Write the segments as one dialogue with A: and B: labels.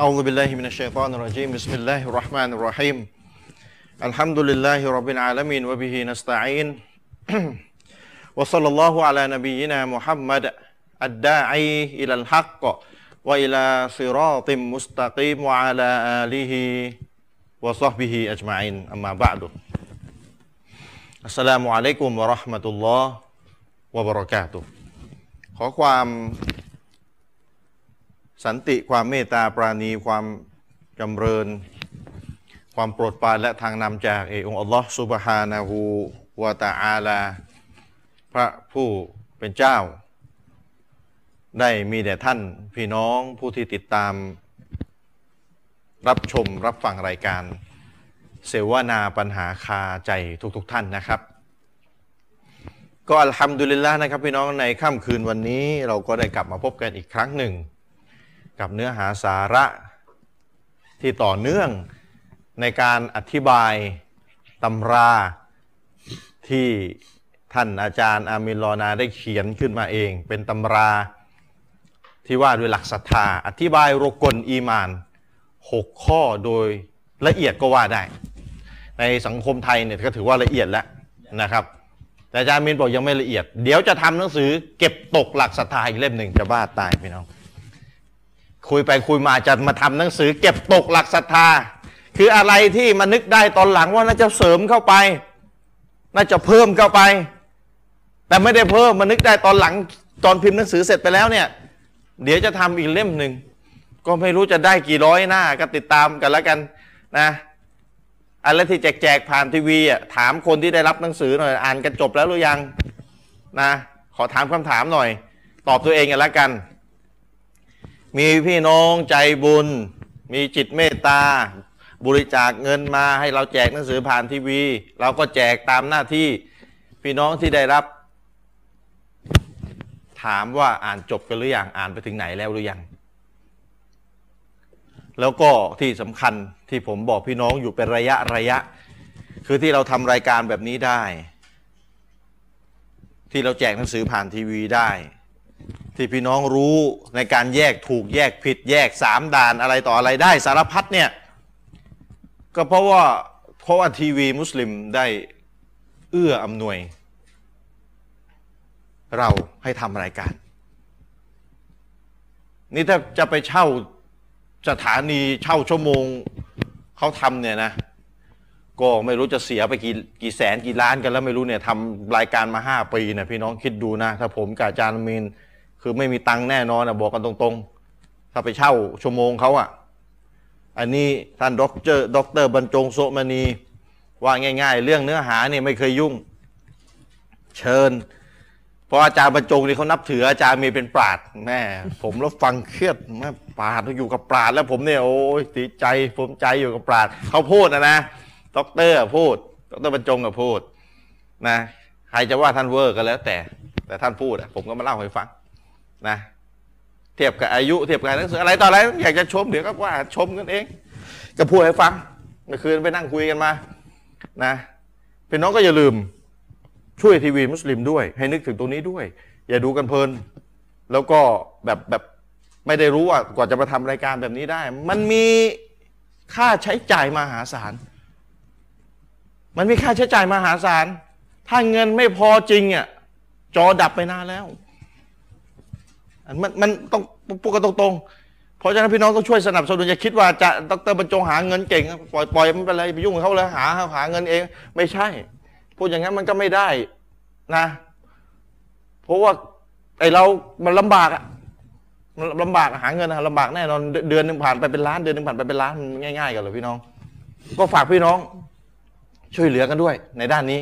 A: أعوذ بالله من الشيطان الرجيم بسم الله الرحمن الرحيم الحمد لله رب العالمين وبه نستعين وصلى الله على نبينا محمد الداعي إلى الحق وإلى صراط مستقيم وعلى آله وصحبه أجمعين أما بعد السلام عليكم ورحمة الله وبركاته ขอความสันติความเมตตาปราณีความจำเริญ ความโปรดปรานและทางนำจากเอองค์อัลลอฮ์ซุบฮานะฮูวะตะอาลา พระผู้เป็นเจ้า ได้มีแด่ท่านพี่น้องผู้ที่ติดตาม รับชมรับฟังรายการ เสวนาปัญหาคาใจทุกๆทท่านนะครับ ก็อัลฮัมดุลิลละนะครับพี่น้องในค่ำคืนวันนี้เราก็ได้กลับมาพบกันอีกครั้งหนึ่ง กับเนื้อหาสาระที่ต่อเนื่องในการอธิบายตำราที่ท่านอาจารย์อามินลอนาได้เขียนขึ้นมาเอง เป็นตำราที่ว่าด้วยหลักศรัทธา อธิบายรกลอีมาน 6 ข้อโดยละเอียดก็ว่าได้ ในสังคมไทยเนี่ยก็ถือว่าละเอียดแล้วนะครับ แต่อาจารย์มินบอกยังไม่ละเอียด เดี๋ยวจะทำหนังสือเก็บตกหลักศรัทธาอีกเล่มหนึ่งจะบ้าตายพี่น้อง คุยไปคุยมาจะมาทำหนังสือเก็บตกหลักศรัทธา คืออะไรที่มานึกได้ตอนหลังว่าน่าจะเสริมเข้าไป น่าจะเพิ่มเข้าไป แต่ไม่ได้เพิ่มมานึกได้ตอนหลังตอนพิมพ์หนังสือเสร็จไปแล้วเนี่ย เดี๋ยวจะทำอีกเล่มหนึ่งก็ไม่รู้จะได้กี่ร้อยหน้าก็ติดตามกันแล้วกันนะอันแรกที่แจกแจกๆผ่านทีวีอ่ะถามคนที่ได้รับหนังสือหน่อยอ่านกันจบแล้วหรือยังนะขอถามคำถามหน่อย ตอบตัวเองกันแล้วกัน มีพี่น้องใจบุญ มีจิตเมตตา บริจาคเงินมาให้เราแจกหนังสือผ่านทีวี เราก็แจกตามหน้าที่พี่น้องที่ได้รับ ถามว่าอ่านจบกันหรืออยังอ่านไปถึงไหนแล้วหรือยัง แล้วก็ที่สำคัญที่ผมบอกพี่น้องอยู่เป็นระยะระยะ คือที่เราทำรายการแบบนี้ได้ ที่เราแจกหนังสือผ่านทีวีได้ ที่พี่น้องรู้ในการแยกถูกแยกผิดแยกสามด่านอะไรต่ออะไรได้สารพัดเนี่ย ก็เพราะว่าเพราะว่าทีวีมุสลิมได้เอื้ออำนวย เราให้ทำรายการ นี่ถ้าจะไปเช่าสถานีเช่าชั่วโมงเขาทำเนี่ยนะ ก็ไม่รู้จะเสียไปกี่กี่แสนกี่ล้านกันแล้วไม่รู้เนี่ยทำรายการมาห้าปีนะพี่น้องคิดดูนะ ถ้าผมกับอาจารย์มีน คือไม่มีตังค์แน่นอนนะบอกกันตรงๆ ถ้าไปเช่าชั่วโมงเขาอะอันนี้ท่านด็อกเตอร์ด็อกเตอร์บรรจงโสมณี ว่าง่ายๆ เรื่องเนื้อหาเนี่ยไม่เคยยุ่ง เชิญ เพราะอาจารย์บรรจงนี่เขานับถืออาจารย์มีเป็นปราดแม่ผมแล้วฟังเครียดแม่ปราดอยู่กับปราดแล้วผมเนี่ยโอ้ยตีใจผมใจอยู่กับปราดเขาพูดนะนะด็อกเตอร์พูดด็อกเตอร์บรรจงก็พูดนะใครจะว่าท่านเวอร์ก็แล้ว แต่แต่ท่านพูดอะผมก็มาเล่าให้ฟัง นะเทียบกับอายุเทียบกับหนังสืออะไรต่ออะไรอยากจะชมเดี๋ยวก็ว่าชมกันเอง ก็พูดให้ฟังเมื่อคืนไปนั่งคุยกันมานะพี่น้องก็อย่าลืมช่วยทีวีมุสลิมด้วย ให้นึกถึงตรงนี้ด้วย อย่าดูกันเพลิน แล้วก็แบบแบบไม่ได้รู้ว่ากว่าจะมาทำรายการแบบนี้ได้ มันมีค่าใช้จ่ายมหาศาล มันมีค่าใช้จ่ายมหาศาล ถ้าเงินไม่พอจริงอ่ะจอดับไปนานแล้ว อันมันมันต้องพูดกันตรงๆ เพราะฉะนั้นพี่น้องต้องช่วยสนับสนุนอย่าคิดว่าจะดรบรรจงหาเงินเก่งปล่อยปล่อยมันไปเลยไปยุ่งกับเขาเลยหาหาเงินเอง ไม่ใช่ พูดอย่างนั้นมันก็ไม่ได้นะ เพราะว่าไอเรามันลำบากอะมันลำบากอะหาเงินอะลำบากแน่นอนเดือนเดือนหนึ่งผ่านไปเป็นล้านเดือนหนึ่งผ่านไปเป็นล้านมันง่ายๆกันเหรอพี่น้อง ก็ฝากพี่น้อง ช่วยเหลือกันด้วย ในด้านนี้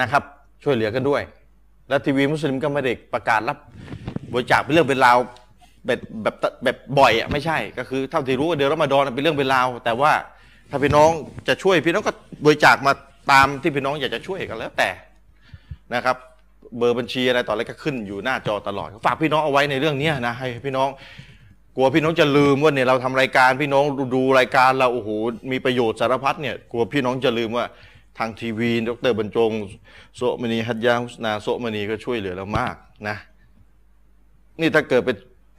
A: นะครับ ช่วยเหลือกันด้วย แล้วทีวีมุสลิมก็ไม่ได้ประกาศรับบริจาคเป็นเรื่องเป็นราวแบบแบบแบบบ่อยอ่ะไม่ใช่ก็คือเท่าที่รู้ว่าเดือนรอมฎอนเป็นเรื่องเป็นราวแต่ว่าถ้าพี่น้องจะช่วยพี่น้องก็บริจาคมาตามที่พี่น้องอยากจะช่วยกันแล้วแต่นะครับ เบอร์บัญชีอะไรต่ออะไรก็ขึ้นอยู่หน้าจอตลอดฝากพี่น้องเอาไว้ในเรื่องเนี้ยนะให้พี่น้อง กลัวพี่น้องจะลืมว่าเนี่ยเราทำรายการพี่น้องดูดูรายการเราโอ้โหมีประโยชน์สารพัดเนี่ยกลัวพี่น้องจะลืมว่าทางทีวีดรบรรจงโสมณีฮัตยาฮุสนาโสมณีก็ช่วยเหลือเรามากนะ นี่ถ้าเกิดเป็น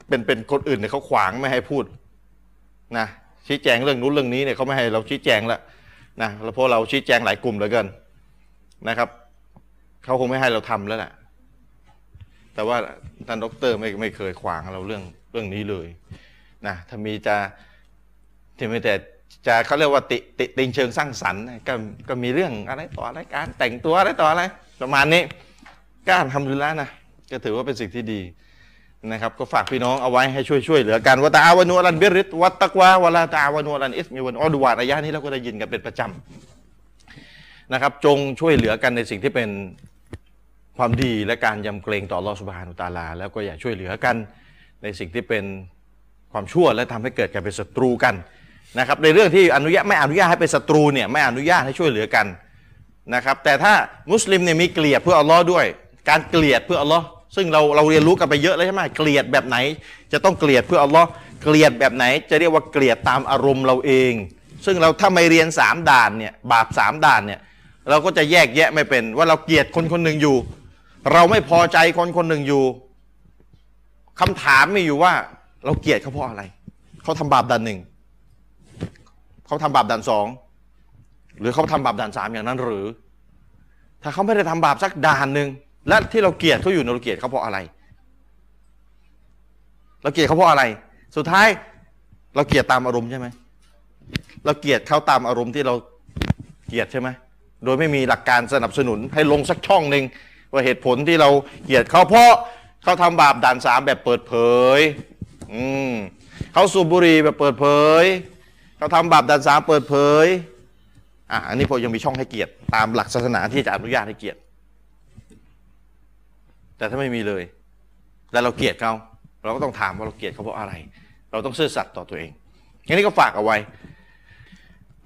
A: เป็นเป็นคนอื่นเนี่ยเขาขวางไม่ให้พูด นะชี้แจงเรื่องนู้นเรื่องนี้เนี่ยเขาไม่ให้เราชี้แจงแล้วนะแล้วเพราะเราชี้แจงหลายกลุ่มเหลือเกินนะครับเขาคงไม่ให้เราทำแล้วแหละแต่ว่าท่านดอกเตอรไม่ไม่เคยขวางเราเรื่องเรื่องนี้เลยนะถ้ามีจะที่ไม่แต่จะเขาเรียกว่าติติติงเชิงสร้างสรรค์นะก็ก็มีเรื่องอะไรต่ออะไรการแต่งตัวอะไรต่ออะไรประมาณนี้ก็ทำรุนแล้นะก็ถือว่าเป็นสิ่งที่ดี นะครับก็ฝากพี่น้องเอาไว้ให้ช่วยช่วยเหลือกันวะตาอาวะนูอันบิริตวัตตักวาวะลาตาอาวะนูอันอิสมิวันออดุวาดอายะนี้เราก็ได้ยินกันเป็นประจำนะครับจงช่วยเหลือกันในสิ่งที่เป็นความดีและการยำเกรงต่อลอสุบฮานุตาลา แล้วก็อย่าช่วยเหลือกันในสิ่งที่เป็นความชั่วและทำให้เกิดการเป็นศัตรูกันนะครับในเรื่องที่อนุญาตไม่อนุญาตให้เป็นศัตรูเนี่ยไม่อนุญาตให้ช่วยเหลือกัน นะครับแต่ถ้ามุสลิมเนี่ยมีเกลียดเพื่ออัลลอฮ์ด้วย การเกลียดเพื่ออัลลอฮ์ซึ่งเราเราเรียนรู้กันไปเยอะแล้วใช่ไหมเกลียดแบบไหน จะต้องเกลียดเพื่ออัลลอฮ์เกลียดแบบไหน จะเรียกว่าเกลียดตามอารมณ์เราเอง ซึ่งเราถ้าไม่เรียนสามด่านเนี่ยบาปสามด่านเนี่ยเราก็จะแยกแยะไม่เป็นว่าเราเกลียดคนคนหนึ่งอยู่ เราไม่พอใจคนคนหนึ่งอยู่คำถามมีอยู่ว่าเราเกลียดเขาเพราะอะไรเขาทำบาปด่านหนึ่งเขาทำบาปด่านสอง หรือเขาทำบาปด่านสามอย่างนั้นหรือ ถ้าเขาไม่ได้ทำบาปสักด่านหนึ่งและที่เราเกลียดเขาอยู่เนี่ยเราเกลียดเขาเพราะอะไร เราเกลียดเขาเพราะอะไร สุดท้ายเราเกลียดตามอารมณ์ใช่ไหมเราเกลียดเขาตามอารมณ์ที่เราเกลียดใช่ไหมโดยไม่มีหลักการสนับสนุนให้ลงสักช่องหนึ่งว่าเหตุผลที่เราเกลียดเขาเพราะเขาทำบาปด่านสามแบบเปิดเผย อืมเขาสูบบุหรี่แบบเปิดเผยเขาทำบาปด่านสามเปิดเผย อ่ะอันนี้พอยังมีช่องให้เกียรติตามหลักศาสนาที่จะอนุญาตให้เกียรติ แต่ถ้าไม่มีเลย แล้วเราเกลียดเขาเราก็ต้องถามว่าเราเกลียดเขาเพราะอะไร เราต้องซื่อสัตย์ต่อตัวเองอย่างนี้ก็ฝากเอาไว้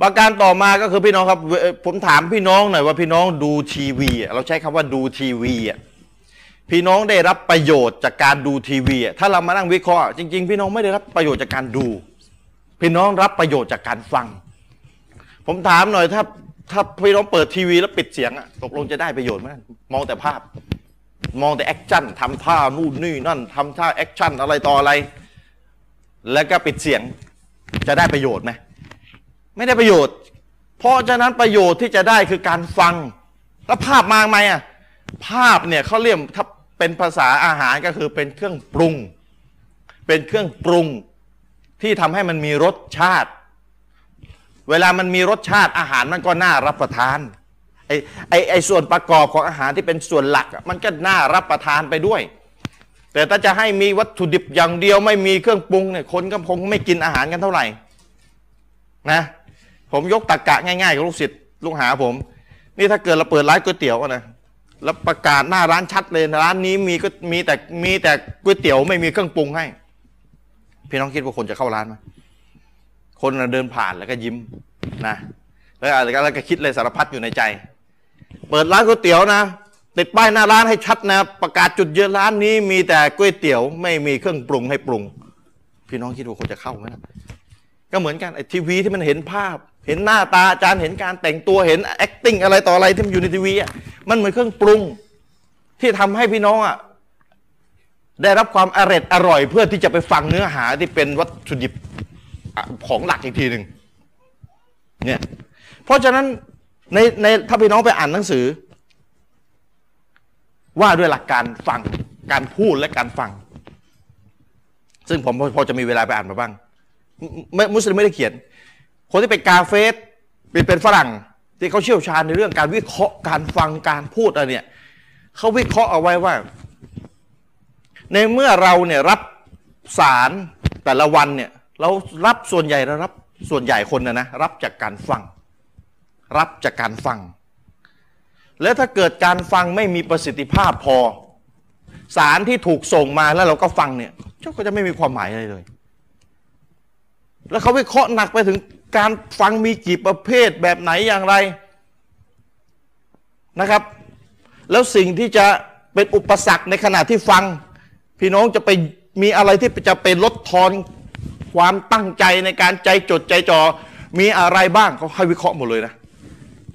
A: ประการต่อมาก็คือพี่น้องครับเอ่อผมถามพี่น้องหน่อยว่าพี่น้องดูทีวีอ่ะเราใช้คำว่าดูทีวีอ่ะพี่น้องได้รับประโยชน์จากการดูทีวีอ่ะถ้าเรามานั่งวิเคราะห์จริง ๆ พี่น้องไม่ได้รับประโยชน์จากการดู พี่น้องรับประโยชน์จากการฟัง ผมถามหน่อยถ้าถ้าพี่น้องเปิดทีวีแล้วปิดเสียงอะตกลงจะได้ประโยชน์ไหมมองแต่ภาพ มองแต่แอคชั่นทำท่านู่นนี่นั่นทำท่าแอคชั่นอะไรต่ออะไร แล้วก็ปิดเสียงจะได้ประโยชน์ไหมไม่ได้ประโยชน์ เพราะฉะนั้นประโยชน์ที่จะได้คือการฟัง แล้วภาพมาไหมอะภาพเนี่ยเขาเรียกถ้าเป็นภาษาอาหารก็คือเป็นเครื่องปรุง เป็นเครื่องปรุงที่ทำให้มันมีรสชาติ เวลามันมีรสชาติอาหารมันก็น่ารับประทาน ไอไอไอส่วนประกอบของอาหารที่เป็นส่วนหลักอะมันก็น่ารับประทานไปด้วย แต่ถ้าจะให้มีวัตถุดิบอย่างเดียวไม่มีเครื่องปรุงเนี่ยคนก็คงไม่กินอาหารกันเท่าไหร่นะผมยกตรกกะง่ายๆกับลูกศิษย์ลูกหาผม นี่ถ้าเกิดเราเปิดร้านก๋วยเตี๋ยวอะนะแล้วประกาศหน้าร้านชัดเลยร้านนี้มีก็มีแต่มีแต่ก๋วยเตี๋ยวไม่มีเครื่องปรุงให้ พี่น้องคิดว่าคนจะเข้าร้านไหม คนน่ะเดินผ่านแล้วก็ยิ้มนะแล้วอะไรก็แล้วก็คิดเลยสารพัดอยู่ในใจ เปิดร้านก๋วยเตี๋ยวนะติดป้ายหน้าร้านให้ชัดนะ ประกาศจุดยืนร้านนี้มีแต่ก๋วยเตี๋ยวไม่มีเครื่องปรุงให้ปรุง พี่น้องคิดว่าคนจะเข้าไหมนะก็เหมือนกันไอ้ทีวีที่มันเห็นภาพ เห็นหน้าตาอาจารย์เห็นการแต่งตัวเห็น acting อะไรต่ออะไรที่มันอยู่ในทีวีอ่ะมันเหมือนเครื่องปรุง ที่ทำให้พี่น้องอ่ะได้รับความอร่อยอร่อยเพื่อที่จะไปฟังเนื้อหาที่เป็นวัตถุดิบ อ่ะของหลักอีกทีหนึ่งเนี่ยเพราะฉะนั้นในในถ้าพี่น้องไปอ่านหนังสือ ว่าด้วยหลักการฟังการพูดและการฟัง ซึ่งผมพอพอจะมีเวลาไปอ่านมาบ้างมุมุมุสลิมไม่ได้เขียน คนที่เป็นกาเฟสเป็นเป็นฝรั่ง ที่เขาเชี่ยวชาญในเรื่องการวิเคราะห์การฟังการพูดอะไรเนี่ยเขาวิเคราะห์เอาไว้ว่า ในเมื่อเราเนี่ยรับสารแต่ละวันเนี่ยเรารับส่วนใหญ่เรารับส่วนใหญ่คนนะนะรับจากการฟัง รับจากการฟัง แล้วถ้าเกิดการฟังไม่มีประสิทธิภาพพอ สารที่ถูกส่งมาแล้วเราก็ฟังเนี่ยก็จะไม่มีความหมายอะไรเลย แล้วเขาวิเคราะห์หนักไปถึงการฟังมีกี่ประเภทแบบไหนอย่างไรนะครับ แล้วสิ่งที่จะเป็นอุปสรรคในขณะที่ฟัง พี่น้องจะไปมีอะไรที่จะเป็นลดทอนความตั้งใจในการใจจดใจจอมีอะไรบ้างเขาให้วิเคราะห์หมดเลยนะ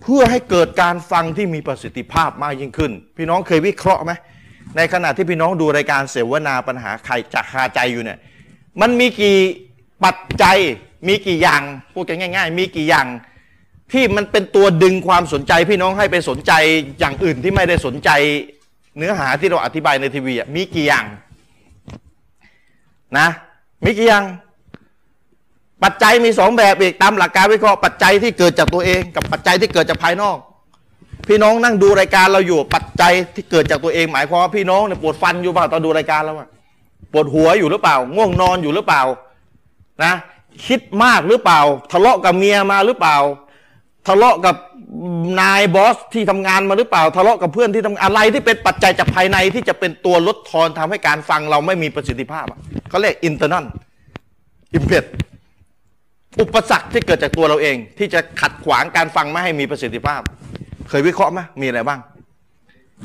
A: เพื่อให้เกิดการฟังที่มีประสิทธิภาพมากยิ่งขึ้น พี่น้องเคยวิเคราะห์ไหมในขณะที่พี่น้องดูรายการเสวนาปัญหาใครจะคาใจอยู่เนี่ยมันมีกี่ปัจจัย มีกี่อย่างพูดกันง่าย ๆ มีกี่อย่าง ที่มันเป็นตัวดึงความสนใจ พี่น้องให้ไปสนใจอย่างอื่นที่ไม่ได้สนใจเนื้อหาที่เราอธิบายในทีวีอะมีกี่อย่างนะ มีกี่อย่าง ปัจจัยมีสองแบบอีกตามหลักการวิเคราะห์ปัจจัยที่เกิดจากตัวเอง กับปัจจัยที่เกิดจากภายนอก พี่น้องนั่งดูรายการเราอยู่ ปัจจัยที่เกิดจากตัวเองหมายความว่าพี่น้องเนี่ยปวดฟันอยู่เปล่าตอนดูรายการแล้วอะปวดหัวอยู่หรือเปล่า ง่วงนอนอยู่หรือเปล่า นะ คิดมากหรือเปล่า ทะเลาะกับเมียมาหรือเปล่า ทะเลาะกับนายบอสที่ทำงานมาหรือเปล่า ทะเลาะกับเพื่อนที่ทำงานอะไรที่เป็นปัจจัยจากภายในที่จะเป็นตัวลดทอนทำให้การฟังเราไม่มีประสิทธิภาพอะเขาเรียก internal impact อุปสรรคที่เกิดจากตัวเราเอง ที่จะขัดขวางการฟังไม่ให้มีประสิทธิภาพ เคยวิเคราะห์ไหมมีอะไรบ้าง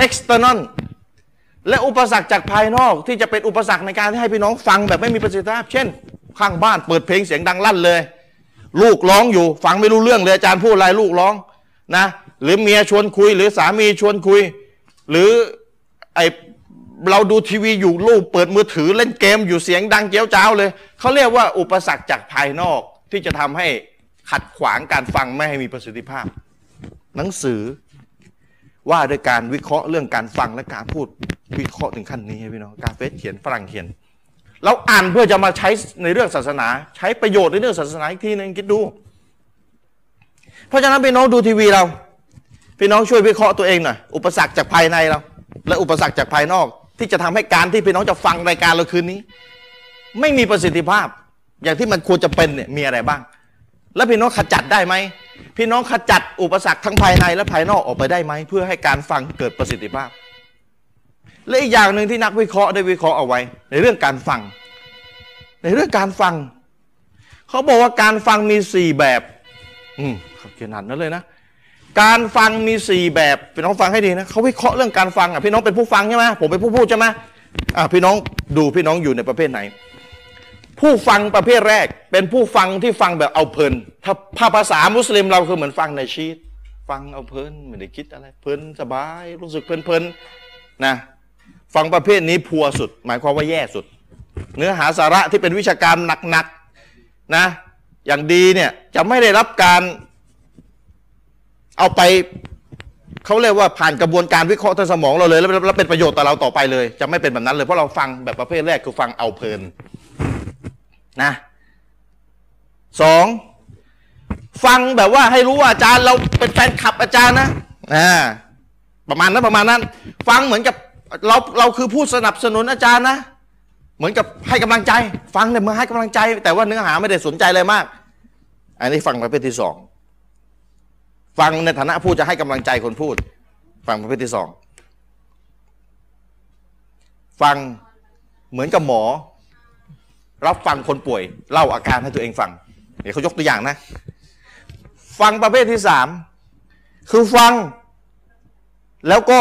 A: external และอุปสรรคจากภายนอกที่จะเป็นอุปสรรคในการที่ให้พี่น้องฟังแบบไม่มีประสิทธิภาพ เช่น ข้างบ้านเปิดเพลงเสียงดังลั่นเลย ลูกร้องอยู่ ฟังไม่รู้เรื่องเลยอาจารย์พูดอะไรลูกร้องนะ หรือเมียชวนคุย หรือสามีชวนคุย หรือไอเราดูทีวีอยู่ลูกเปิดมือถือเล่นเกมอยู่เสียงดังเกี้ยวจ้าวเลยเขาเรียกว่าอุปสรรคจากภายนอกที่จะทำให้ขัดขวางการฟังไม่ให้มีประสิทธิภาพ หนังสือว่าด้วยการวิเคราะห์เรื่องการฟังและการพูดวิเคราะห์ถึงขั้นนี้พี่น้องกาเฟสเขียนฝรั่งเขียน เราอ่านเพื่อจะมาใช้ในเรื่องศาสนา ใช้ประโยชน์ในเรื่องศาสนาอีกทีหนึ่งคิดดู เพราะฉะนั้นพี่น้องดูทีวีเรา พี่น้องช่วยวิเคราะห์ตัวเองหน่อยอุปสรรคจากภายในเรา และอุปสรรคจากภายนอก ที่จะทำให้การที่พี่น้องจะฟังรายการเราคืนนี้ ไม่มีประสิทธิภาพ อย่างที่มันควรจะเป็นเนี่ยมีอะไรบ้าง แล้วพี่น้องขจัดได้ไหม พี่น้องขจัดอุปสรรคทั้งภายในและภายนอกออกไปได้ไหม เพื่อให้การฟังเกิดประสิทธิภาพ และอีกอย่างหนึ่งที่นักวิเคราะห์ได้วิเคราะห์เอาไว้ ในเรื่องการฟัง ในเรื่องการฟัง เขาบอกว่าการฟังมีสี่แบบ อืมเขาเขียนหันนั้นเลยนะ การฟังมีสี่แบบพี่น้องฟังให้ดีนะเขาวิเคราะห์เรื่องการฟังอ่ะพี่น้องเป็นผู้ฟังใช่ไหมผมเป็นผู้พูดใช่ไหมอ่ะพี่น้องดูพี่น้องอยู่ในประเภทไหน ผู้ฟังประเภทแรกเป็นผู้ฟังที่ฟังแบบเอาเพลิน ถ้าถ้าภาษามุสลิมเราคือเหมือนฟังในชีตฟังเอาเพลินไม่ได้คิดอะไร เพลินสบายรู้สึกเพลินเพลินๆนะฟังประเภทนี้พัวสุด หมายความว่าแย่สุด เนื้อหาสาระที่เป็นวิชาการหนักๆนะ อย่างดีเนี่ยจะไม่ได้รับการเอาไปเขาเรียกว่าผ่านกระบวนการวิเคราะห์ทางสมองเราเลยแล้วแล้วเป็นประโยชน์ต่อเราต่อไปเลย จะไม่เป็นแบบนั้นเลยเพราะเราฟังแบบประเภทแรกคือฟังเอาเพลิน นะสองฟังแบบว่าให้รู้ว่าอาจารย์เราเป็นแฟนคลับอาจารย์นะอ่าประมาณนั้นประมาณนั้น ฟังเหมือนกับเราเราคือผู้สนับสนุนอาจารย์นะ เหมือนกับให้กำลังใจ ฟังเนี่ยเหมือนให้กำลังใจ แต่ว่าเนื้อหาไม่ได้สนใจอะไรมาก อันนี้ฟังประเภทที่สองฟังในฐานะผู้จะให้กำลังใจคนพูด ฟังประเภทที่สองฟังเหมือนกับหมอ รับฟังคนป่วยเล่าอาการให้ตัวเองฟัง เดี๋ยวเขายกตัวอย่างนะ ฟังประเภทที่สามคือฟัง แล้วก็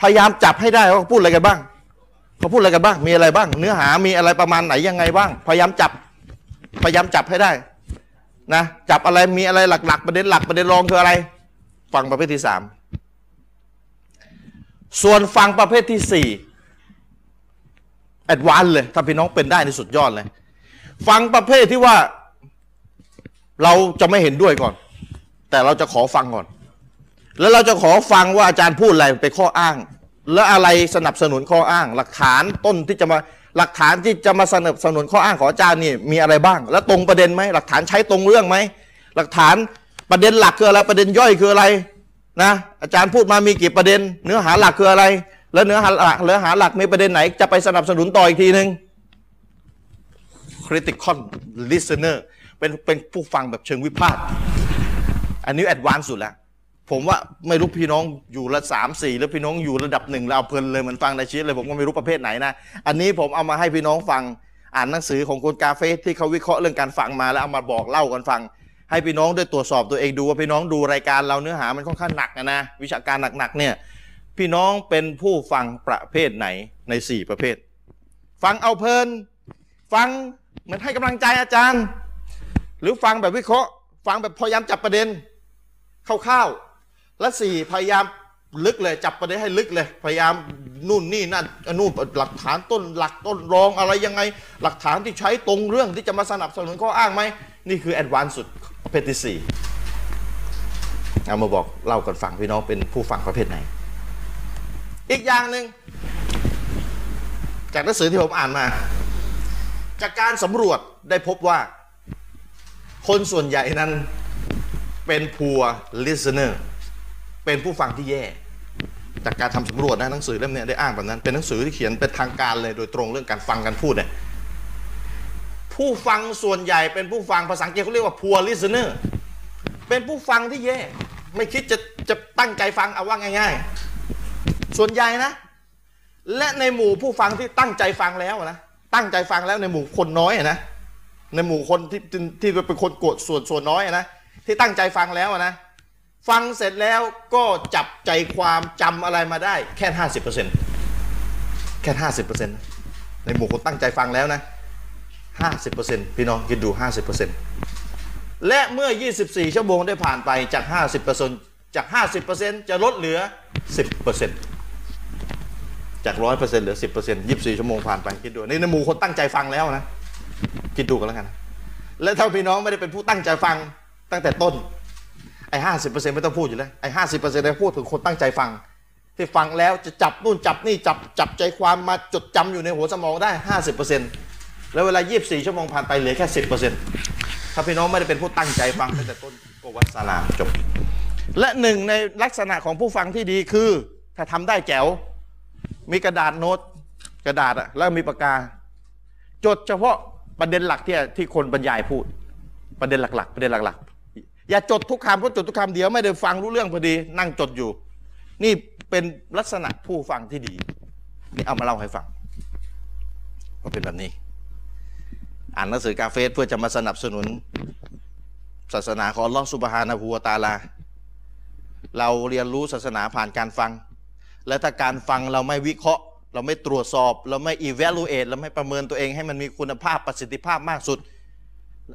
A: พยายามจับให้ได้ว่าเขาพูดอะไรกันบ้างเขาพูดอะไรกันบ้าง มีอะไรบ้าง เนื้อหามีอะไรประมาณไหนยังไงบ้าง พยายามจับ พยายามจับให้ได้นะจับอะไรมีอะไรหลัก ๆ ประเด็นหลักประเด็นรองคืออะไร ฟังประเภทที่สามส่วนฟังประเภทที่สี่ แอดวานเลย ถ้าพี่น้องเป็นได้ในสุดยอดเลย ฟังประเภทที่ว่า เราจะไม่เห็นด้วยก่อน แต่เราจะขอฟังก่อน แล้วเราจะขอฟังว่าอาจารย์พูดอะไรเป็นข้ออ้าง และอะไรสนับสนุนข้ออ้าง หลักฐานต้นที่จะมาหลักฐานที่จะมาสนับสนุนข้ออ้างของอาจารย์นี่มีอะไรบ้าง และตรงประเด็นไหมหลักฐานใช้ตรงเรื่องไหมหลักฐานประเด็นหลักคืออะไรประเด็นย่อยคืออะไรนะอาจารย์พูดมามีกี่ประเด็น เนื้อหาหลักคืออะไร และเนื้อหาหลักเนื้อหาหลักมีประเด็นไหน จะไปสนับสนุนต่ออีกทีหนึ่ง critical listener เป็นเป็นผู้ฟังแบบเชิงวิพากษ์ อันนี้แอดวานซ์สุดแล้ว ผมว่าไม่รู้พี่น้องอยู่ระสามสี่แล้วพี่น้องอยู่ระดับหนึ่งแล้วเอาเพลินเลยเหมันฟังในชีวิตเลยผมก็ไม่รู้ประเภทไหนนะ อันนี้ผมเอามาให้พี่น้องฟังอ่านหนังสือของคนกาเฟสที่เขาวิเคราะห์เรื่องการฟังมาแล้วเอามาบอกเล่ากันฟัง ให้พี่น้องได้ตรวจสอบตัวเองดูว่าพี่น้องดูรายการเราเนื้อหามันค่อนข้างหนักนะนะวิชาการหนักๆเนี่ยพี่น้องเป็นผู้ฟังประเภทไหนในสี่ประเภท ฟังเอาเพลิน ฟังเหมือนให้กำลังใจอาจารย์ หรือฟังแบบวิเคราะห์ ฟังแบบพยายามจับประเด็นคร่าวๆและสี่พยายาม ลึกเลยจับประเด็นให้ลึกเลย พยายามนู่นนี่นั่นนู่นหลักฐานต้นหลักต้นรองอะไรยังไง หลักฐานที่ใช้ตรงเรื่องที่จะมาสนับสนุนข้ออ้างไหมนี่คือแอดวานซ์สุดประเภทที่สี่เอามาบอกเล่ากันฟังพี่น้องเป็นผู้ฟังประเภทไหน อีกอย่างหนึ่ง จากหนังสือที่ผมอ่านมา จากการสำรวจได้พบว่า คนส่วนใหญ่นั้นเป็น poor listener เป็นผู้ฟังที่แย่ จากการทำสำรวจนะหนังสือเล่มเนี้ยได้อ้างแบบนั้น เป็นหนังสือที่เขียนเป็นทางการเลยโดยตรงเรื่องการฟังการพูดเนี่ยผู้ฟังส่วนใหญ่เป็นผู้ฟังภาษาอังกฤษเขาเรียกว่า poor listener เป็นผู้ฟังที่แย่ ไม่คิดจะจะตั้งใจฟังเอาว่าง่ายๆ ส่วนใหญ่นะ และในหมู่ผู้ฟังที่ตั้งใจฟังแล้วนะตั้งใจฟังแล้วในหมู่คนน้อยอะนะ ในหมู่คนที่ที่ที่เป็นคนโกรธส่วนส่วนน้อยอะนะที่ตั้งใจฟังแล้วอะนะฟังเสร็จแล้วก็จับใจความจำอะไรมาได้แค่ห้าสิบเปอร์เซ็นแค่ห้าสิบเปอร์เซ็นในหมู่คนตั้งใจฟังแล้วนะห้าสิบเปอร์เซ็นพี่น้องคิดดูห้าสิบเปอร์เซ็นและเมื่อ 24 ชั่วโมงได้ผ่านไปจาก 50%จาก 50%จะลดเหลือ 10% จากร้อยเปอร์เซ็นต์เหลือสิบเปอร์เซ็นต์ยี่สิบสี่ชั่วโมงผ่านไปคิดดูนี่ในหมู่คนตั้งใจฟังแล้วนะคิดดูกันแล้วกัน และถ้าพี่น้องไม่ได้เป็นผู้ตั้งใจฟังตั้งแต่ต้น ไอ้ห้าสิบเปอร์เซ็นต์ไม่ต้องพูดอยู่แล้วไอ้ห้าสิบเปอร์เซ็นต์พูดถึงคนตั้งใจฟัง ที่ฟังแล้วจะจับนู่นจับนี่จับจับใจความมาจดจำอยู่ในหัวสมองได้ห้าสิบเปอร์เซ็นต์แล้วเวลายี่สิบสี่ชั่วโมงผ่านไปเหลือแค่สิบเปอร์เซ็นต์ถ้าพี่น้องไม่ได้เป็นผู้ตั้งใจฟังตั้งแต่ต้นก็วัดสลามจบ และหนึ่งในลักษณะของผู้ฟังที่ดีคือ ถ้าทำได้แจ๋ว มีกระดาษโน้ตกระดาษอะแล้วมีปากกา จดเฉพาะประเด็นหลักที่ที่คนบรรยายพูด ประเด็นหลักๆ ประเด็นหลักๆ อย่าจดทุกคำเพราะจดทุกคำเดียวไม่ได้ฟังรู้เรื่องพอดี นั่งจดอยู่ นี่เป็นลักษณะผู้ฟังที่ดี นี่เอามาเล่าให้ฟังว่าเป็นแบบนี้ อ่านหนังสือกาเฟสเพื่อจะมาสนับสนุน ศาสนาของอัลลอฮ์สุบฮานะฮูวะตะอาลา เราเรียนรู้ศาสนาผ่านการฟัง และถ้าการฟังเราไม่วิเคราะห์ เราไม่ตรวจสอบ เราไม่ evaluate เราไม่ประเมินตัวเองให้มันมีคุณภาพประสิทธิภาพมากสุด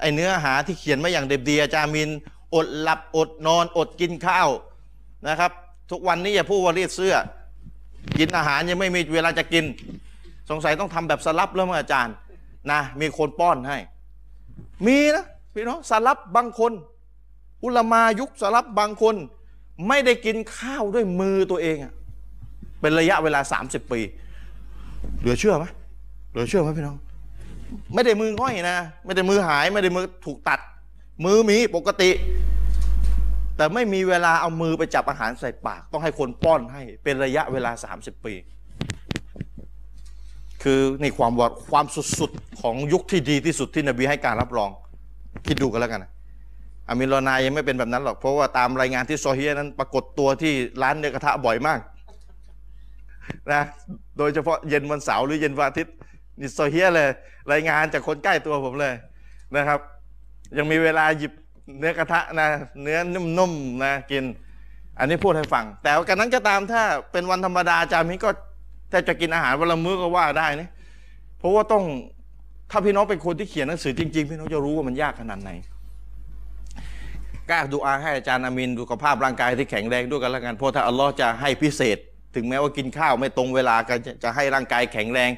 A: ไอเนื้อหาที่เขียนมาอย่างเด็บดีอาจารย์มิน อดหลับอดนอน อดกินข้าวนะครับ ทุกวันนี้อย่าพูดว่ารีดเสื้อ กินอาหารยังไม่มีเวลาจะกิน สงสัยต้องทำแบบสลับแล้วมั้งอาจารย์นะมีคนป้อนให้ มีนะพี่น้องสลับบางคน อุลามายุคสลับบางคน ไม่ได้กินข้าวด้วยมือตัวเองอะ เป็นระยะเวลา 30 ปี เหลือเชื่อไหมเหลือเชื่อไหมพี่น้อง ไม่ได้มือง่อยนะ ไม่ได้มือหาย ไม่ได้มือถูกตัด มือมีปกติ แต่ไม่มีเวลาเอามือไปจับอาหารใส่ปาก ต้องให้คนป้อนให้ เป็นระยะเวลา 30 ปี คือนี่ความวความสุดๆ ของยุคที่ดีที่สุดที่นบีให้การรับรอง คิดดูกันแล้วกันนะ อามินรอนายยังไม่เป็นแบบนั้นหรอก เพราะว่าตามรายงานที่โซอฮียนั้นปรากฏตัวที่ร้านเนื้อกระทะบ่อยมาก นะโดยเฉพาะเย็นวันเสาร์หรือเย็นวันอาทิตย์นี่โซเฮียเลย รายงานจากคนใกล้ตัวผมเลยนะครับ ยังมีเวลาหยิบเนื้อกระทะนะ เนื้อนุ่มๆนะกิน อันนี้พูดให้ฟัง แต่ว่ากันนั้นก็ตามถ้าเป็นวันธรรมดาอาจารย์มิ้นก็แต่จะกินอาหารวันละมื้อก็ว่าได้นะเพราะว่าต้องถ้าพี่น้องเป็นคนที่เขียนหนังสือจริงๆ พี่น้องจะรู้ว่ามันยากขนาดไหนกล้าดูอาให้อาจารย์อามินดูภาพร่างกายที่แข็งแรงด้วยกันแล้วกันเพราะถ้าอัลลอฮ์จะให้พิเศษ ถึงแม้ว่ากินข้าวไม่ตรงเวลาก็จะจะให้ร่างกายแข็งแรง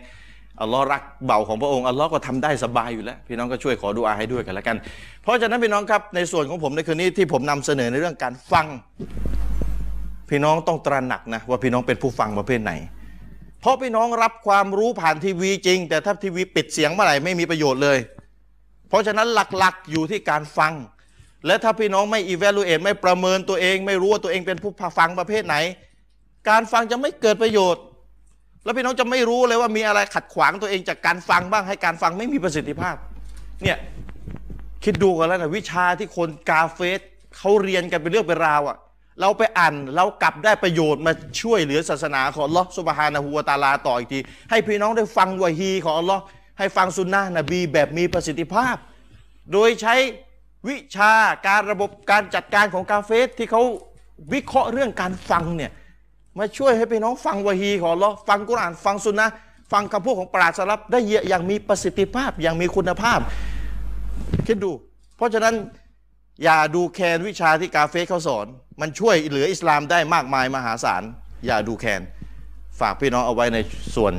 A: อัลลอฮ์รักเบาของพระองค์อัลลอฮ์ก็ทำได้สบายอยู่แล้ว พี่น้องก็ช่วยขอดูอาให้ด้วยกันแล้วกัน เพราะฉะนั้นพี่น้องครับในส่วนของผมในคืนนี้ที่ผมนำเสนอในเรื่องการฟัง พี่น้องต้องตระหนักนะว่าพี่น้องเป็นผู้ฟังประเภทไหน เพราะพี่น้องรับความรู้ผ่านทีวีจริง แต่ถ้าทีวีปิดเสียงเมื่อไหร่ไม่มีประโยชน์เลย เพราะฉะนั้นหลักๆอยู่ที่การฟัง และถ้าพี่น้องไม่ evaluate ไม่ประเมินตัวเอง ไม่รู้ว่าตัวเองเป็นผู้ฟังประเภทไหน การฟังจะไม่เกิดประโยชน์ แล้วพี่น้องจะไม่รู้เลยว่ามีอะไรขัดขวางตัวเองจากการฟังบ้างให้การฟังไม่มีประสิทธิภาพ เนี่ยคิดดูกันแล้วนะวิชาที่คนกาเฟสเขาเรียนกันเป็นเรื่องเป็นราวอะ่ะ เราไปอ่านเรากลับได้ประโยชน์มาช่วยเหลือศาสนาของอัลลอฮ์สุบฮานะฮูวะตะอาลาต่ออีกที ให้พี่น้องได้ฟังวะฮีของอัลลอฮ์ให้ฟังสุนนะห์นบีแบบมีประสิทธิภาพ โดยใช้วิชาการระบบการจัดการของกาเฟสที่เขาวิเคราะห์เรื่องการฟังเนี่ย มาช่วยให้พี่น้องฟังวะฮีของอัลเลอฟังกุรอานฟังสุนนะห์ฟังคำพูดของปราศรับได้เยอะอย่างมีประสิทธิภาพอย่างมีคุณภาพ คิดดู เพราะฉะนั้น อย่าดูแคลนวิชาที่กาเฟสเขาสอน มันช่วยเหลืออิสลามได้มากมายมหาศาล อย่าดูแคลนฝากพี่น้องเอาไว้ในส่วน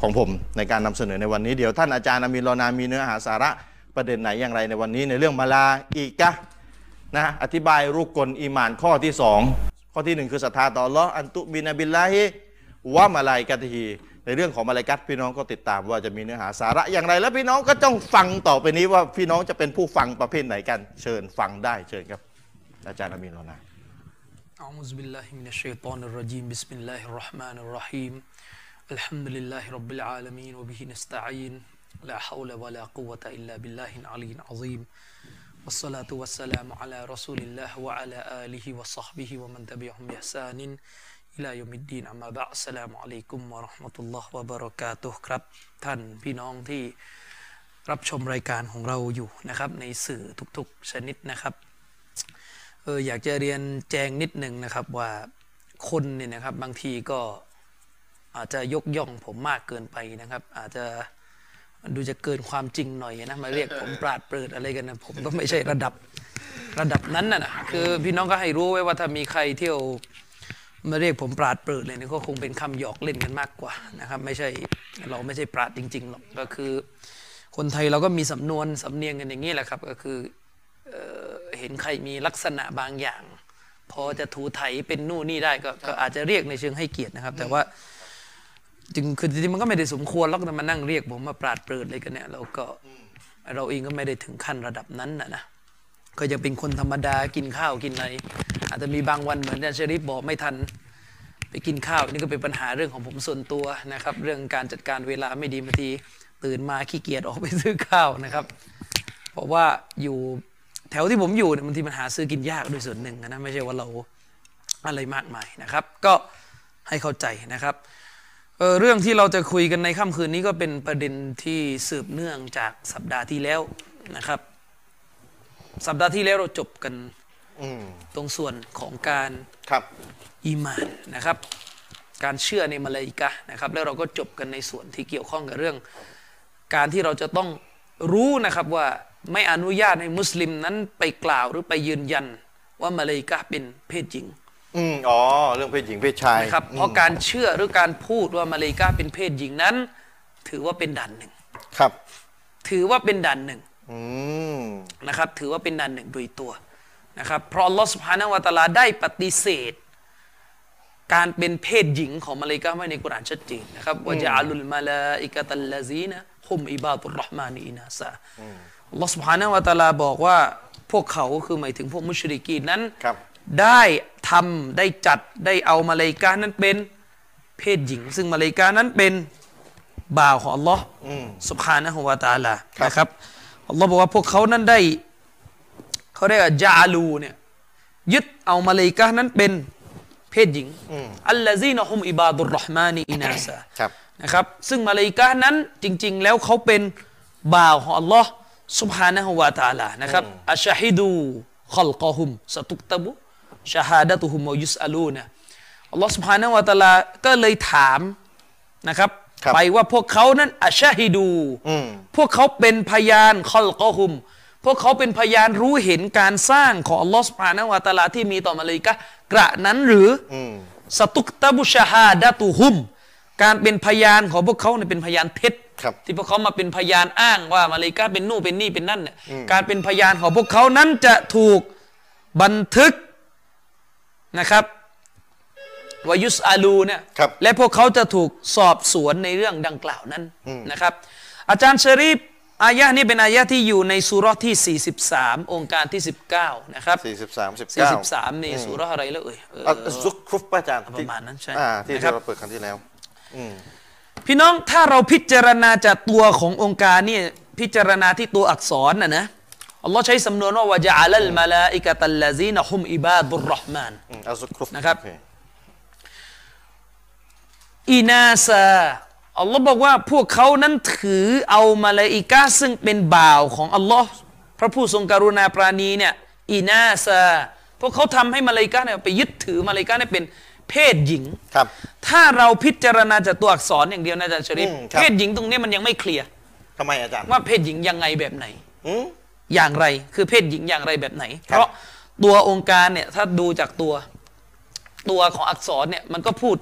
A: ของผมในการนำเสนอในวันนี้เดี๋ยวท่านอาจารย์อามีนรอนามีเนื้อหาสาระประเด็นไหนอย่างไรในวันนี้ ในเรื่องมาลาอีกะห์นะอธิบายรุกกลอีหมานข้อที่สองข้อที่หนึ่งคือศรัทธาต่ออัลลอฮ์อันตุบินบิลลาฮิวะมาลายกะตฮีในเรื่องของมาลายกัตพี่น้องก็ติดตามว่าจะมีเนื้อหาสาระอย่างไร และพี่น้องก็ต้องฟังต่อไปนี้ว่าพี่น้องจะเป็นผู้ฟังประเภทไหนกัน เชิญฟังได้เชิญครับ อาจารย์อามีนรอนา
B: أعوذ بالله من الشيطان الرجيم بسم الله الرحمن الرحيم الحمد لله رب العالمين وبه نستعين لا حول ولا قوة إلا بالله العلي العظيم والصلاة والسلام على رسول الله وعلى آله وصحبه ومن تبعهم بإحسان إلى يوم الدين أما بعد السلام عليكم ورحمة الله وبركاته ครับท่านพี่น้องที่รับชมรายการของเราอยู่นะครับในสื่อทุกๆชนิดนะครับ เอออยากจะเรียนแจงนิดหนึ่งนะครับว่าคนเนี่ยนะครับบางทีก็อาจจะยกย่องผมมากเกินไปนะครับ อาจจะดูจะเกินความจริงหน่อยนะมาเรียกผมปราดเปริดอะไรกันนะผมก็ไม่ใช่ระดับระดับนั้นนะนะคือพี่น้องก็ให้รู้ไว้ว่าถ้ามีใครเที่ยวมาเรียกผมปราดเปริดเลยเนี่ยก็คงเป็นคำหยอกเล่นกันมากกว่านะครับ ไม่ใช่เราไม่ใช่ปราดจริงๆหรอกก็คือ คนไทยเราก็มีสำนวนสำเนียงกันอย่างนี้แหละครับก็คือ เอ่อเห็นใครมีลักษณะบางอย่าง พอจะถูไถเป็นนู่นนี่ได้ก็ก็อาจจะเรียกในเชิงให้เกียรตินะครับ แต่ว่า จึงคือจริงๆมันก็ไม่ได้สมควรหรอกแต่มานั่งเรียกผมมาปราดเปริดอะไรกันเนี่ยเราก็เราเองก็ไม่ได้ถึงขั้นระดับนั้นนะนะก็ยังเป็นคนธรรมดากินข้าวกินอะไรอาจจะมีบางวันเหมือนอาจารย์ชริฟบอกไม่ทัน ไปกินข้าวนี่ก็เป็นปัญหาเรื่องของผมส่วนตัวนะครับ เรื่องการจัดการเวลาไม่ดีบางทีตื่นมาขี้เกียจออกไปซื้อข้าวนะครับ เพราะว่าอยู่แถวที่ผมอยู่เนี่ยบางทีมันหาซื้อกินยากด้วยส่วนหนึ่งนะไม่ใช่ว่าเราอะไรมากมายนะครับ ก็ให้เข้าใจนะครับเอ่อเรื่องที่เราจะคุยกันในค่ำคืนนี้ก็เป็นประเด็นที่สืบเนื่องจากสัปดาห์ที่แล้วนะครับ สัปดาห์ที่แล้วเราจบกัน
A: อืม
B: ตรงส่วนของการ
A: ครับ
B: อีหมานนะครับการเชื่อในมาลาอิกะห์นะครับแล้วเราก็จบกันในส่วนที่เกี่ยวข้องกับเรื่อง การที่เราจะต้องรู้นะครับว่าไม่อนุญาตให้มุสลิมนั้นไปกล่าวหรือไปยืนยันว่ามาลาอิกะห์เป็นเพศหญิง
A: อืมอ๋อเรื่องเพศหญิงเพศชาย
B: นะครับเพราะการเชื่อหรือการพูดว่ามาลาอิกะห์เป็นเพศหญิงนั้น ถือว่าเป็นด่านหนึ่ง
A: ครับ
B: ถือว่าเป็นด่านหนึ่ง
A: อืม
B: นะครับถือว่าเป็นด่านหนึ่งโดยตัวนะครับเพราะอัลลอฮ์สุภาณวะตะอาลาได้ปฏิเสธ การเป็นเพศหญิงของมาเลกาไว้ในกุรอานชัดเจนนะครับว่าจะอาลุลมาลาอิกะตัลลาซีนะฮุมอิบาตุรเราะห์มานีอินาซาอัลลอฮ์สุภาณวะตะอาลาบอกว่าพวกเขาคือหมายถึงพวกมุชริกีนนั้น
A: ครับ
B: ได้ทำได้จัดได้เอามาเลกานั้นเป็นเพศหญิง ซึ่งมาเลกานั้นเป็นบ่าวของอัลลอฮ์สุภานะฮวาตาลา
A: ครับ
B: นะครับอัลลอฮ์บอกว่าพวกเขานั้นได้เขาเรียกว่าจาลูเนี่ยยึดเอามาเลกานั้นเป็นเพศหญิงอัลลาซีนะฮุมอิบาดุรเราะห์มานีอินาซา
A: ครับ
B: นะครับซึ่งมาลาอิกะฮ์นั้นจริง ๆ แล้วเขาเป็นบ่าวของอัลลอฮ์สุบฮานะฮวาตาลานะครับอัชฮิดูขลกอฮุมสตุกตะบุชาฮาดะตุฮุมวะยุสอลูนะอัลลอฮ์สุบฮานะฮวาตาลาก็เลยถามนะครับ
A: ครับ
B: ไปว่าพวกเขานั้นอัชฮิดู
A: อืม
B: พวกเขาเป็นพยานขลกอฮุม พวกเขาเป็นพยานรู้เห็นการสร้างของอัลลอฮ์สุบฮานะฮวาตาลาที่มีต่อมาลาอิกะฮ์กระนั้นหรือ
A: อืม
B: สตุกตะบุชาฮาดะตุฮุม การเป็นพยานของพวกเขาเนี่ยเป็นพยานเท็จ
A: ครับ
B: ที่พวกเขามาเป็นพยานอ้างว่ามาเลกาเป็นนู่นเป็นนี่เป็นนั่นเนี่ยการเป็นพยานของพวกเขานั้นจะถูกบันทึกนะครับวายุสอาลูเนี่ย
A: ครับ
B: และพวกเขาจะถูกสอบสวนในเรื่องดังกล่าวนั้นนะครับ อาจารย์ชะรีฟอายะห์นี้เป็นอายะห์ที่อยู่ในสุเราะห์ที่ 43 องค์การที่ 19 นะครับ
A: สี่สิบสามสิบเก้า
B: 43นี่สุเราะห์อะไรแล้วเอ่ยเอ่อ
A: อ่ะซุกครุฟป้าจารย์
B: ประมาณนั้นใช่
A: อ่าที่
B: นะครับ
A: เราเปิดครั้งที่แล้ว
B: พี่น้องถ้าเราพิจารณาจากตัวขององค์การเนี่ยพิจารณาที่ตัวอักษรนะนะอัลลอฮ์ใช้สำนวนว่าวะจาลัลมาลาอิกะตัลลาซีนะฮุมอิบาดุรเราะห์มาน
A: อืมเอาซุกครุฟ
B: นะครับ
A: โอเ
B: อินาซาอัลลอฮ์บอกว่าพวกเขานั้นถือเอามาลาอิกะซึ่งเป็นบ่าวของอัลลอฮ์พระผู้ทรงกรุณาปราณีเนี่ยอินาซาพวกเขาทำให้มาลาอิกะเนี่ยไปยึดถือมาลาอิกะเนี่ยเป็นเพศหญิง
A: ครับ
B: ถ้าเราพิจารณาจากตัวอักษรอย่างเดียวนะอาจารย์ชริฟ
A: อืมครับ
B: เพศหญิงตรงนี้มันยังไม่เคลียร์
A: ทำไมอาจารย์
B: ว่าเพศหญิงยังไงแบบไหน
A: อืม
B: อย่างไร คือเพศหญิงอย่างไรแบบไหน
A: ค
B: เพ
A: รับ
B: ราะตัวองค์การเนี่ยถ้าดูจากตัวตัวของอักษรเนี่ยมันก็พูด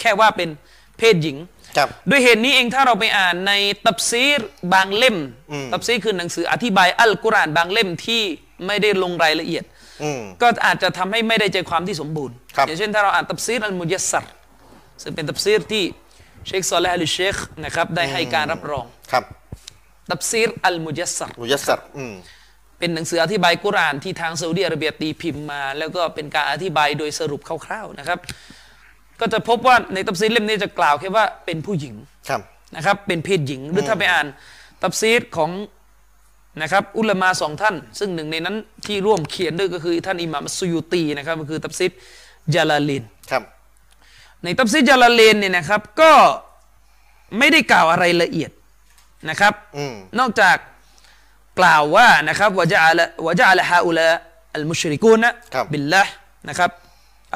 B: แค่ว่าเป็นเพศหญิง
A: ครับ
B: ด้วยเหตุนี้เองถ้าเราไปอ่านในตับซีรบางเล่ม
A: อืม
B: ตับซีรคือหนังสืออธิบายอัลกุรอานบางเล่มที่ไม่ได้ลงรายละเอียด
A: อืม
B: ก็อาจจะทำให้ไม่ได้ใจความที่สมบูรณ์
A: ครับ
B: อย่างเช่นถ้าเราอ่านตับซีรอัลมุยัสซัรซึ่งเป็นตับซีรที่เชคซอลและอัลเชคนะครับได้ให้การรับรอง
A: ครับ
B: ตับซีรอัลมุยัสซัร
A: มุยัสซัรอืม
B: เป็นหนังสืออธิบายกุรอานที่ทางซาอุดีอาระเบียตีพิมพ์มา แล้วก็เป็นการอธิบายโดยสรุปคร่าวๆนะครับ ก็จะพบว่าในตับซีรเล่มนี้จะกล่าวแค่ว่าเป็นผู้หญิง
A: ครับ
B: นะครับเป็นเพศหญิงหรือถ้าไปอ่านตับซีดของนะครับอุลามาสองท่าน ซึ่งหนึ่งในนั้นที่ร่วมเขียนด้วยก็คือท่านอิหม่ามอัสซุยูตีนะครับก็คือตับซีดจาลาลิน
A: ครับ
B: ในตับซีดจาลาลินเนี่ยนะครับก็ไม่ได้กล่าวอะไรละเอียดนะครับ
A: อืม
B: นอกจากกล่าวว่านะครับวะจาละวะจาละฮาอุลาอัลมุชริกูนะครับ บิลละนะครับ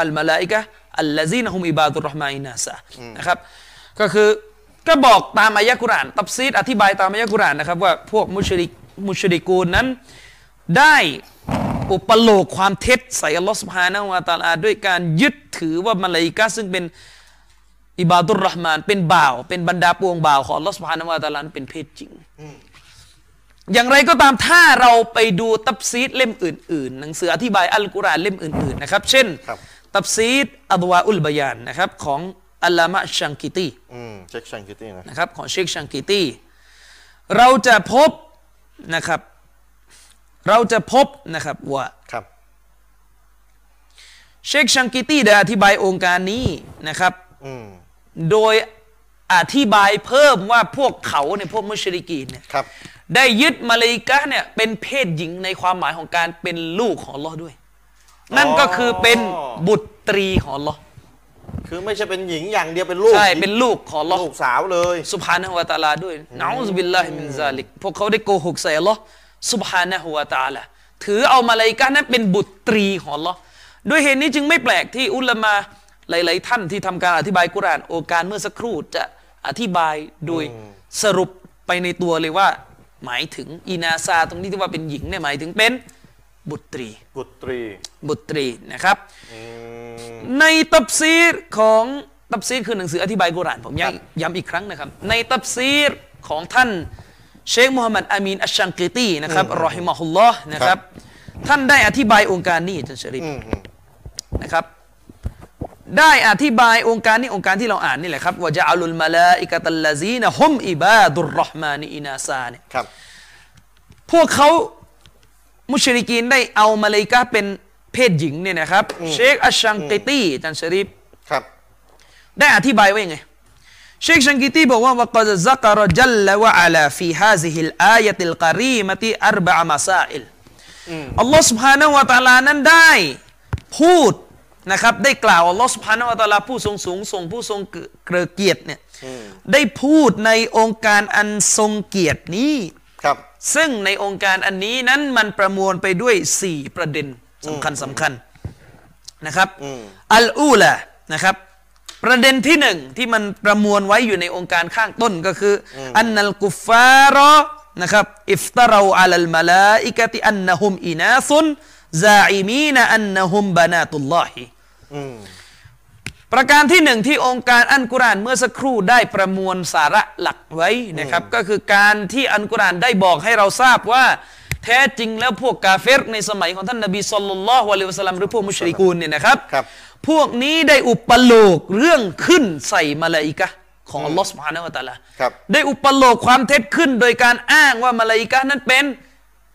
B: อัลมาลาอิกะฮ์อัลลซีนะฮุมอิบาดุรเราะห์มาอินาซะนะครับก็คือก็บอกตามอายะกุรอานตับซีดอธิบายตามอายะกุรอานนะครับว่าพวกมุชริกมุชริกูนนั้น ได้อุปโลกความเท็จใส่อัลลอฮ์สุบฮานะฮูวะตะอาลาด้วยการยึดถือว่ามาลาอิกะฮ์ซึ่งเป็น อิบาดุรเราะห์มานเป็นบ่าว เป็นบรรดาปวงบ่าวของลอสพานวาตาลันเป็นเพศจริง อย่างไรก็ตามถ้าเราไปดูตับซีดเล่มอื่นๆ หนังสืออธิบายอัลกุรอานเล่มอื่น ๆ นะครับ เช่น
A: ครับ
B: ตับซีดอัดวาอุลบยานนะครับของอัลลามะชังกิตี
A: อืมเช็คชังกิตี้นะ
B: นะครับของเชคชังกีตี้เราจะพบนะครับ เราจะพบนะครับว่า
A: ครับ
B: เชคชังกีตี้ได้อธิบายองค์การนี้นะครับ
A: อืม
B: โดยอธิบายเพิ่มว่าพวกเขาเนี่ยพวกมุชริกีนเนี่ย
A: ครับ
B: ได้ยึดมาลาอิกะฮ์เนี่ยเป็นเพศหญิงในความหมายของการเป็นลูกของอัลลอฮ์ด้วย นั่นก็คือเป็นบุตรีของอัลลอฮ์
A: คือไม่ใช่เป็นหญิงอย่างเดียวเป็นลูก
B: ใช่เป็นลูกของอัลลอฮ์
A: ลูกสาวเลย
B: สุบฮานะฮุวาตะอาลาด้วยนะอูซบิลลาฮิมินซาลิกพวกเขาได้โกหกใส่อัลลอฮ์สุบฮานะฮุวาตะอาลาถือเอามาลาอิกะฮ์นั้นเป็นบุตรีของอัลลอฮ์ด้วยเหตุนี้จึงไม่แปลกที่อุลามะหลาย ๆ ท่านที่ทำการอธิบายกุรอานโอการเมื่อสักครู่จะอธิบายโดยสรุปไปในตัวเลยว่า หมายถึงอินาซาตรงนี้ที่ว่าเป็นหญิงเนี่ยหมายถึงเป็นบุตรี
A: บุตรี
B: บุตรีนะครับ
A: อืม
B: ในตับซีรของตับซีรคือหนังสืออธิบายกุรอานผม
A: ครับ
B: ย้ำย้ำอีกครั้งนะครับ ในตับซีรของท่านเชคมูฮัมหมัดอามีนอัชชังกีตีนะครับรอฮิมะฮุลลอฮ์นะครับ ท่านได้อธิบายองค์การนี้อาจารย์ชริฟ
A: อืมอืม
B: นะครับ ได้อธิบายองค์การนี้องค์การที่เราอ่านนี่แหละครับว่าจะอาลุลมาลาอิกะตัลลาซีนะฮุมอิบาดุรเราะห์มานีอินาซาเนี่ย
A: ครับ
B: พวกเขามุชริกีนได้เอามาเลาอิกาเป็นเพศหญิงเนี่ยนะครับ เชคอัชชังกิตีอาจันชริฟ
A: ครับ
B: ได้อธิบายไว้ยังไง เชคชังกิตีบอกว่าว่าก็จะซักรจัลลวะอาลาฟีฮาซิฮิลอายะติลกะรีมะติอัรบะอามาซาอิลอัลลอฮ์ سبحانه และ تعالى นั้นได้พูดนะครับได้กล่าวอัลลอฮ์ سبحانه และ تعالى ผู้ทรงสูงทรงผู้ทรงเกรอเกียรติเนี่ยได้พูดในองค์การอันทรงเกียรตินี้
A: ครับ
B: ซึ่งในองค์การอันนี้นั้นมันประมวลไปด้วย 4 ประเด็นสำคัญสำคัญนะครับอัลอูละนะครับ ประเด็นที่หนึ่งที่มันประมวลไว้อยู่ในองค์การข้างต้นก็คือออันนัลกุฟฟารอนะครับอิฟตาราวอัลลมาลาอิกะติอันนะฮุมอินาซุนซาอิมีนอันนะฮุมบานาตุลลอฮี
A: อืม
B: ประการที่หนึ่งที่องค์การอันกุรอานเมื่อสักครู่ได้ประมวลสาระหลักไว้นะครับ ก็คือการที่อันกุรอานได้บอกให้เราทราบว่า แท้จริงแล้วพวกกาเฟรในสมัยของท่านนบีสุลต่านละฮ์วะลิวะสลลัมหรือพวกมุชริกูนเนี่ยนะครับ
A: ครับ
B: พวกนี้ได้อุปโลกเรื่องขึ้นใส่มาลาอิกะฮ์ของอัลลอฮ์สุบฮานะฮูวะตะอาลา
A: ครับ
B: ได้อุปโลกความเท็จขึ้นโดยการอ้างว่ามาลาอิกะฮ์นั้นเป็น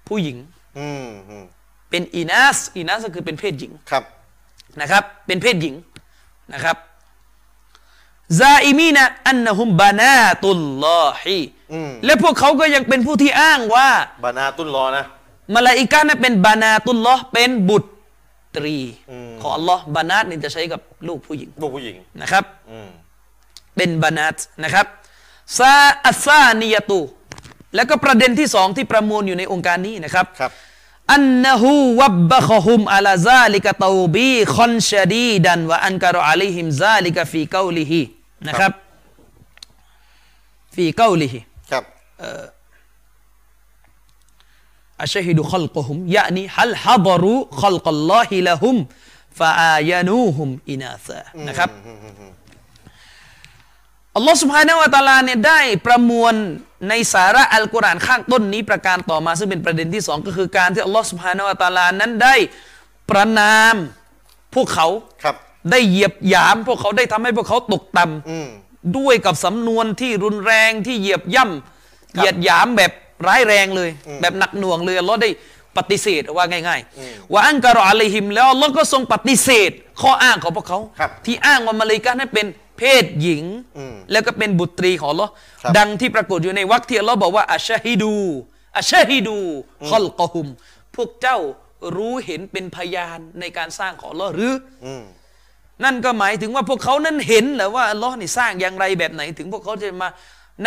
B: ผู้หญิง
A: อืมอืม
B: เป็นอินาสอินาสก็คือเป็นเพศหญิง
A: ครับ
B: นะครับ เป็นเพศหญิงนะครับซาอิมีนะอันนะฮุมบานาตุลลอฮี
A: อืม
B: และพวกเขาก็ยังเป็นผู้ที่อ้างว่า
A: บานาตุนรอนะ
B: มาลาอิกะฮ์นะเป็นบานาตุลลอฮ์เป็นบุตรีของอัลลอฮ์บานาตนี่จะใช้กับลูกผู้หญิง
A: ลูกผู้หญิง
B: นะครับ
A: อืม
B: เป็นบานาตนะครับซาอัสซานียะตูแล้วก็ประเด็นที่สองที่ประมวลอยู่ในองค์การนี้นะครับ
A: ครับ
B: อันนะฮูวับบะคฮุมอาลาซาลิกะตอบีคอนชะดีดันวะอันการะอะลัยฮิมซาลิกะฟีเกาลิฮินะครับฟีเกาลิฮิ
A: ครับ
B: อัชฮิดุขลกฮุมยะนีฮัลฮับรุขลกัลลอฮิละฮุมฟาอายานูฮุมอินาซะนะครับอัลลอฮ์ سبحانه และ تعالى เนี่ยได้ประมวลในสาระอัลกุรอานข้างต้นนี้ประการต่อมาซึ่งเป็นประเด็นที่สองก็คือการที่อัลลอฮ์ سبحانه และ تعالى นั้นได้ประนามพวกเขา
A: ครับ
B: ได้เหยียบหยามพวกเขาได้ทำให้พวกเขาตกต่ำ
A: อืม
B: ด้วยกับสำนวนที่รุนแรงที่เหยียบ
A: ค
B: ย่ำ
A: รับ
B: เหยียดหยามแบบร้ายแรงเลย แบบหนักหน่วงเลยอัลลอฮ์ได้ปฏิเสธว่าง่ายๆว่าอังการออะไรหิม แล้วอัลลอฮ์ก็ทรงปฏิเสธ ข้ออ้างของพวกเขา
A: ครับ
B: ที่อ้างว่ามาเลายกานั้นเป็นเพศหญิง
A: อืม
B: แล้วก็เป็นบุตรีของอัลลอฮ์
A: ครับ
B: ดังที่ปรากฏอยู่ในวรรคที่อัลลอฮ์บอกว่าอัชชะฮิดูอัชชะฮิดูคอลกอฮุม พวกเจ้ารู้เห็นเป็นพยานในการสร้างของอัลลอฮ์หรือ
A: อืม
B: นั่นก็หมายถึงว่าพวกเขานั้นเห็นแหละว่าอัลลอฮ์นี่สร้างอย่างไรแบบไหน ถึงพวกเขาจะมา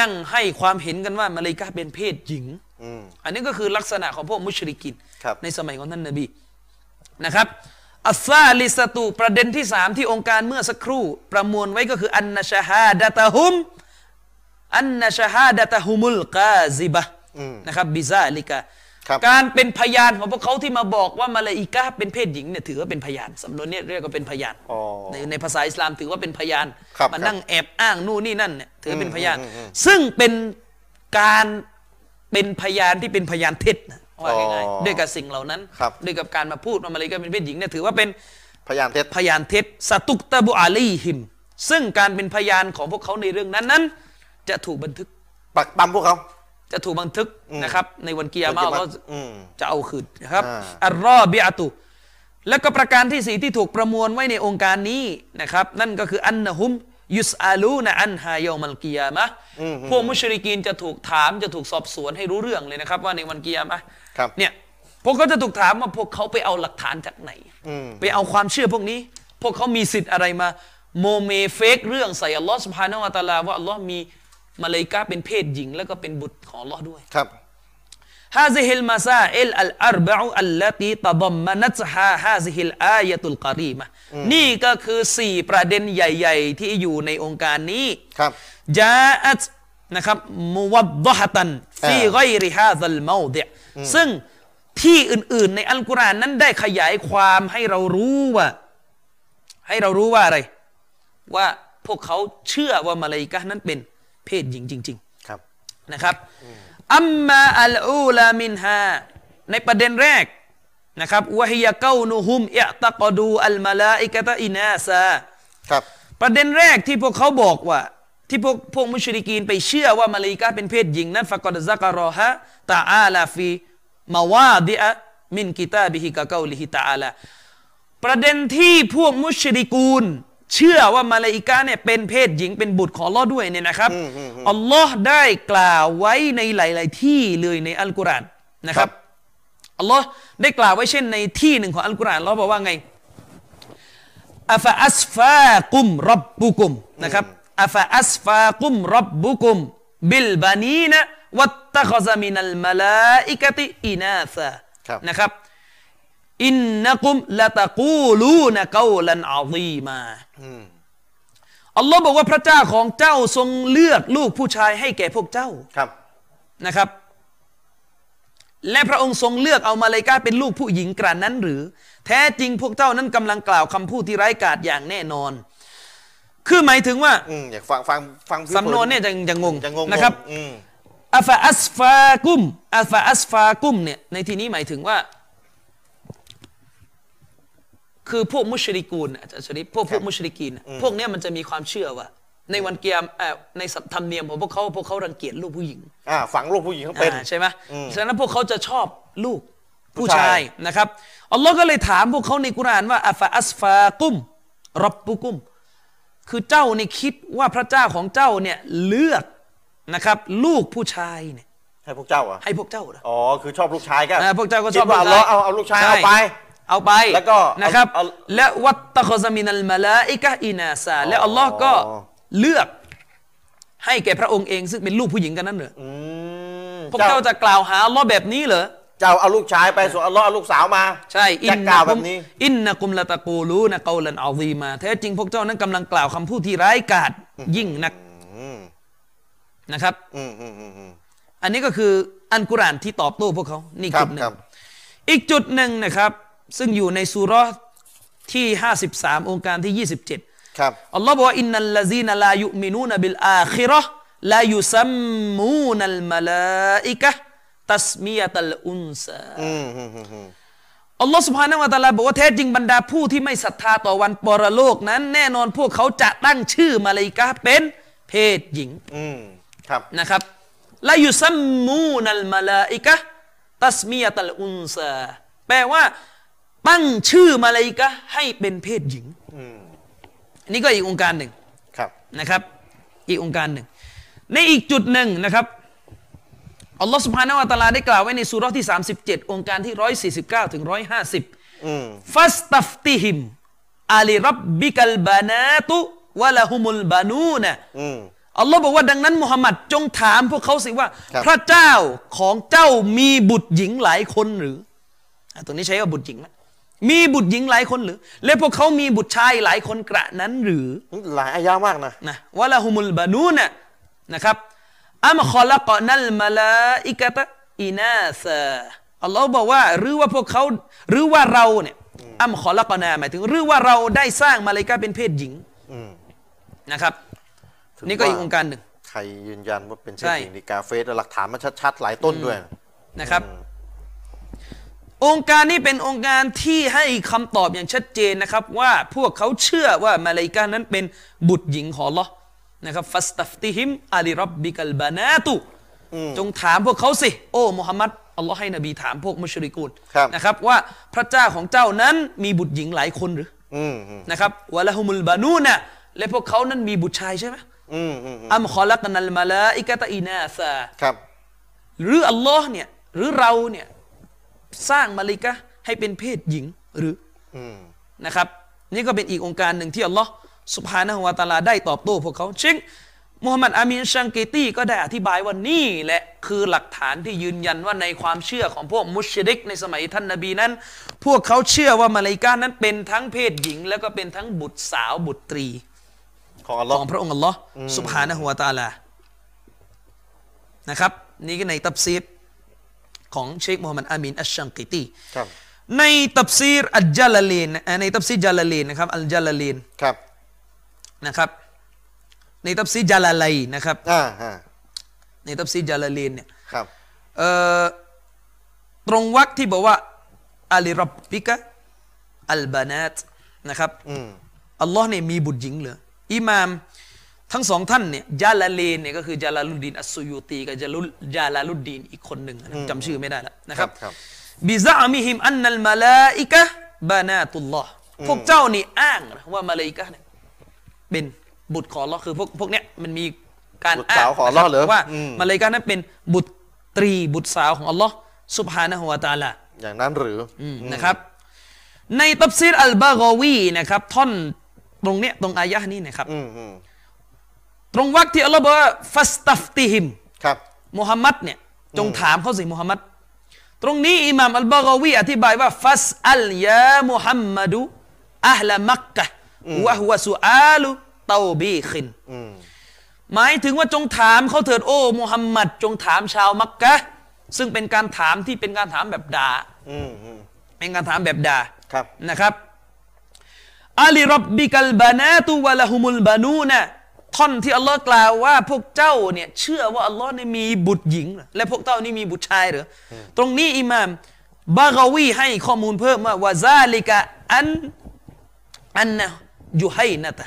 B: นั่งให้ความเห็นกันว่ามาเลายกาเป็นเพศหญิง
A: อืม
B: อันนี้ก็คือลักษณะของพวกมุชริกิน
A: ครับ
B: ในสมัยของท่านนบีนะครับ อัสซาลิสตูประเด็นที่สามที่องค์การเมื่อสักครู่ประมวลไว้ก็คืออันนชฮาดะตะฮุม อันนชฮาดะตะฮุมุลกาซิบะ
A: อืม
B: นะครับบิซาลิกะ
A: ครับ
B: การเป็นพยานของพวกเขาที่มาบอกว่ามาเลาอิกาเป็นเพศหญิงเนี่ยถือว่าเป็นพยานสำนวนเนี้เรียกว่าเป็นพยาน
A: อ๋อ
B: ในในภาษาอิสลามถือว่าเป็นพยาน
A: ครับค
B: มา
A: รับ
B: นั่งแอบอ้างนู่นนี่นั่นเนี่ยถือว่าเป็นพยาน
A: อืมอืมอืม
B: ซึ่งเป็นการเป็นพยานที่เป็นพยานเท็จนะว่าง่าย
A: อ๋อ
B: ๆด้วยกับสิ่งเหล่านั้น
A: ครับ
B: ด้วยกับการมาพูดว่ามาเลยก็เป็นเพศหญิงเนี่ยถือว่าเป็น
A: พยานเท็จ
B: พยานเท็จสตุกตะบุอาลีฮิม ซึ่งการเป็นพยานของพวกเขาในเรื่องนั้นนั้นจะถูกบันทึก
A: ปักปั๊มพวกเขา
B: จะถูกบันทึกนะครับ ในวันกิยามาเรา
A: อืม
B: จะเอาคืนนะครับ
A: อ่า
B: อัลรอบิอาตุ และก็ประการที่สี่ที่ถูกประมวลไว้ในองค์การนี้นะครับ นั่นก็คืออันนะฮุมยุสอาลูนะอันฮายอมัลกิยามะห์พวกมุชริกีนจะถูกถามจะถูกสอบสวนให้รู้เรื่องเลยนะครับ ว่าในวันกิยามะห์
A: ครับ
B: เนี่ยพวกเขาจะถูกถามว่าพวกเขาไปเอาหลักฐานจากไหน
A: อืม
B: ไปเอาความเชื่อพวกนี้ พวกเขามีสิทธิ์อะไรมา โมเมเฟกเรื่องใส่อัลลอฮ์สุบฮานะฮูวะตะอาลาว่าอัลลอฮ์มีมาเลายกาเป็นเพศหญิง แล้วก็เป็นบุตรของอัลลอฮ์ด้วย
A: ครับ
B: هذه المسائل الأربع التي تضمنتها هذه الآية القريمة นี่ก็คือ 4 ประเด็นใหญ่ ๆ ที่อยู่ในองค์การนี้
A: ครับ
B: جاءت นะครับมุวัดดะฮะตันฟี
A: อ่า
B: ไกริฮาซัลเมาดิอ์ซึ่งที่อื่น ๆ ในอัลกุรอานนั้นได้ขยายความให้เรารู้ว่า ให้เรารู้ว่าอะไร ว่าพวกเขาเชื่อว่ามาลาอิกะฮ์นั้นเป็นเพศหญิงจริง ๆ
A: ครับ
B: นะครับอัมมาอัลอูลามินฮาในประเด็นแรกนะครับวะฮิยะเกานุฮุมอิอ์ตะกอดูอัลมาลาอิกะตะอินาซา
A: ครับ
B: ประเด็นแรกที่พวกเขาบอกว่า ที่พวกพวกมุชริกีนไปเชื่อว่ามาลาอิกะฮ์เป็นเพศหญิงนั้นฟะกอดซักะรอฮะตะอาลาฟีมาวาดิอะมินกิตาบิฮิกะเกาลิฮิตะอาลาประเด็นที่พวกมุชริกูน เชื่อว่ามาลาอิกะฮ์เนี่ยเป็นเพศหญิงเป็นบุตรของอัลลอฮ์ด้วยเนี่ยนะครับ อัลลอฮ์ได้กล่าวไว้ในหลาย ๆ ที่เลยในอัลกุรอานนะครับ
A: ครับ
B: อัลลอฮ์ได้กล่าวไว้เช่นในที่หนึ่งของอัลกุรอานอัลลอฮ์บอกว่าไงอัฟอัสฟากุมรับบุกุมนะครับอัฟอัสฟากุมรับบุกุมบิลบานีนะวัตตะคอซามินัลมาลาอิกะติอินาซะ
A: ครับ
B: นะครับ อินนะกุมละตะกูลูนะกาลันอาซีมา
A: อืม
B: อัลลอฮ์บอกว่าพระเจ้าของเจ้าทรงเลือกลูกผู้ชายให้แก่พวกเจ้า
A: ครับ
B: นะครับ และพระองค์ทรงเลือกเอามาเลายกาเป็นลูกผู้หญิงกระนั้นหรือ แท้จริงพวกเจ้านั้นกำลังกล่าวคำพูดที่ไร้ายกาจอย่างแน่นอน คือหมายถึงว่า
A: อืม อยากฟัง ฟัง ฟัง
B: สำนวนเนี่ยจะจะงง
A: จะงงๆ
B: นะครับ
A: อืม
B: อัฟาอัสฟากุมอัฟาอัสฟากุมเนี่ยในที่นี้หมายถึงว่า คือพวกมุชริกูนน่ะอาจารย์ชริปพวกพวกมุชริกีนน่ะพวกเนี้ยมันจะมีความเชื่อว่า ในวันเกียมเอ่อในธรรมเนียมของพวกเขาพวกเขารังเกียจลูกผู้หญิง
A: อ่า ฝังลูกผู้หญิงเขาเป็น
B: อ่าใช่ไหม
A: อืม
B: ฉะนั้นพวกเขาจะชอบลูกผู้
A: ผู้ชา
B: ชาย ยนะครับอัลลอฮ์ก็เลยถามพวกเขาในกุรอานว่าอัฟาอัสฟากุมรับบุกุม คือเจ้านี่คิดว่าพระเจ้าของเจ้าเนี่ยเลือกนะครับ ลูกผู้ชายเนี่ย
A: ให้พวกเจ้าเหรอ่ะ
B: ให้พวกเจ้าเหรอ
A: อ๋อ คือชอบลูกชายก็
B: อ่าพวกเจ้าก็ชอบ
A: คิดว่า
B: ลู
A: ล้
B: กชาย
A: อเอา เอาลูกชาย
B: ใช่
A: เอาไป
B: เอาไป
A: แล้วก็เอา
B: นะครับ
A: เอา
B: และวัตตะคอซามินัลมาลาอิกะฮ์อินาซาและอัลลอฮ์ก็
A: อ๋อ
B: เลือกให้แก่พระองค์เองซึ่งเป็นลูกผู้หญิงกันนั่นเหรอ
A: อืม
B: พวกเจ้าจะกล่าวหาอัลลอฮ์แบบนี้เหรอ
A: เจ้าเอาลูกชายไป ส่วนเอาล้อเอาลูกสาวมา
B: ใช่
A: จะกล่าวแบบนี้
B: อินนะกุมละตะกูลูนะกาลันอาซีมาแท้จริงพวกเจ้านั้นกำลังกล่าวคำพูดที่ร้ายกาจยิ่งนัก
A: อืม
B: นะครับ
A: อืมอืมอืมอืม
B: อันนี้ก็คืออันกุรอานที่ตอบโต้พวกเขา นี่
A: ครั
B: จุ
A: บ
B: ดหนึ่
A: ครั
B: ง
A: บ
B: อีกจุดหนึ่งนะครับ ซึ่งอยู่ในสุเราะห์ที่ 53 องค์การที่ 27
A: ครับ
B: อัลลอฮ์บอกว่าอินนัลลซีนลายุมินูนบิลอาคิเราะห์ลายุซัมมูนัลมาลาอิกะฮ์ตัสมียะตัลอุนซา
A: อืมอืมอืมอืม
B: อัลลอฮ์สุบฮานะฮูวะตะอาลาบอกว่าแท้จริงบรรดาผู้ที่ไม่ศรัทธาต่อวันปรโลกนั้น แน่นอนพวกเขาจะตั้งชื่อมาเลายกาเป็นเพศหญิง
A: อืมครับ
B: นะครับและยุซัมมูนัลมาลาอิกะฮ์ตัสมียะตัลอุนซาแปลว่า ตั้งชื่อมาเลายกาให้เป็นเพศหญิงอันนี้ก็อีกองค์การหนึ่ง
A: ครับ
B: นะครับอีกองค์การหนึ่ง ในอีกจุดหนึ่งนะครับอัลลอฮ์สุบฮานาวะตะอาลาได้กล่าวไว้ในสุเราะห์ที่ 37 องค์การที่ 149 ถึง 150ฟัสตัฟติฮิมอาลีรับบิกัลบานาตุวะละฮุมุลบานูนะ
A: อืม
B: อัลลอฮ์บอกว่าดังนั้นมุฮัมมัดจงถามพวกเขาสิว่า
A: ครับ
B: พระเจ้าของเจ้ามีบุตรหญิงหลายคนหรืออ่ะตรงนี้ใช้ว่าบุตรหญิงนะมีบุตรหญิงหลายคนหรือ และพวกเขามีบุตรชายหลายคนกระนั้นหรือ
A: หลายอายามากนะ
B: นะวะละฮุมุลบานูนะนะครับอัมคอลกอนัลมาลาอิกะตะอินาซาอัลลอฮ์บอกว่าหรือว่าพวกเขาหรือว่าเราเนี่ยอัมคอลกอนาหมายถึงหรือว่าเราได้สร้างมาเลายกาเป็นเพศหญิง
A: อืม
B: นะครับ
A: ถือ
B: นี่ก็อีก
A: ว่า
B: องค์การหนึ่ง
A: ใครยืนยันว่าเป็น
B: ใช่
A: เช่นนี้นี่กาเฟสและหลักฐานมันชัดๆ หลายต้นด้วย
B: นะครับ องค์การนี้เป็นองค์การที่ให้คำตอบอย่างชัดเจนนะครับ ว่าพวกเขาเชื่อว่ามาเลายกานั้นเป็นบุตรหญิงของอัลลอฮ์นะครับฟัสตัฟติฮิมอาลีรับบิกัลบานาตุ จงถามพวกเขาสิ โอ้มุฮัมมัดอัลลอฮ์ให้นบีถามพวกมุชริกูน
A: ครับ
B: นะครับว่าพระเจ้าของเจ้านั้นมีบุตรหญิงหลายคนหรือ
A: อืมอืม
B: นะครับวะละฮุมุลบานูนะและพวกเขานั้นมีบุตรชายใช่ไหม
A: อืมอืมอืม
B: อัมคอลักนัลมาลาอิกะตะอินาซา
A: ครับ
B: หรืออัลลอฮ์เนี่ยหรือเราเนี่ยสร้างมาลิกะห์ให้เป็นเพศหญิงหรืออนะครับ นี่ก็เป็นอีกองค์การหนึ่งที่อัลลอฮ์สุภานะฮวาตะอาลาได้ตอบโต้พวกเขาเช่นมูฮัมหมัดอามีนชังเกตีก็ได้อธิบายว่านี่แหละคือหลักฐานที่ยืนยันว่าในความเชื่อของพวกมุชริกในสมัยท่านนบีนั้น พวกเขาเชื่อว่ามาลิกานั้นเป็นทั้งเพศหญิง แล้วก็เป็นทั้งบุตรสาวบุตรี
A: ของอัล
B: ข
A: ลอ
B: อ
A: ฮ์
B: งพระองค์อัลลอฮ์สุบฮานะฮุวาตะอาลา นะครับ นี่ก็ในตับซีรของเชคมูฮัมหมัดอามินอัชชังกิตี
A: ครับ
B: ในตับซีรอัจจาลาลีนเอ่อในตับซีรจาลาลีนนะครับ อัลจาลาลีน
A: ครับ
B: นะครับ ในตับซีรจาลาไลยนะครับ
A: อ่าฮะ
B: ในตับซีรจาลาลีนเนี่ย
A: ครับ
B: เอ่อตรงวักที่บอกว่าอาลิรับบิกะอัลบานาตนะครับอัลลอฮ์เนี่ยมีบุตรหญิงเหรออิหมามทั้งสองท่านเนี่ยจาลาเลนเนี่ยก็คือจาลาลุดดีนอัสซุยูตีกับจาลุจาลาลุดดีนอีกคนหนึ่งนะจำชื่อไม่ได้แล้วนะครับ
A: ครับ
B: บิซะอามิฮิมอันนัลมาลาอิกะบานาตุลลอฮ์พวกเจ้านี่อ้างนะว่ามาลาอิกะห์เนี่ยเป็นบุตรของอัลลอฮ์คือพวกพวกเนี้ยมันมีการ
A: บุตรสาวของอัลลอฮ์เหรอ
B: นะครับว่า
A: อืม
B: มาลาอิกะห์นั้นเป็นบุตรี บุตรสาวของอัลลอฮ์สุบฮานะฮุวาตาลา
A: อย่างนั้นหรืออ
B: นะครับ ในตับซีรอัลบากอวีนะครับ ท่อนตรงเนี้ยตรงอายะห์นี้นะครับ
A: อืมอืม
B: ตรงวรรคที่อัลลอฮ์บอกว่าฟัสตัฟติฮิม
A: ครับ
B: มุฮัมมัดเนี่ยจงถามเขาสิมุฮัมมัดตรงนี้อิหม่ามอัลบากอวีอธิบายว่าฟัสอัลยามุฮัมมัดุอัลมักกะฮ์วะฮุวะสุอาลุเตาบีคิน
A: อืม
B: หมายถึงว่าจงถามเขาเถิดโอ้มุฮัมมัดจงถามชาวมักกะฮ์ซึ่งเป็นการถามที่เป็นการถามแบบด่า
A: อืมอืม
B: เป็นการถามแบบด่า
A: ครับ
B: นะครับอาลีรับบิกัลบานาตุวะละฮุมุลบานูนะท่อนที่อัลลอฮ์กล่าวว่าพวกเจ้าเนี่ยเชื่อว่าอัลลอฮ์เนี่ยมีบุตรหญิงเหรอและพวกเจ้านี่มีบุตรชายเหรออตรงนี้อิหม่ามบากาวีให้ข้อมูลเพิ่มว่าวาซาลิกะอันอันนะยูไฮนะตะ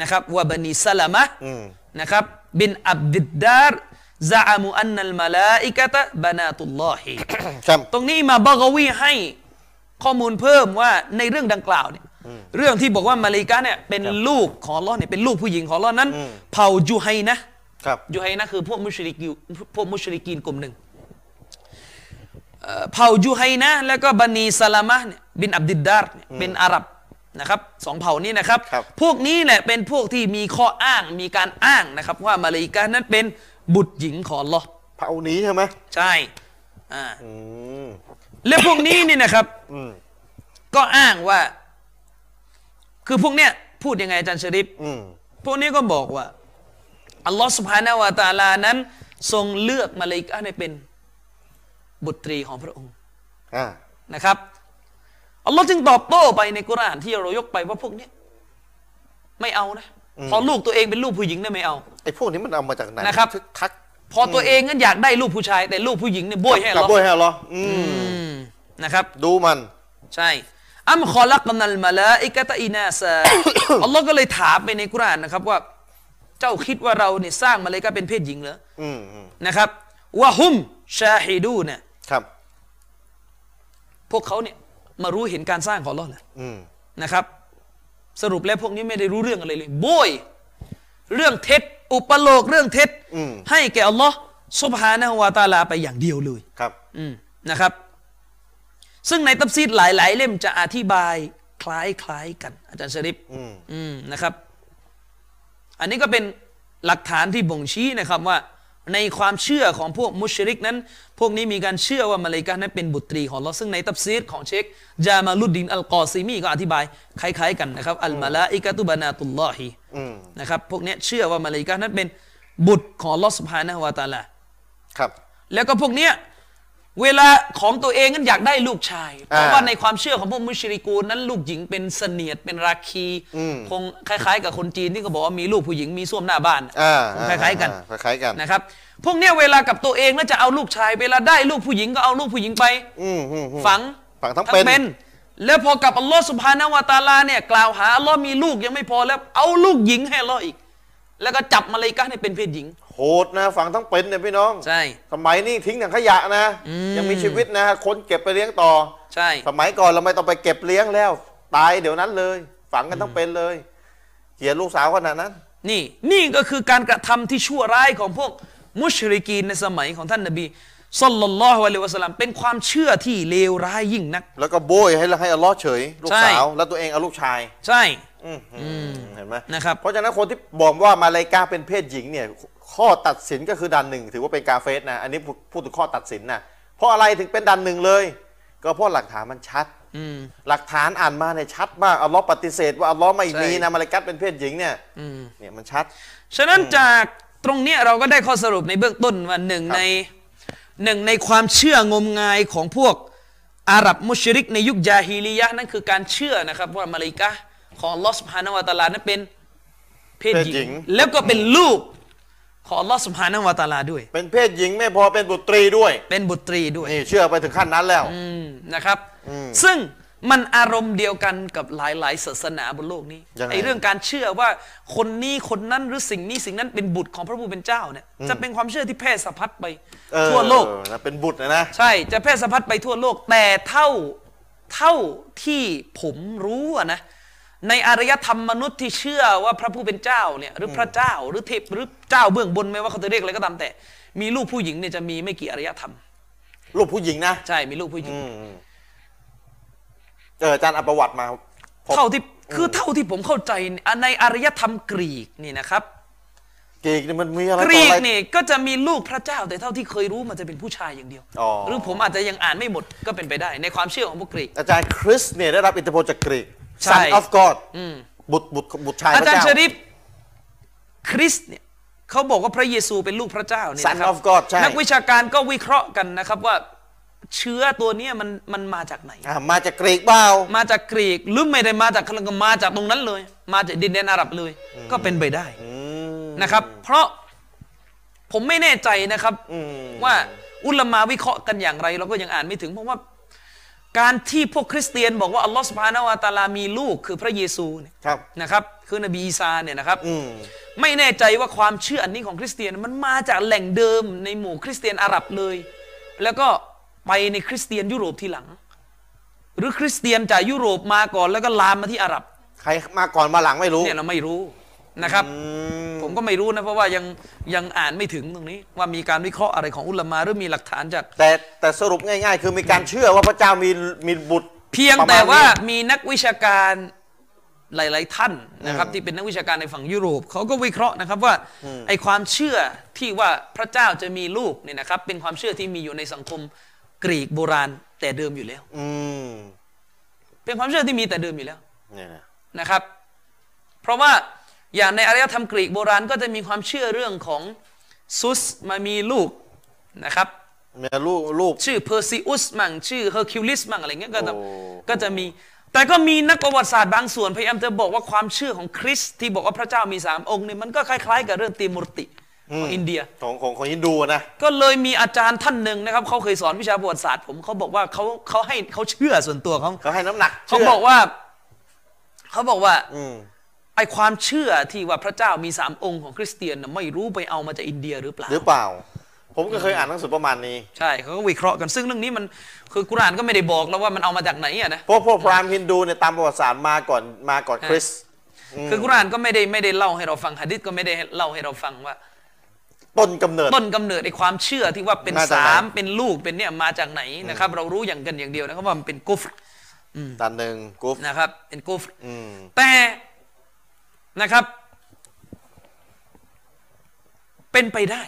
B: นะครับวะบันิสลามะ
A: อืม
B: นะครับบินอับดิดดารซะอามูอันนัลมาลาอิกะตะบานาตุลลอฮี
A: ครับ
B: ตรงนี้อิหมามบากาวีให้ข้อมูลเพิ่มว่าในเรื่องดังกล่าวเนี่ยเรื่องที่บอกว่ามาเลายกาเนี่ยเป็นลูกของอัลลอฮ์เนี่ยเป็นลูกผู้หญิงของอัลลอฮ์นั้น เผ่ายูไฮนะ
A: ครับ
B: ยูไฮนะคือพวกมุชริกิวพวกมุชริกีนกลุ่มหนึ่งเอ่อเผ่ายูไฮนะแล้วก็บันีสลามะห์เนี่ยบินอับดิดดาร์เนี่ยเป็นอาหรับนะครับสองเผ่านี้นะครับ
A: ครับ
B: พวกนี้แหละเป็นพวกที่มีข้ออ้างมีการอ้างนะครับ ว่ามาเลายกานั้นเป็นบุตรหญิงของอัลลอฮ์
A: เผานี้ใช่ไหม
B: ใช่อ่า
A: อืม
B: และพวกนี้เนี่ยนะครับ
A: อืม
B: ก็อ้างว่า คือพวกเนี้ยพูดยังไงอาจารย์ชริป
A: อืม
B: พวกนี้ก็บอกว่า อัลลอฮ์สุบฮานาวะตะอาลานั้น ทรงเลือกมาเลาอิกะห์ให้เป็นบุตรีของพระองค์
A: อ่า
B: นะครับ อัลลอฮ์จึงตอบโต้ไปในกุรอานที่เรายกไปว่าพวกเนี้ยไม่เอานะ พอลูกตัวเองเป็นลูกผู้หญิงเนี่ยไม่เอา
A: ไอ้พวกนี้มันเอามาจากไหน
B: นะครับ
A: ทึกทัก
B: พอตัวเองงั้นอยากได้ลูกผู้ชาย แต่ลูกผู้หญิงเนี่ยบ่วยให้
A: กลับ
B: เรา
A: บ้วยให้เหรออืม
B: อืมนะครับ
A: ดูมัน
B: ใช่ อัมคอลักนัลมาลาอิกะตะอินา ซา อัลลอฮ์ก็เลยถามไปในกุรอานนะครับว่า เจ้าคิดว่าเราเนี่ยสร้างมาเลายกาเป็นเพศหญิงเหรอ
A: อืมอืม
B: นะครับวะฮุมชาฮิดูเนี่ย
A: ครับ
B: พวกเขาเนี่ยมารู้เห็นการสร้างของอัลลอฮ์เหรอ
A: อืม
B: นะครับสรุปแล้วพวกนี้ไม่ได้รู้เรื่องอะไรเลยโบยเรื่องเท็จ อุปโลกเรื่องเท็จ ให้แก่อัลลอฮ์สุบฮานะฮูวาตะอาลาไปอย่างเดียวเลย
A: ครับ
B: อืมนะครับ ซึ่งในตับซีดหลาย ๆ เล่มจะอธิบายคล้ายคล้ายๆกัน อาจารย์ชริป
A: อืม
B: อืมนะครับ อันนี้ก็เป็นหลักฐานที่บ่งชี้นะครับว่า ในความเชื่อของพวกมุชริกนั้น พวกนี้มีการเชื่อว่ามาเลาอิกานั้นเป็นบุตรีของอัลเราะห์ซึ่งในตับซีดของเชคจามาลุดดินอัลกอซิมีก็อธิบายคล้ายๆกันนะครับอัลมาลาอิกะตุบานาตุลลอฮี
A: อืม
B: นะครับพวกเนี้ยเชื่อว่ามาเลาอิกานั้นเป็นบุตรของอัลเราะห์สุบฮานะฮูวาตะอาลา
A: ครับ
B: แล้วก็พวกเนี้ยเวลาของตัวเองนั้นอยากได้ลูกชาย เพ
A: อ่า
B: ราะว่าในความเชื่อของพวกมุชริกูนนั้นลูกหญิงเป็นเสนียดเป็นราคี
A: อืม
B: คงคล้าย ๆ กับคนจีนที่เขาบอกว่ามีลูกผู้หญิงมีส้วมหน้าบ้าน
A: อ่า
B: คงคล้ายๆกัน
A: อ่คล้ายๆกัน
B: นะครับ พวกเนี้ยเวลากับตัวเองแล้วจะเอาลูกชาย เวลาได้ลูกผู้หญิงก็เอาลูกผู้หญิงไป
A: อืมอืมอืม
B: ฝัง
A: ฝังทั้งเป็น
B: แล้วพอกับอัลลอฮ์สุภาณวาตาลาเนี่ยกล่าวหาอัลลอฮ์มีลูกยังไม่พอแล้วเอาลูกหญิงให้อัลลอฮ์อีก แล้วก็จับมาเลายกาให้เป็นเพศหญิง
A: โหดนะฝังทั้งเป็นเนี่ยพี่น้อง
B: ใช่
A: สมัยนี้ทิ้งถังขยะนะ ยังมีชีวิตนะ คนเก็บไปเลี้ยงต่อ
B: ใช่
A: สมัยก่อนเราไม่ต้องไปเก็บเลี้ยงแล้ว ตายเดี๋ยวนั้นเลย ฝังกันต้องเป็นเลยเกลียดลูกสาวขนาดนั้น
B: นี่นี่ก็คือการกระทำที่ชั่วร้ายของพวกมุชริกีนในสมัยของท่านนบีสัลลัลลอฮุอะลัยฮิวะสัลลัมเป็นความเชื่อที่เลวร้ายยิ่งนัก
A: แล้วก็โบยให้ให้อัลลอฮ์เฉย ลูก
B: ใช่
A: สาวแล้วตัวเองเอาลูกชาย
B: ใช่
A: อื้อหือเห็นไหม
B: นะครับ
A: เพราะฉะนั้นคนที่บอกว่ามาเลายกาเป็นเพศหญิงเนี่ย ข้อตัดสินก็คือดันหนึ่งถือว่าเป็นกาเฟสนะ อันนี้พูดพูดถึงข้อตัดสินนะเพราะอะไรถึงเป็นดันหนึ่งเลย ก็เพราะหลักฐานมันชัดหลักฐานอ่านมาเนี่ยชัดมากอัลลอฮ์ปฏิเสธว่าอัลลอฮ์ไม่
B: ใช่
A: มีนะมาเลายกาเป็นเพศหญิงเนี่ยเนี่ยมันชัด
B: ฉะนั้นจากตรงเนี้ยเราก็ได้ข้อสรุปในเบื้องต้นว่าหนึ่งในหนึ่งในความเชื่องมงายของพวกอาหรับมุชริกในยุคยาฮิลียะห์นั่นคือการเชื่อนะครับว่ามาลาอิกะห์ของลอสพานวตาลานั้นเป็นเพศห
A: เพศหญิ
B: ญิง
A: ง
B: แล้วก็เป็นลูกของลอสพานวตาลาด้วย
A: เป็นเพศหญิงไม่พอเป็นบุตรีด้วย
B: เป็นบุตรีด้วย
A: นี่เชื่อไปถึงขั้นนั้นแล้ว
B: อืมนะครับซึ่งมันอารมณ์เดียวกันกับหลาย ๆ ศาสนาบนโลกนี้
A: ยังไง
B: ไอเรื่องการเชื่อว่าคนนี้คนนั้นหรือสิ่งนี้สิ่งนั้นเป็นบุตรของพระผู้เป็นเจ้าเนี่ยจะเป็นความเชื่อที่แพร่สะพัดไป
A: เออ
B: ทั่วโลก
A: นะเป็นบุตรนะนะ
B: ใช่จะแพร่สะพัดไปทั่วโลก แต่เท่าเท่าที่ผมรู้อะนะในอารยธรรมมนุษย์ที่เชื่อว่าพระผู้เป็นเจ้าเนี่ยหรือพระเจ้าหรือเทพหรือเจ้าเบื้องบนไม่ว่าเขาจะเรียกอะไรก็ตามแต่ มีลูกผู้หญิงเนี่ยจะมีไม่กี่อารยธรรม
A: ลูกผู้หญิงนะ
B: ใช่มีลูกผู้หญิง
A: เอออาจารย์เอาประวัติมาพบ
B: เท่าที่คือเท่าที่ผมเข้าใจเนี่ยในอารยธรรมกรีกนี่นะครับ
A: กรีกนี่มันมีอะไร
B: กรี
A: ต่อกอะไร
B: นี่ก็จะมีลูกพระเจ้า แต่เท่าที่เคยรู้มันจะเป็นผู้ชายอย่างเดียว
A: อ๋อ
B: หรือผมอาจจะยังอ่านไม่หมดก็เป็นไปได้ ในความเชื่อของพวกกรีก
A: อาจารย์คริสเนี่ยได้รับอิทธิพลจากกรีก
B: ใช่
A: Son of God บุตรบุตรบุตรชายพ
B: อา
A: ระ
B: จาร
A: เจ้า
B: ย์ชริปคริสต์เนี่ยเขาบอกว่าพระเยซูเป็นลูกพระเจ้าเนี่ย
A: Son
B: นะครับ
A: of God ใช่
B: นักวิชาการก็วิเคราะห์กันนะครับว่าเชื้อตัวเนี้ยมันมันมาจากไหน
A: อ่ะมาจากกรีกเปล่า
B: มาจากกรีกหรือไม่ได้มาจากคลังก็มาจากตรงนั้นเลย มาจากดินแดนอาหรับเลย ก็เป็นไปได้
A: อืม
B: นะครับเพราะผมไม่แน่ใจนะครับ
A: อืม
B: ว่าอุลามาวิเคราะห์กันอย่างไร เราก็ยังอ่านไม่ถึง เพราะว่าการที่พวกคริสเตียนบอกว่าอัลลอฮฺสุบฮานาวะตะอาลามีลูกคือพระเยซูเนี่ย
A: ครับ
B: นะครับคือนบีอีซาเนี่ยนะครับ
A: อืม
B: ไม่แน่ใจว่าความเชื่ออันนี้ของคริสเตียนมันมาจากแหล่งเดิมในหมู่คริสเตียนอาหรับเลย แล้วก็ไปในคริสเตียนยุโรปทีหลัง หรือคริสเตียนจากยุโรปมาก่อนแล้วก็ลามมาที่อาหรับ
A: ใครมาก่อนมาหลังไม่รู้
B: เนี่ยเราไม่รู้นะครับ
A: อืม
B: ผมก็ไม่รู้นะเพราะว่ายังยังอ่านไม่ถึงตรงนี้ ว่ามีการวิเคราะห์อะไรของอุลามาหรือมีหลักฐานจาก
A: แต่แต่สรุปง่าย ๆ คือมีการเชื่อว่าพระเจ้ามีมีบุตร
B: เพียง
A: ประมณ
B: แต่
A: นี้
B: ว่ามีนักวิชาการหลาย ๆ ท่านนะครับ ที่เป็นนักวิชาการในฝั่งยุโรปเขาก็วิเคราะห์นะครับว่าไอความเชื่อที่ว่าพระเจ้าจะมีลูกเนี่ยนะครับ เป็นความเชื่อที่มีอยู่ในสังคมกรีกโบราณแต่เดิมอยู่แล้ว
A: อืม
B: เป็นความเชื่อที่มีแต่เดิมอยู่แล้ว
A: เนี่ยนะ
B: นะครับ เพราะว่าอย่างในอารยธรรมกรีกโบราณก็จะมีความเชื่อเรื่องของ ซุสมามีลูกนะครับ
A: เมียลูกลูก
B: ชื่อเพอร์ซิอุสมั่งชื่อเฮอร์คิวลิสมั่งอะไรเงี้ยก็จะ
A: โอ้
B: ก็จะมี แต่ก็มีนักประวัติศาสตร์บางส่วนพยายามจะบอกว่าความเชื่อของคริสต์ที่บอกว่าพระเจ้ามีสามองค์เนี่ยมันก็คล้ายๆ กับเรื่องตีมูรติของอินเดีย
A: ของของของฮินดูอะนะ
B: ก็เลยมีอาจารย์ท่านหนึ่งนะครับเขาเคยสอนวิชาประวัติศาสตร์ ผมเขาบอกว่าเขาเขาให้เขาเชื่อส่วนตัวเขา
A: เขาให้น้ำหนัก
B: เขา
A: ชื่
B: บอกว่าเขาบอกว่า
A: อืม
B: ไอความเชื่อที่ว่าพระเจ้ามีสามองค์ของคริสเตียนน่ะไม่รู้ไปเอามาจากอินเดียหรือเปล่า
A: หรือเปล่า ผมก็เคยอ่านหนังสือประมาณนี้
B: ใช่เขาก็วิเคราะห์กันซึ่งเรื่องนี้มันคือกุรอานก็ไม่ได้บอกแล้วว่ามันเอามาจากไหนอะนะ
A: พวกพวกพราหมณ์ฮินดูเนี่ยตามประวัติศาสตร์มาก่อนมาก่อนคริสต์
B: คือกุรอานก็ไม่ได้ไม่ได้เล่าให้เราฟังหะดิษก็ไม่ได้เล่าให้เราฟังว่า
A: ต้นกำเนิด
B: ต้นกำเนิดในความเชื่อที่ว่าเป็น
A: มาจากไหน
B: สามเป็นลูกเป็นเนี่ยมาจากไหนนะครับ เรารู้อย่างกันอย่างเดียวนะครับว่ามันเป็นกุฟร
A: ตอนหนึ่งกรุ๊ป
B: นะครับ เป็นกุฟร
A: อืม
B: แต่นะครับ เป็นไปได้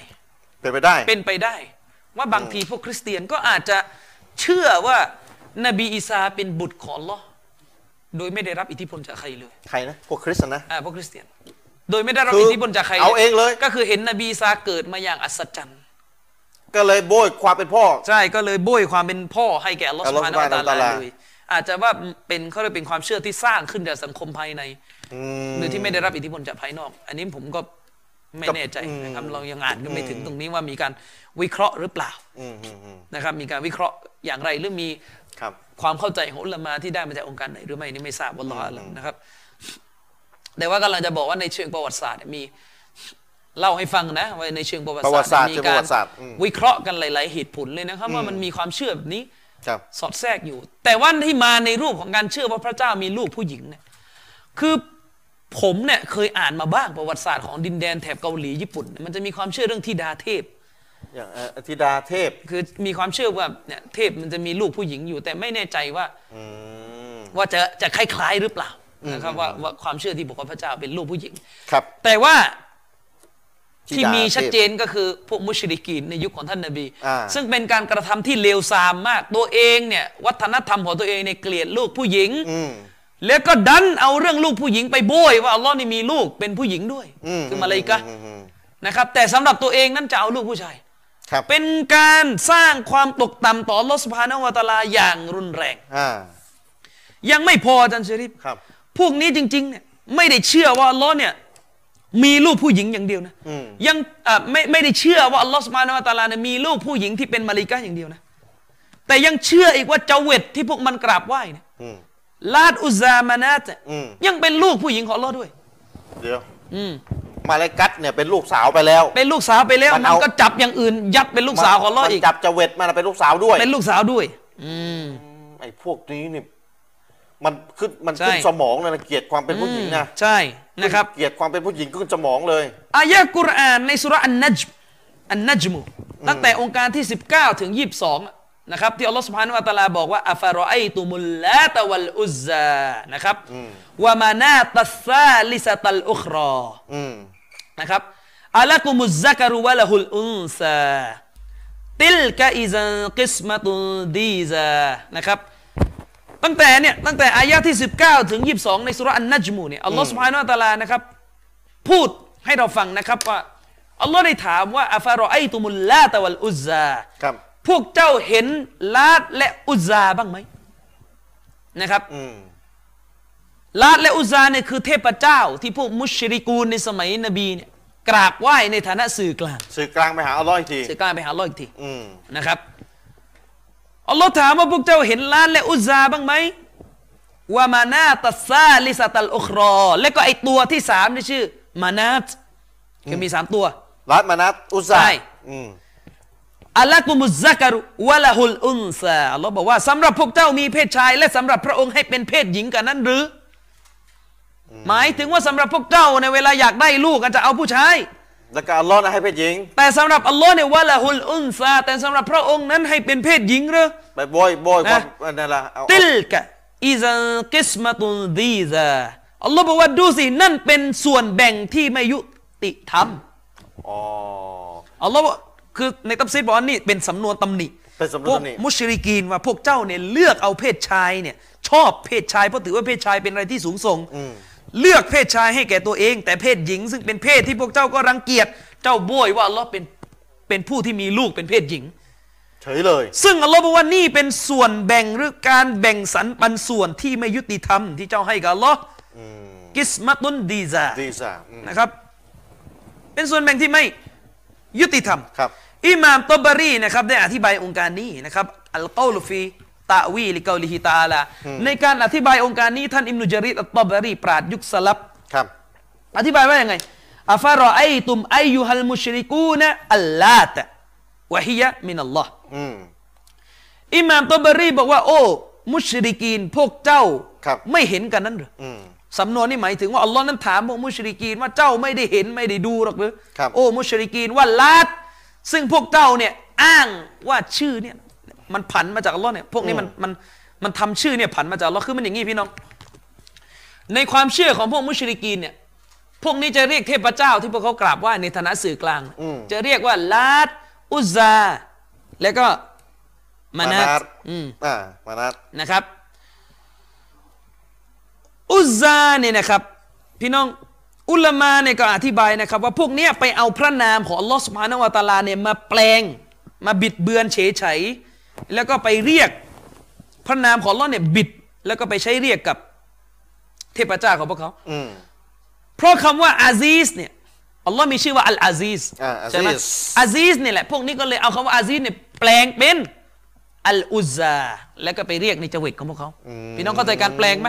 A: เป็นไปได้
B: เป็นไปได้ ว่าบางทีพวกคริสเตียนก็อาจจะเชื่อว่านบีอีสาเป็นบุตรของอัลลอฮ์โดยไม่ได้รับอิทธิพลจากใครเลย
A: ใครนะ พวกคริสต์นะ
B: อ่าพวกคริสเตียน โดยไม่ได้รับ
A: คืออิ
B: อิทธิพลจากใคร
A: เอาเองเลย
B: ก็คือเห็นนบีอีสาเกิดมาอย่างอัศจรรย์
A: ก็เลยโบยความเป็นพ่อ
B: ใช่ก็เลยโบ้ยความเป็นพ่อให้แก่อัลลอฮ์
A: อั
B: สุ
A: ลลอฮ์
B: บฮานะฮูวะตะอา
A: Subhanahu wa
B: ลา
A: Ta'ala
B: เลยอาจจะว่าเป็นเขาเรียกเป็นความเชื่อที่สร้างขึ้นจากสังคมภายในหรือที่ไม่ได้รับอิทธิพลจากภายนอก อันนี้ผมก็ไม่แน่ใจนะครับเรายังอ่านกันไม่ถึงตรงนี้ว่ามีการวิเคราะห์หรือเปล่า
A: อืมอืมอืม
B: นะครับมีการวิเคราะห์อย่างไรหรือมี
A: ครับ
B: ความเข้าใจของอุลามะที่ได้มาจากองค์การไหนหรือไม่นี่ไม่ทราบวัลลอฮ์อาลัมนะครับ แต่ว่ากำลังจะบอกว่าในเชิงประวัติศาสตร์เนี่ยมีเล่าให้ฟังนะว่าในเชิงประวัติ
A: ประวัติศาส
B: ศาส
A: ตร์
B: ตร์
A: เชิ
B: เนี่ยมี
A: งประวั
B: การ
A: ติศาสตร์อืม
B: วิเคราะห์กันหลาย ๆ เหตุผลเลยนะครับ ว่ามันมีความเชื่อแบบนี้
A: ครับ
B: สอดแทรกอยู่ แต่ว่าที่มาในรูปของการเชื่อว่าพระเจ้ามีลูกผู้หญิงเนี่ยคือผมเนี่ยเคยอ่านมาบ้างประวัติศาสตร์ของดินแดนแถบเกาหลีญี่ปุ่นเนี่ยมันจะมีความเชื่อเรื่องธิดาเทพ
A: อย่างเอ่ออธิดาเทพ
B: คือมีความเชื่อว่าเนี่ยเทพมันจะมีลูกผู้หญิงอยู่ แต่ไม่แน่ใจว่า
A: อืม
B: ว่าจะจะคล้ายๆหรือเปล่านะครับว่าว่าความเชื่อที่บอกว่าพระเจ้าเป็นลูกผู้หญิง
A: ครับ
B: แต่ว่า
A: ธิ
B: ที่
A: ดา
B: มี
A: ทพ
B: ชัดเจนก็คือพวกมุชริกีนในยุคของท่านนบี
A: อ่า
B: ซึ่งเป็นการกระทำที่เลวทรามมาก ตัวเองเนี่ยวัฒนธรรมของตัวเองในยเกลียดลูกผู้หญิง
A: อืม
B: แล้วก็ดันเอาเรื่องลูกผู้หญิงไปโบยว่าอัลลอฮ์นี่มีลูกเป็นผู้หญิงด้วย
A: อืม
B: คือมาเลยกะฮ์
A: อืมอืมอืม
B: นะครับ แต่สำหรับตัวเองนั้นจะเอาลูกผู้ชาย
A: ครับ
B: เป็นการสร้างความตกต่ำต่ออัลลอฮ์สุภาณวะตะอาลาอย่างรุนแรง
A: อ่า
B: ยังไม่พออาจันชริฟ
A: ครับ
B: พวกนี้จริงๆเนี่ยไม่ได้เชื่อว่าอัลลอฮ์เนี่ยมีลูกผู้หญิงอย่างเดียวนะ
A: อืม
B: ยังอ่ะไม่ไม่ได้เชื่อว่าอัลลอฮ์สุภาณวะตะอาลาเนี่ยมีลูกผู้หญิงที่เป็นมาลิกะฮ์อย่างเดียวนะแต่ยังเชื่ออีกว่าเจเวตที่พวกมันกราบไหว้เนี่ย
A: อืม
B: ลาดอุซามานาตเนี่ย
A: อืม
B: ยังเป็นลูกผู้หญิงของอัลลอฮ์ด้วย
A: เดี๋ยว
B: อืม
A: มาเลกัตเนี่ยเป็นลูกสาวไปแล้ว
B: เป็นลูกสาวไปแล้ว
A: มั
B: มัน
A: เอามั
B: นก็จับอย่างอื่น ยัดเป็นลูกสาวของอัลลอฮ์
A: มัน
B: อีก
A: จับจเวตมันนะเป็นลูกสาวด้วย
B: เป็นลูกสาวด้วย อืม
A: ไอ้พวกนี้นี่มันขึ้นมัน
B: ใช่
A: ขึ้นสมองเลยนะเกลียดความเป็นผู้หญิงนะ
B: ใช่นะครับ
A: เกลียดความเป็นผู้หญิงขึ้นสมองเลย
B: อายะห์กุรอานในสุราะห์อันนัจมอันนัจมุตั้งแต่องค์การที่ 19 ถึง 22 นะครับ ที่อัลลอฮ์สุบฮานะฮูวะตะอาลาบอกว่าอัฟารอไอตุมุลลาตะวัลอุซซานะครับวามานาตัสซาลิสตัลอุครอ
A: อืม
B: นะครับอะลักุมุซซะกะรุวะละหุลอุนซาติลกะอิซันกิสมะตุนดีซานะครับตั้งแต่เนี่ยตั้งแต่อายะที่ 19 ถึง 22 ในสุราะห์อันนัจมูเนี่ยอัลลอฮ์สุบฮานะฮูวะตะอาลานะครับพูดให้เราฟังนะครับว่าอัลลอฮ์ได้ถามว่าอัฟารอไอตุมุลลาตะวัลอุซซา
A: ครับ
B: พวกเจ้าเห็นลาตและอุซซาบ้างไหมนะครับ
A: อืม
B: ลาดและอุซาเนี่ยคือเทพเจ้าที่พวกมุชริกูนในสมัยนบีเนี่ยกราบไหว้ในฐานะสื่อกลาง
A: สื่อกลางไปหาอัลลอฮ์อีกที
B: สื่อกลางไปหาอัลลอฮ์อีกที
A: อืม
B: นะครับอัลลอฮ์ถามว่าพวกเจ้าเห็นลาดและอุซาบ้างไหมว่ามานาตัสซาลิสตัลอุครอ และก็ไอตัวที่สามที่ชื่อมานาตคือมีสามตัว
A: รัตมานัตอุซา
B: ใช่
A: อืม
B: อัลลอฮ์กุมุซซะกะรุวะละฮุลอุนซาอัลลอฮ์บอกว่าสำหรับพวกเจ้ามีเพศชาย และสำหรับพระองค์ให้เป็นเพศหญิงกันนั้นหรืออหมายถึงว่าสำหรับพวกเจ้าในยเวลาอยากได้ลูกอาจจะเอาผู้ชาย
A: แล้วก็อัลลอฮ์นะให้เพศหญิง
B: แต่สำหรับอัลลอฮ์เนี่ยวะละฮุลอุนซาแต่สำหรับพระองค์นั้นให้เป็นเพศหญิงเหรือ
A: ไปโบยโบย
B: นะ
A: ความอันนั่นละเอา
B: ติลกะอิซันกิสมะตุนดีซาอัลลอฮ์บอกว่าดูสินั่นเป็นส่วนแบ่งที่ไม่ยุติธรรม
A: อ๋อ
B: อัลลอฮ์บอกคือในตัฟซีรบอกว่านี่เป็นสำนวนตำหนิ
A: เป็นสำน
B: พ
A: ว
B: วน ก
A: นี่
B: มุชริกีนว่าพวกเจ้าเนี่ยเลือกเอาเพศชายเนี่ยชอบเพศชายเพราะถือว่าเพศชายเป็นอะไรที่สูงส่ง เลือกเพศชายให้แก่ตัวเอง แต่เพศหญิงซึ่งเป็นเพศที่พวกเจ้าก็รังเกียจ เจ้าโบยว่าอัลลอฮ์เป็นเป็นผู้ที่มีลูกเป็นเพศหญิง
A: เฉยเลย
B: ซึ่งอัลลอฮ์บอกว่านี่เป็นส่วนแบ่งหรือการแบ่งสรรปันส่วนที่ไม่ยุติธรรมที่เจ้าให้กับอัลลอฮ์กิสมัตุนดีซา
A: ดีซ่าอืม
B: นะครับ เป็นส่วนแบ่งที่ไม่ยุติธรรม
A: ครับ
B: อิหม่ามตอบารีนะครับได้อธิบายองค์การนี้นะครับอัลกอลฟีตะวีลิกอลิฮิตาลาในการอธิบายองค์การนี้ท่านอิมนุจารีดอัตตอบารีปราดยุคสลับ
A: ครับ
B: อธิบายว่ายังไงอัฟารอไอตุมไอยูฮัลมุชริกูนะอัลลาตะวะฮิยะมินัลลอฮ์
A: อืม
B: อิหม่ามตอบารีบอกว่า โอ้ มุชริกีนพวกเจ้า
A: ครับ
B: ไม่เห็นกันนั้นหรืออ
A: อืม
B: สำนวนนี่หมายถึงว่าอัลลอฮ์นั้นถามพวกมุชริกีนว่าเจ้าไม่ได้เห็นไม่ได้ดูหรอกหรือ
A: ครับ
B: โอ้ มุชริกีนว่าลาตซึ่งพวกเจ้าเนี่ยอ้างว่าชื่อเนี่ยมันผันมาจากอัลลอฮ์เนี่ยพวกนี้มันมันมันทำชื่อเนี่ยผันมาจากอัลลอฮ์คือมันอย่างงี้พี่น้อง ในความเชื่อของพวกมุชริกีนเนี่ย พวกนี้จะเรียกเทพเจ้าที่พวกเขากราบไหว้ในฐานะสื่อกลาง จะเรียกว่าลาดอุซา แล้วก็มานาตอืม
A: อ่า มานัด
B: นะครับ อุซาเนี่ยนะครับ พี่น้องอุลามาเนี่ยก็อธิบายนะครับ ว่าพวกเนี้ยไปเอาพระนามของอัลลอฮ์สุบฮานาวะตะอาลาเนี่ยมาแปลง มาบิดเบือนเฉยเฉยๆแล้วก็ไปเรียกพระนามของอัลลอฮ์เนี่ยบิด แล้วก็ไปใช้เรียกกับเทพเจ้าของพวกเขา
A: อืม
B: เพราะคำว่าอาซีสเนี่ยอัลลอฮ์มีชื่อว่าอัลอาซีส
A: อ่า Aziz
B: ใช่ไหมอาซีสเนี่ยแหละพวกนี้ก็เลยเอาคำว่าอาซีสเนี่ยแปลงเป็นอัลอุซาแล้วก็ไปเรียกในจวิตของพวกเขาพี่น้องเข้าใจการแปลงไหม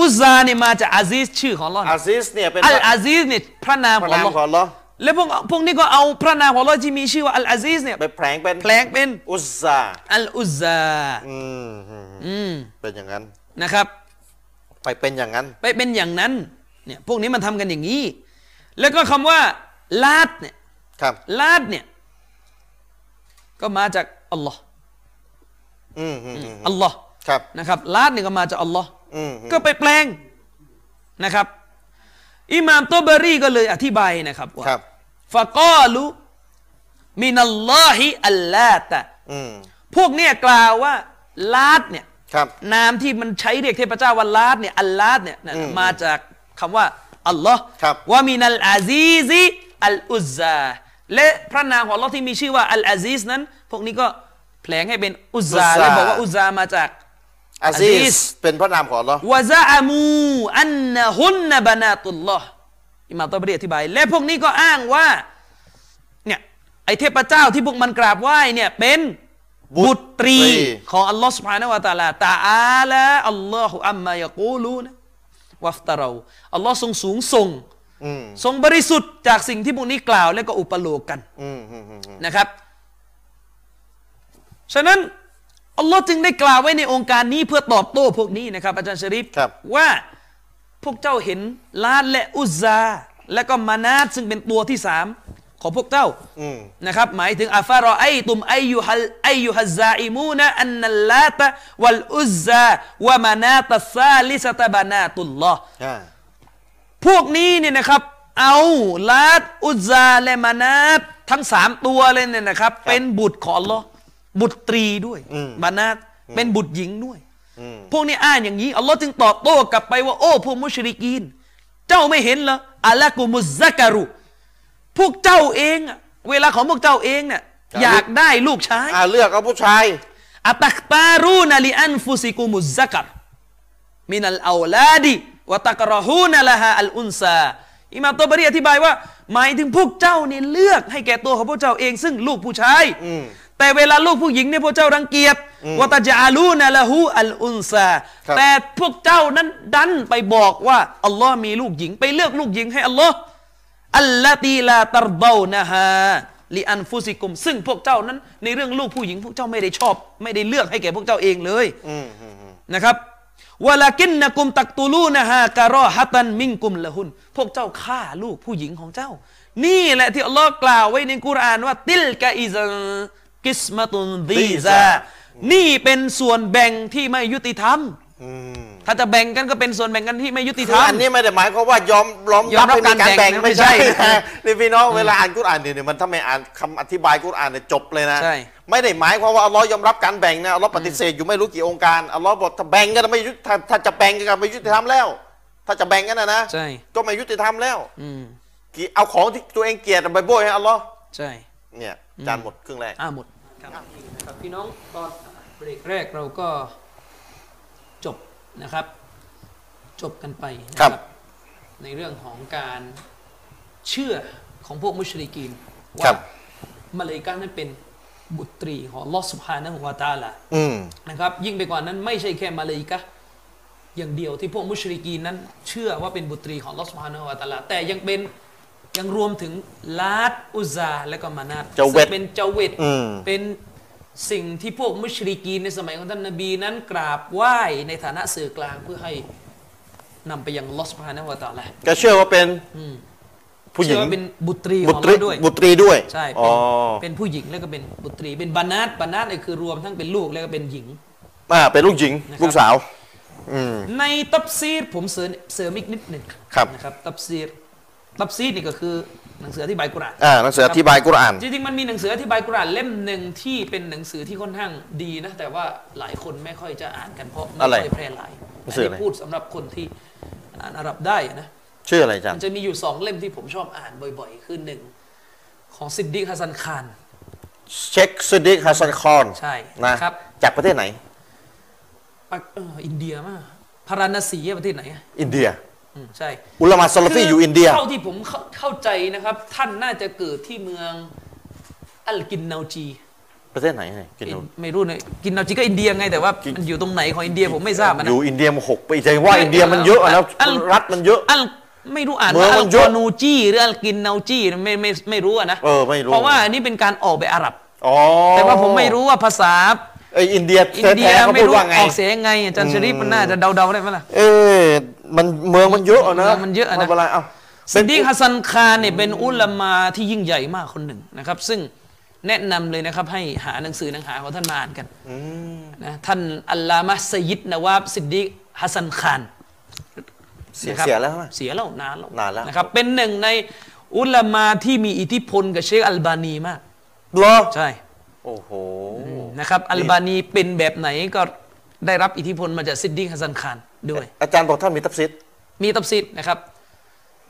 B: อุซาเนี่ยมาจากอาซีสชื่อของอัลลอฮ์
A: อาซิสเนี่ยเป็น
B: อัลอาซีสเนี่ยพระนาม
A: พระ
B: ขอ
A: นา
B: ง
A: ม
B: อัลล
A: ของ
B: อฮ์
A: อัลลอฮ์
B: แล้วพวกพวกนี้ก็เอาพระนามของอัลลอฮ์ที่มีชื่อว่าอัลอาซีสเนี่ย
A: ไปแผลงเป็น
B: แปลงเป็น
A: อุซซา
B: อัลอุซา
A: อืมอืม
B: อืม
A: เป็นอย่างนั้น
B: นะครับ
A: ไปเป็นอย่างนั้น
B: ไปเป็นอย่างนั้นเนี่ยพวกนี้มันทำกันอย่างนี้ แล้วก็คำว่าลาดเนี่ย
A: ครับ
B: ลาดเนี่ย ก็มาจากอัลลอฮ์
A: อืมอืมอืม
B: อัลลอฮ์
A: ครับ
B: นะครับลาดเนี่ยก็มาจากอัลลอฮ์
A: อืม
B: ก็ไปแปลงนะครับ อิหม่ามตอบารีก็เลยอธิบายนะครับว่า
A: ครับ
B: ฟะกอลุมินัลลอฮิอัลลาตะ
A: อืม
B: พวกเนี่ยกล่าวว่าลาดเนี่ย
A: ครับ
B: นามที่มันใช้เรียกเทพเจ้าว่าลาดเนี่ยอัลลาดเนี่ยนะมาจากคำว่าอัลลอฮ์
A: ครับ
B: ว่ามินัลอาซีซิอัลอุซซาและพระนามของอัลลอฮ์ที่มีชื่อว่าอัลอาซีซนั้น พวกนี้ก็แผลงให้เป็นอุซ
A: อุซ
B: ซา
A: ซา
B: และบอกว่าอุซซามาจาก
A: อาซิ
B: Aziz
A: สเป็นพระนามของอัลลอฮ์
B: วะซาอามูอันนะฮุนนะบานาตุลลอฮ์อิหม่ามตอบรีอธิบาย และพวกนี้ก็อ้างว่าเนี่ยไอเทพเจ้าที่พวกมันกราบไหว้เนี่ยเป็นบุตรี ของอัลลอฮ์ سبحانه และ تعالى ตาอาลาอัลลอฮุอัมมายะกูลูนะวัฟตะเราอัลลอฮ์ทรงสูงส่ง
A: อืม
B: ทรงบริสุทธิ์จากสิ่งที่พวกนี้กล่าว และก็อุปโลกกัน
A: อืมอืมอืมอืม
B: นะครับ ฉะนั้นอัลลอฮ์จึงได้กล่าวไว้ในองค์การนี้เพื่อตอบโต้พวกนี้นะครับ อาจารย์ชริฟ
A: ครับ
B: ว่าพวกเจ้าเห็นลาดและอุซซาและก็มานาตซึ่งเป็นตัวที่สามของพวกเจ้า
A: อืม
B: นะครับ หมายถึงอัฟารอไอตุมไอยูฮัลไอยูฮัซซาอิมูนะอันนัลลาตะวัลอุซซาวะมานาตัสซาลิสตะบานาตุลลอฮ์
A: อ่า
B: พวกนี้เนี่ยนะครับ เอาลาดอุซซาและมานาตทั้งสามตัวเลยเนี่ยนะครับ เป็นบุตรของอัลลอฮ์บุตรีด้วย
A: อืม
B: มานาตเป็นบุตรหญิงด้วย
A: อืม
B: พวกนี้อ้างอย่างนี้อัลลอฮ์จึงตอบโต้กลับไปว่า โอ้พวกมุชริกีน เจ้าไม่เห็นเหรออัลลกุมุซซะการุพวกเจ้าเองอะเวลาของพวกเจ้าเองเนี่ย
A: ครับ
B: อยากได้ลูกชาย
A: อ่าเลือกเอาผู้ชาย
B: อัตักตารูนลิอันฟุซิกุมุซซะการมินัลเอาลาดิวะตักรหูนละฮาอัลอุนซาอิหมามตอบารีอธิบายว่า หมายถึงพวกเจ้าเนี่ยเลือกให้แก่ตัวของพวกเจ้าเอง ซึ่งลูกผู้ชาย
A: อืม
B: แต่เวลาลูกผู้หญิงเนี่ยพวกเจ้ารังเกียจวะตาจาลูนะละหูอัลอุนซา
A: ครับ
B: แต่พวกเจ้านั้นดันไปบอกว่าอัลลอฮ์มีลูกหญิง ไปเลือกลูกหญิงให้อัลลอฮ์อัลลตีลาตารเบานะฮะลีอันฟุซิกุม ซึ่งพวกเจ้านั้นในเรื่องลูกผู้หญิง พวกเจ้าไม่ได้ชอบ ไม่ได้เลือกให้แก่พวกเจ้าเองเลย
A: อืมอืมอืม
B: นะครับวะลากินนะกุมตักตูลูนะฮะการอฮะตันมิงกุมละหุนพวกเจ้าฆ่าลูกผู้หญิงของเจ้า นี่แหละที่อัลลอฮ์กล่าวไว้ในกุรอานว่า ติลกะอิซันกิสมะตุนดีซานี่เป็นส่วนแบ่งที่ไม่ยุติธรรม
A: อืม
B: ถ้าจะแบ่งกันก็เป็นส่วนแบ่งกันที่ไม่ยุติธ
A: คื
B: ร
A: อ
B: รม
A: อันนี้ไม่ได้หมายความว่ายอมล้อม
B: ยอมรับ
A: ให้มี
B: การแบ่ง
A: ไม่ใช่
B: ไม่ใช่
A: นะนี่พี่น้องเวลาอ่านกุรอานเนี่ยเนี่ยมันถ้าไม่อ่านคำอธิบายกุรอานเนี่ยจบเลยนะ
B: ใช่
A: ไม่ได้หมายความว่าอัลลอฮ์ยอมรับการแบ่งนะอัลลอฮ์ปฏิเสธอยู่ไม่รู้กี่องค์การอัลลอฮ์บอกถ้าแบ่งกันไม่ยุติถ้าถ้าจะแบ่งกันไม่ยุติธรรมแล้ว ถ้าจะแบ่งกันนะนะ
B: ใช่
A: ก็ไม่ยุติธรรมแล้ว
B: อืม
A: เกลียเอาของที่ตัวเองเกลียดไปโบยให้อัลลอฮ์
B: ใช่
A: เนี่ยจานหมดครึ่งแรก
B: อ่าหมดครับพี่น้องตอนเบรกแรกเราก็จบนะครับ จบกันไปนะครับ ในเรื่องของการเชื่อของพวกมุชริกีน
A: ครั
B: ว่า
A: บ
B: มาเลายกานั้นเป็นบุตรีของลอสุภานะหัวตะอาลา
A: อืม
B: นะครับ ยิ่งไปกว่านั้นไม่ใช่แค่มาเลายกาอย่างเดียวที่พวกมุชริกีนนั้น เชื่อว่าเป็นบุตรีของลอสุภานะหัวตะอาลาแต่ยังเป็นยังรวมถึงลาดอุซาและก็มานาต
A: เจาเวท
B: ซึ่งเป็นเจาเวท
A: อืม
B: เป็นสิ่งที่พวกมุชริกีนในสมัยของท่านนบีนั้นกราบไหว้ในฐานะสื่อกลางเพื่อให้นำไปยังอัลลอสพานะฮูวะตะอาละ
A: ก็เชื่อว่าเป็นผู้หญิง
B: เชื่อว่าเป็นบุตรีข
A: บุ
B: อง
A: ตรี
B: เราด้วย
A: บุตรีด้วย
B: ใช่
A: อ๋อ
B: เป็นเป็นผู้หญิงแล้วก็เป็นบุตรี เป็นบานาตบานาตเนี่ยคือรวมทั้งเป็นลูกแล้วก็เป็นหญิง
A: อ่าเป็นลูกหญิง
B: นะครับ
A: ลูกสาว อืม
B: ในตับซีรผมเสริมเสริมอีกนิดหนึ่ง
A: ครับ
B: นะครับตับซีรตับซีรนี่ก็คือหนังสืออธิบายกุรอาน
A: อ่าหนังสืออธิบายกุรอาน
B: จริงๆมันมีหนังสืออธิบายกุรอานเล่มหนึ่งที่เป็นหนังสือที่ค่อนข้างดีนะ แต่ว่าหลายคนไม่ค่อยจะอ่านกันเพราะไม่
A: อะไร
B: ค่อยแพร่หลาย
A: หนังสืออะไร
B: นนี้พูดสำหรับคนที่อ่านอาหรับได้นะ
A: ชื่ออะไรจาน
B: มันจะมีอยู่สองเล่มที่ผมชอบอ่านบ่อยๆ คือหนึ่งของซิดดิกฮัสซันคาน
A: เช็คซิดดิกฮัสซันคอน
B: ใช่
A: นะครับ จากประเทศไหน
B: ปักเอ่ออินเดียมากพาราณสีอะประเทศไหนอะ
A: อินเดีย
B: อืมใช่
A: อุลามะซาลาฟีอยู่อินเดีย
B: เท่าที่ผมเข้าเข้าใจนะครับ ท่านน่าจะเกิดที่เมืองอัลกินเนาจี
A: ประเทศไหนเนี่ยกินดู
B: ไม่รู้เนี่ยกินเนาจีก็อินเดียไงแต่ว่ามันอยู่ตรงไหนของอินเดียผมไม่ทราบอะนะ
A: อยู่อินเดียมาหกปีใจว่าอินเดียมันเยอะอะแล้ว
B: อัน
A: รัฐมันเยอะ
B: อัลไม่รู้อ่าน
A: เมือง
B: ว่าอั
A: มัน
B: ลก
A: เยอะ
B: อนูจีหรืออัลกินเนาจีไม่ไม่ไม่รู้อะนะ
A: เออไม่รู้
B: เพราะว่าอันนี้เป็นการออกแบบอาหรับ
A: อ๋อ
B: แต่ว่าผมไม่รู้ว่าภาษา
A: ไอยอินเดีย
B: อิน
A: แท้
B: เดีย
A: ๆเขา
B: ไม่
A: พูด
B: รู้
A: ว่าไง
B: ออกเสียงยังไงอาจารย์ชริปมันน่าจะเดาๆได้ไหมล่ะ
A: เอ้ยมันเมืองมันเยอะอะนะ
B: เมืองมันเยอะอะนะ
A: ไม่เป็นไรเอ้า
B: ซิด
A: เป็น
B: ดีกฮัสซันคานเนี่ยเป็นอุลามาที่ยิ่งใหญ่มากคนหนึ่งนะครับ ซึ่งแนะนำเลยนะครับให้หาหนังสือหนังหาของท่านมาอ่านกันนะท่านอัลลามะสยิดนวาบซิดดีกฮัสซันคาน
A: เสีย
B: นะครับ
A: เสียแล้วใช่ไหม
B: เสียแล้วนานแล้ว
A: นานแล้ว
B: นะครับเป็นหนึ่งในอุลามาที่มีอิทธิพลกับเชคอัลบานีมาก
A: เหรอ
B: ใช่
A: โอ้โห
B: นะครับอัลบานีเป็นแบบไหนก็ได้รับอิทธิพลมาจากซิดดีกฮัสซันคานด้วย
A: อาจารย์บอกท่านมีตับซิด
B: มีตับซิดนะครับ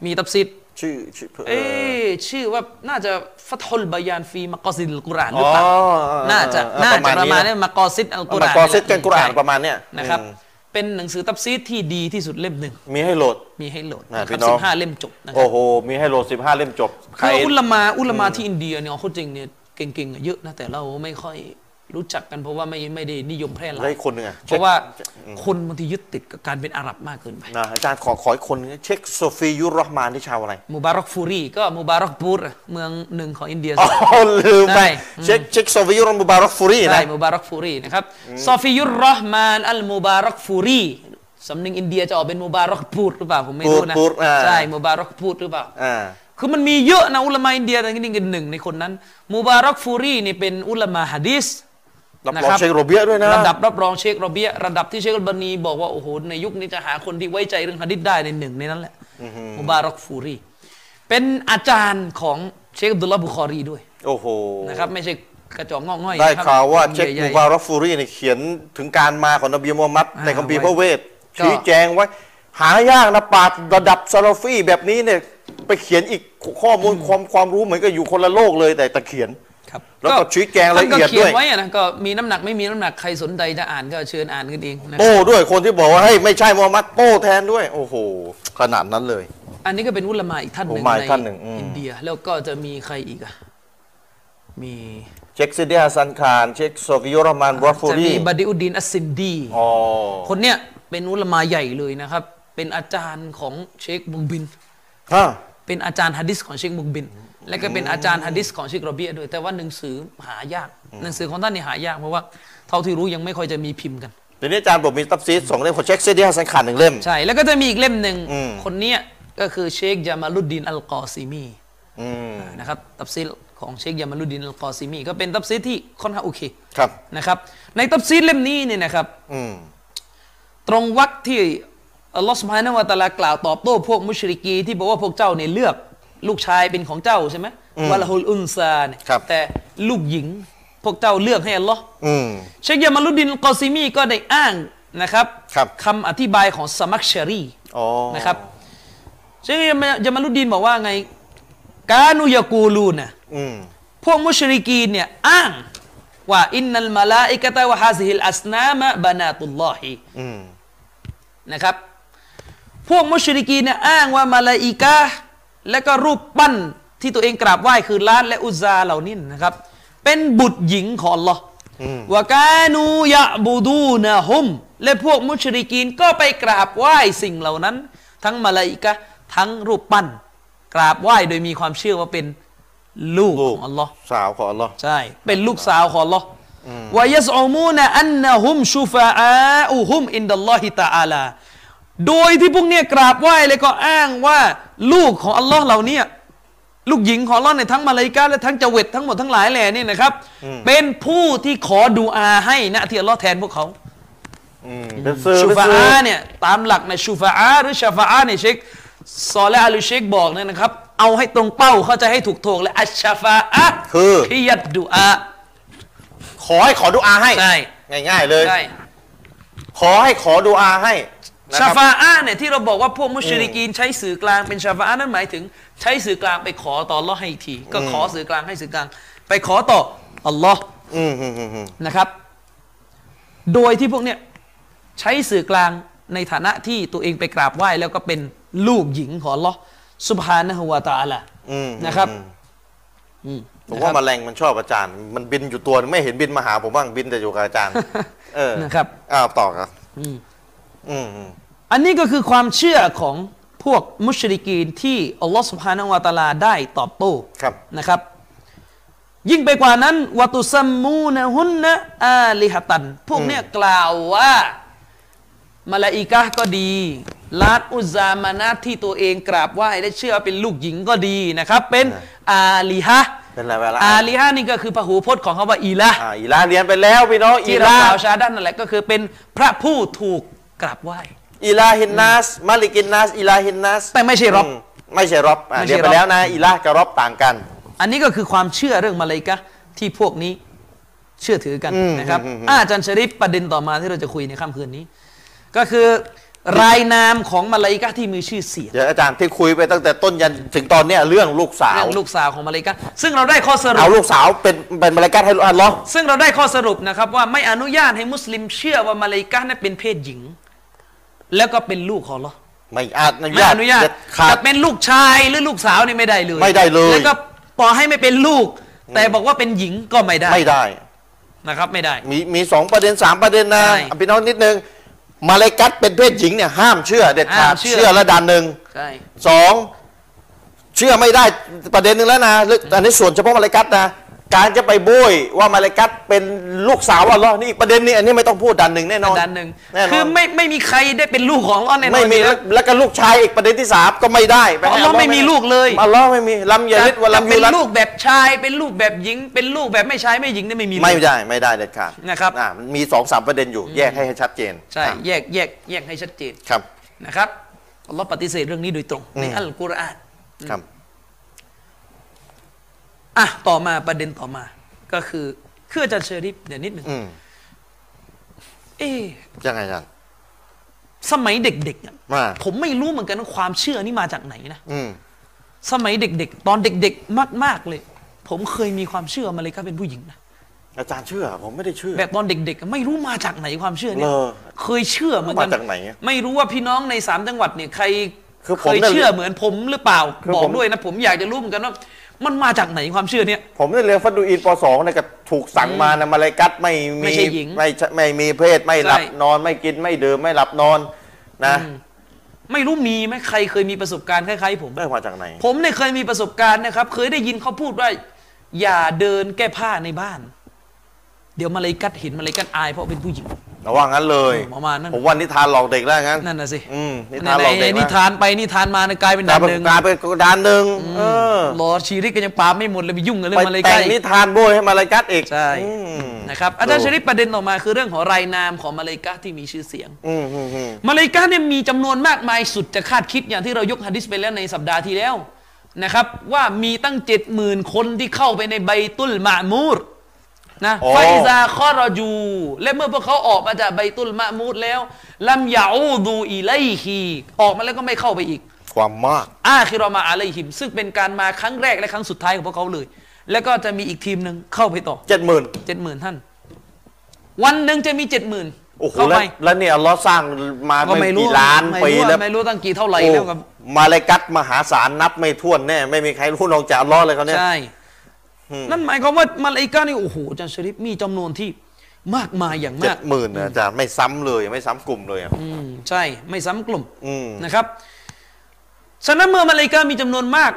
B: มีตับซิด
A: ชื่อชื่อเอ่
B: เอ๊
A: อะ
B: ชื่อว่าน่าจะฟัตฮุลบายานฟีมักกอซิดอัลกุรอานห
A: อ๋
B: รือ อเปล่า
A: เออ
B: น่าจะ
A: เออ
B: น่าจะประมาณ
A: น
B: นี้มักกอซิดอัลกุร
A: มั
B: อาน น
A: กอเซตกันกุรอาน
B: ใช่
A: ประมาณเนี้ย
B: นะครับ
A: อืม
B: เป็นหนังสือตับซิดที่ดีที่สุดเล่มหนึ่ง
A: มีให้โหลด
B: มีให้โหลด
A: นะ
B: นะค
A: พี่
B: รับ
A: น้อง
B: สิบห้าเล่มจบนะครับ
A: โอ้โห มีให้โหลด 15 เล่มจบ ใคร
B: คืออุลามาอุลามาที่อินเดียเนี่ยเอาเขาจริงเนี่ยเก่งๆอะเยอะนะแต่เราไม่ค่อยรู้จักกันเพราะว่าไม่ไม่ได้นิยมแพร่หลา
A: แล้
B: ยว
A: อีกคนหนึ่งอะ
B: เพราะว่า
A: เช็ค
B: คนบางทียึดติดกับการเป็นอาหรับมากเกินไป
A: นะอาจารย์ขอขออีกคนนึงเช็คโซฟียุรรห์มานที่ชาวอะไร
B: มูบารอกฟูรีก็มูบารอกบูรอะเมืองหนึ่งของอินเดีย
A: อ๋อลืมไป
B: ใช่
A: เช็คเช็คโซฟียุรห์มุบารักฟูรี
B: ได้
A: นะ
B: มูบารอกฟูรีนะครับซอฟิยุรรอห์มานอัลมูบารอกฟูรีสำเนียงอินเดียจะออกเป็นมูบารอกบูรหรือเปล่าผมไม่รู้นะ
A: บูรบูรอ่า
B: ใช่มูบารอกบูรหรือเปล่า
A: อ่า
B: คือมันมีเยอะนะอุลามาอินเดียแต่นี่เป็นหนึ่งในคนนั้นมูบารอกฟูรีนี่เป็นอุลามาฮะดีษ
A: รับ
B: นะ
A: รอง
B: ครับ
A: เช็คโรเบียด้วยนะ
B: ระดับรับรองเชคโรเบียระดับที่เชคอัลบานีบอกว่า โอ้โห ในยุคนี้จะหาคนที่ไว้ใจเรื่องฮะดิษได้ในหนึ่งในนั้นแหละมุบารอกฟูรีเป็นอาจารย์ของเชคอับดุลลาห์บุคอรีด้วย
A: โอ้โห
B: นะครับ ไม่ใช่กระจอกงอกง่อย
A: ได้
B: นะครับ
A: ข่าวว่า
B: ให
A: เช็ค
B: ญ่ๆ
A: มูบารักฟูรีเนี่ยเขียนถึงการมาของนบีมูฮัมมัด
B: อ่า
A: ในคัมภีร์พ
B: ไว้
A: ระเวท
B: ก็
A: ชี้แจงไว้ หายากนะปราชญ์ระดับซาลาฟีแบบนี้เนี่ย ไปเขียนอีกข้อมูลความความรู้เหมือนกับอยู่คนละโลกเลยแต่แต่เขียน
B: ครับ
A: แล้วก็ชี้แจงละเอียด
B: ท่านก็เขี
A: ด้
B: น
A: วย
B: ไว้อะนะก็มีน้ำหนักไม่มีน้ำหนักใครสนใจจะอ่านก็เชิญอ่านกันเองนะครับ
A: โต้ด้วยคนที่บอกว่าเฮ้ยไม่ใช่มูฮัมมัดโต้แทนด้วย โอ้โห ขนาดนั้นเลย
B: อันนี้ก็เป็นอุลามาอีกท่านหนึ่ง
A: อุลามาอี
B: ใน
A: กท่านหนึ่งอืม
B: อินเดียแล้วก็จะมีใครอีกอะมี
A: เช็คซิดเดียฮัสซันคารเช็คโซฟิยุรห์มานบรักฟู
B: จะ
A: รี
B: มีบาดิอุดดินอัสซินดี
A: อ๋อ
B: คนเนี้ยเป็นอุลามาใหญ่เลยนะครับ เป็นอาจารย์ของเชคบุกบิน
A: ฮะ
B: เป็นอาจารย์ฮะดิษของเชคบุกบิน และก็เป็นอาจารย์ฮะดิษของเชคโรเบียด้วย แต่ว่าหนังสือหายาก หนังสือของท่านนี่หายากเพราะว่าเท่าที่รู้ยังไม่ค่อยจะมีพิมพ์กัน
A: ทีนี้อาจารย์บอกมีตับซีดสองเล่มของเช็คซิดเดียฮัสซันคารหนึ่งเล่ม
B: ใช่ แล้วก็จะมีอีกเล่มหนึ่ง
A: อืม
B: คนเนี้ยก็คือเชคยามาลุดดินอัลกอซิมี
A: อืม
B: นะครับ ตับซีลของเชคยามาลุดดินอัลกอซิมีก็เป็นตับซีลที่ค่อนข้างโอเค
A: ครับ
B: นะครับ ในตับซีลเล่มนี้เนี่ยนะครับ
A: อืม
B: ตรงวรรคที่อัลลอฮ์สุบฮานะฮูวะตะอาลากล่าวตอบโต้พวกมุชริกีที่บอกว่าพวกเจ้าเนี่ยเลือกลูกชายเป็นของเจ้าใช่ไหมวะละฮุลอุนซาเนี่ย
A: ครับ
B: แต่ลูกหญิงพวกเจ้าเลือกให้อัลลอฮ์
A: อืม
B: เชคยามาลุดดินอัลกอซิมีก็ได้อ้างนะครับ
A: ครับ
B: คำอธิบายของสมักชารี
A: อ๋อ
B: นะครับเชคยามายามาลุดดินบอกว่าไง กานุยากูลูนะ
A: อืม
B: พวกมุชริกีนเนี่ยอ้างว่าอินนัลมาลาอิกะตะวะฮาซิฮิลอัสนามะบานาตุลลอฮี
A: อืม
B: นะครับ พวกมุชริกีนเนี่ยอ้างว่ามาลาอิกะห์และก็รูปปั้นที่ตัวเองกราบไหว้คือลาตและอุซซาเหล่านี้นะครับ เป็นบุตรหญิงของลอวากานูยะบูดูนะฮุม และพวกมุชริกีนก็ไปกราบไหว้สิ่งเหล่านั้น ทั้งมาลาอิกะห์ทั้งรูปปั้น กราบไหว้โดยมีความเชื่อว่าเป็นลูก
A: ลู
B: ข
A: ก
B: องอัลลอฮ์
A: สาวของอัลลอฮ์
B: ใช่ เป็นลูกสาวของ Allah วายัสอมูนะอันนะฮุมชูฟาอาอุฮุมอินดัลลอฮิตาอาลา โดยที่พวกเนี่ยกราบไหว้แล้วก็อ้างว่าลูกของอัลลอฮ์เหล่าเนี้ลูกหญิงของอัลลอฮ์เนี่ยทั้งมาลาอิกาและทั้งจเวตทั้งหมดทั้งหลายแหล่นี่นะครับ เป็นผู้ที่ขอดูอาให้นะที่อัลลอฮ์แทนพวกเขา
A: อืมเป็นซื้อ
B: ชู
A: เป็น
B: ฟา
A: ซื้อ
B: อาเนี่ยตามหลักในชูฟาอาหรือชาฟาอาเนี่ยเชคซอและอาลูเชคบอกเนี่ยนะครับ เอาให้ตรงเป้าเข้าใจให้ถูกโทงและอัชชาฟาอะ
A: คือ
B: ฮิยัดดูอา
A: ขอให้ขอดุอาให้
B: ใช่
A: ง่ายๆเลย
B: ใช่
A: ขอให้ขอดุอาให้นะค
B: ชา
A: รับ
B: ฟาอาเนี่ยที่เราบอกว่าพวกมุชริกีนใช้สื่อกลางเป็นชาฟาอานั่นหมายถึงใช้สื่อกลางไปขอต่ออัลลอฮ์ให้อีกที ก็ขอสื่อกลางให้สื่อกลาง ไปขอต่ออัลลอฮ์
A: อืมอืมอืมอืม
B: นะครับ โดยที่พวกเนี่ยใช้สื่อกลางในฐานะที่ตัวเองไปกราบไหว้แล้วก็เป็นลูกหญิงของอัลลอฮ์สุบฮานะฮวาตะอาลา
A: อืม
B: นะครับอืม
A: ผม
B: นะค
A: ว่า
B: รับ
A: แมลงมันชอบอาจารย์ มันบินอยู่ตัวนึงไม่เห็นบินมาหาผมบ้างบินแต่อยู่กับอาจารย์ เออ
B: นะครับ
A: อ้าวต่อครับ อืมอืม
B: อันนี้ก็คือความเชื่อของพวกมุชริกีนที่อัลลอฮ์สุบฮานะฮูวะตะอาลาได้ตอบโต้
A: ครับ
B: นะครับ ยิ่งไปกว่านั้นวัตุซัมมูนะฮุนนะอาลิฮะตัน พวกเนี่ยกล่าวว่า มาลาอิกะฮ์ก็ดีลาดอุซซามานะที่ตัวเองกราบไหว้และเชื่อว่าเป็นลูกหญิงก็ดีนะครับ เป็นอาลิฮะ
A: เป็นอะไรไปละ
B: อาลิฮะนี่ก็คือพหูพจน์ของคำว่าอีละ
A: อ่าอีลาเรียนไปแล้วพี่น้องอี
B: ที่เรา
A: ลาก
B: ล่าวชาดันนั่นแหละก็คือเป็นพระผู้ถูกกราบไหว้
A: อีลาฮินนัสมาลิกินนัสอีลาฮินนัส
B: แต่ไม่ใช่รอบ
A: มไม่ใช่รอบอ่า
B: ไม่
A: เรี
B: ใช่
A: ยนไป
B: รอบ
A: แล้วนะอีลากับรอบต่างกัน
B: อันนี้ก็คือความเชื่อเรื่องมาลาอิกะฮ์ที่พวกนี้เชื่อถือกัน
A: อืม
B: นะครับ
A: อืมอืม
B: อาอาจารย์ชริปประเด็นต่อมาที่เราจะคุยในค่ำคืนนี้ ก็คือรายนามของมาลาอิกะฮ์ที่มีชื่อเสียง
A: เดี๋ยวอาจารย์ที่คุยไปตั้งแต่ต้นยันถึงตอนเนี้ยเรื่องลูกสาว
B: เรื่องลูกสาวของมาลาอิกะฮ์ซึ่งเราได้ข้อสรุ
A: เอา
B: ป
A: ลูกสาวเป็นเป็นมารยาทให้อัลลอฮ์
B: ซึ่งเราได้ข้อสรุปนะครับว่าไม่อนุญาตให้มุสลิมเชื่อว่ามาลาอิกะฮ์นั้นเป็นเพศหญิง แล้วก็เป็นลูกของเรา
A: ไม่อาจ
B: ไม่อนุญาต
A: เด็ดขาด
B: จะเป็นลูกชายหรือลูกสาวนี่ไม่ได้เลย
A: ไม่ได้เลย
B: แล้วก็ต่อให้ไม่เป็นลูก แต่บอกว่าเป็นหญิงก็ไม่ได้
A: ไม่ได้
B: นะครับไม่ได้
A: มีมีสองประเด็นสามประเด็นนะ
B: ใช่
A: อ่ะพี่น้องนิดนึงมารยาทเป็นเพศหญิงเนี่ยห้ามเชื่อเด็ดขา
B: ห้า
A: ด
B: มเชื่อ
A: เชื่อระดับหนึ่ง
B: ใช่
A: สองเชื่อไม่ได้ประเด็นหนึ่งแล้วนะแล้วอันนี้ส่วนเฉพาะมารยาทนะการจะไปโบยว่ามารยาทเป็นลูกสาวอัลลอฮ์นี่อีกประเด็นนี้อันนี้ไม่ต้องพูดดันหนึ่งแน่นอน
B: ด้านหนึ่ง
A: แน่นน
B: คือไม่ไม่มีใครได้เป็นลูกของอัลลอฮ์แน่นอน
A: ไม่มี
B: อยู่
A: แล้ว
B: แล้ว
A: แล้วก็ลูกชายอีกประเด็นที่สามก็ไม่ได้ปให้
B: อัลลอฮ์ไม่มีลูกเลย
A: อัลลอฮ์ไม่มีลำยาลิดวะ
B: จะ
A: ลำ
B: เป็
A: ยู
B: น
A: รัด
B: ลูกแบบชาย เป็นลูกแบบหญิง เป็นลูกแบบไม่ชายไม่หญิงเนี่ยไม่มีเลย
A: ไม่ได้ไม่ได้เด็ดขาด
B: นะครับ
A: อ่ามันมีสองสามประเด็นอยู่ แยกให้ชัดเจน
B: ใช่
A: ครับ
B: แยกแยกแยกให้ชัดเจน
A: ครับ
B: นะครับอัลลอฮ์ปฏิเสธเรื่องนี้โดยตรง ใน
A: อืม
B: อัลกุรอาน
A: ครับ
B: อ่ะต่อมาประเด็นต่อมาก็คือคืออาจารย์เชอริฟเดี๋ยวนิดหนึ่ง
A: อืม
B: เอ๊ะ
A: ยังไงอาจารย์
B: สมัยเด็กๆอ่ะ
A: มา
B: ผมไม่รู้เหมือนกันว่าความเชื่อนี่มาจากไหนนะ
A: อืม
B: สมัยเด็กๆ ตอนเด็กๆ มาก ๆเลย ผมเคยมีความเชื่อมาเลยก็เป็นผู้หญิงนะ
A: อาจารย์เชื่อผมไม่ได้เชื่อ
B: แบบตอนเด็กๆ ไม่รู้มาจากไหนความเชื่อเนี่ย
A: เหรอ
B: เคยเชื่อเหมือนกัน
A: มาจากไหนอะ
B: ไม่รู้ว่าพี่น้องในสามจังหวัดเนี่ยใคร
A: คือผ
B: เค
A: ม
B: ย
A: เนี่ย
B: เชื่อเหมือนผมหรือเปล่า
A: คือ
B: บอก
A: ผม
B: ด้วยนะผมอยากจะรู้เหมือนกันว่ามันมาจากไหนความเชื่อเนี่ย
A: ผมได้เรียนฟัดดูอีนปสองเนี่ยก็ถูกสั่งมานะมาเลกัตไม่มี
B: ไม่ใช่หญิง
A: ไม่ใช่ไม่มีเพศไม่หลับ
B: ใช่
A: นอนไม่กินไม่ดื่มไม่หลับนอนนะ
B: ไม่รู้มีไหมใครเคยมีประสบการณ์คล้ายๆผม
A: ได้มาจากไหน
B: ผมเนี่ยเคยมีประสบการณ์นะครับ เคยได้ยินเขาพูดว่า อย่าเดินแก้ผ้าในบ้าน เดี๋ยวมาเลยกัดเห็นมาเลยกัดอายเพราะเป็นผู้หญิง
A: ระว่างั้นเลย
B: เออประมาณนั้น
A: ผมว่านิทานหลอกเด็กแล้วงั้น
B: นั่นน่ะสิ
A: อืมนิทานหลอกเด็ก
B: นิ
A: นะ
B: ทานไปนิทานมาเนี่ยกลายเป็น
A: ก
B: ดั
A: ลาย
B: ง
A: เป็น
B: เดิง
A: กลายเป็นดานหนึ่งเออ
B: รอชีริกก็ยังปราบไม่หมดเลยไปยุ่งกับเรื่อ
A: ไป
B: งมาเลย
A: แต่
B: กั
A: ง
B: ด
A: นิทานโบยให้มาลากัดอีก
B: ใช่
A: อืม
B: นะครับอาจารย์ชริปประเด็นออกมาคือเรื่องของรายนามของมาเลายกาที่มีชื่อเสียง
A: อืมอืมอืม
B: มาเลายกาเนี่ยมีจำนวนมากมายสุดจะคาดคิดอย่างที่เรายกฮะดิษไปแล้วในสัปดาห์ที่แล้วนะครับ ว่ามีตั้งเจ็ดหมื่นคนที่เข้าไปในใบตุลมามูรนะไฟซาคอรจู และเมื่อพวกเขาออกมาจากใบตุลมามูรแล้วลัมยาอูดูอีไลฮีออกมาแล้วก็ไม่เข้าไปอีก
A: ความมาก
B: อาคิรอมาอาลัยฮิม ซึ่งเป็นการมาครั้งแรกและครั้งสุดท้ายของพวกเขาเลย แล้วก็จะมีอีกทีมหนึ่งเข้าไปต่อ
A: เจ็ดหมื่น
B: เจ็ดหมื่นท่าน วันหนึ่งจะมีเจ็ดหมื่น
A: โอ้โห
B: เข้า
A: แล้ว
B: ไป
A: แล้วเนี่ยอัลลอฮ์สร้างมา
B: ก็
A: ไม่
B: ไม่รู้
A: กี่ล้าน
B: ไม่
A: ปี
B: รู้
A: แล้ว
B: ไม่รู้ตั้งกี่เท่าไหร่
A: โอ้
B: แล้วครับ
A: มาเลากัตมหาศาลนับไม่ถ้วนแน่ ไม่มีใครรู้นอกจากอัลลอฮ์เลยเขาวเนี่ย
B: ใช่ นั่นหมายความว่ามาลาอิกานี่โอ้โหอาจันชริปมีจำนวนที่มากมายอย่าง
A: เจ็
B: มา
A: ด
B: ก
A: หมื่นนะอาจารย์ไม่ซ้ำเลยไม่ซ้ำกลุ่มเลยอ่ะ
B: อืมใช่ไม่ซ้ำกลุ่ม
A: อืม
B: นะครับ ฉะนั้นเมื่อมาเลาอิกามีจำนวนมาก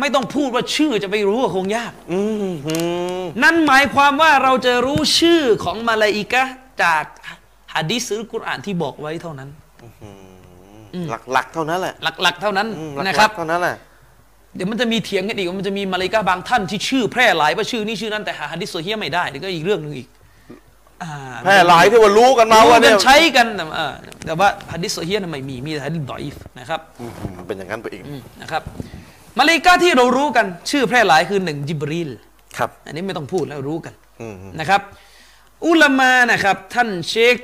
B: ไม่ต้องพูดว่าชื่อจะไปรู้ก็คงยาก
A: อืมหืม
B: นั่นหมายความว่าเราจะรู้ชื่อของมาลาอิกะห์จากฮะดิษหรือกุรอานที่บอกไว้เท่านั้น
A: หลักๆ เท่านั้นแหละ
B: หลัก ๆ เท่านั้น
A: อืมหลักๆ
B: นะครับ
A: เท่านั้นแหละ
B: เดี๋ยวมันจะมีเถียงกันอีกว่ามันจะมีมาลาอิกะห์บางท่านที่ชื่อแพร่หลายว่าชื่อนี้ชื่อนั้นแต่หาฮะดิษโซเฮียไม่ได้นี่ก็อีกเรื่องหนึ่งอีกอ่า
A: แพร่หลายที่ว่ารู้กันมา
B: รู้
A: ว่า
B: กั
A: เนี่ย
B: นใช้กันแต่ว่าเออแต่ว่าฮัดดิสโซเฮียนะไม่มีมีแต่ฮัดดิสดออีฟนะครับ
A: อืมเป็นอย่างนั้นไปอีก
B: อืมนะครับมาเลกาที่เรารู้กันชื่อแพร่หลายคือหนึ่งจิบรีล
A: ครับ
B: อันนี้ไม่ต้องพูดแล้วรู้กัน
A: อืม
B: นะครับ อุลามานะครับท่านเชค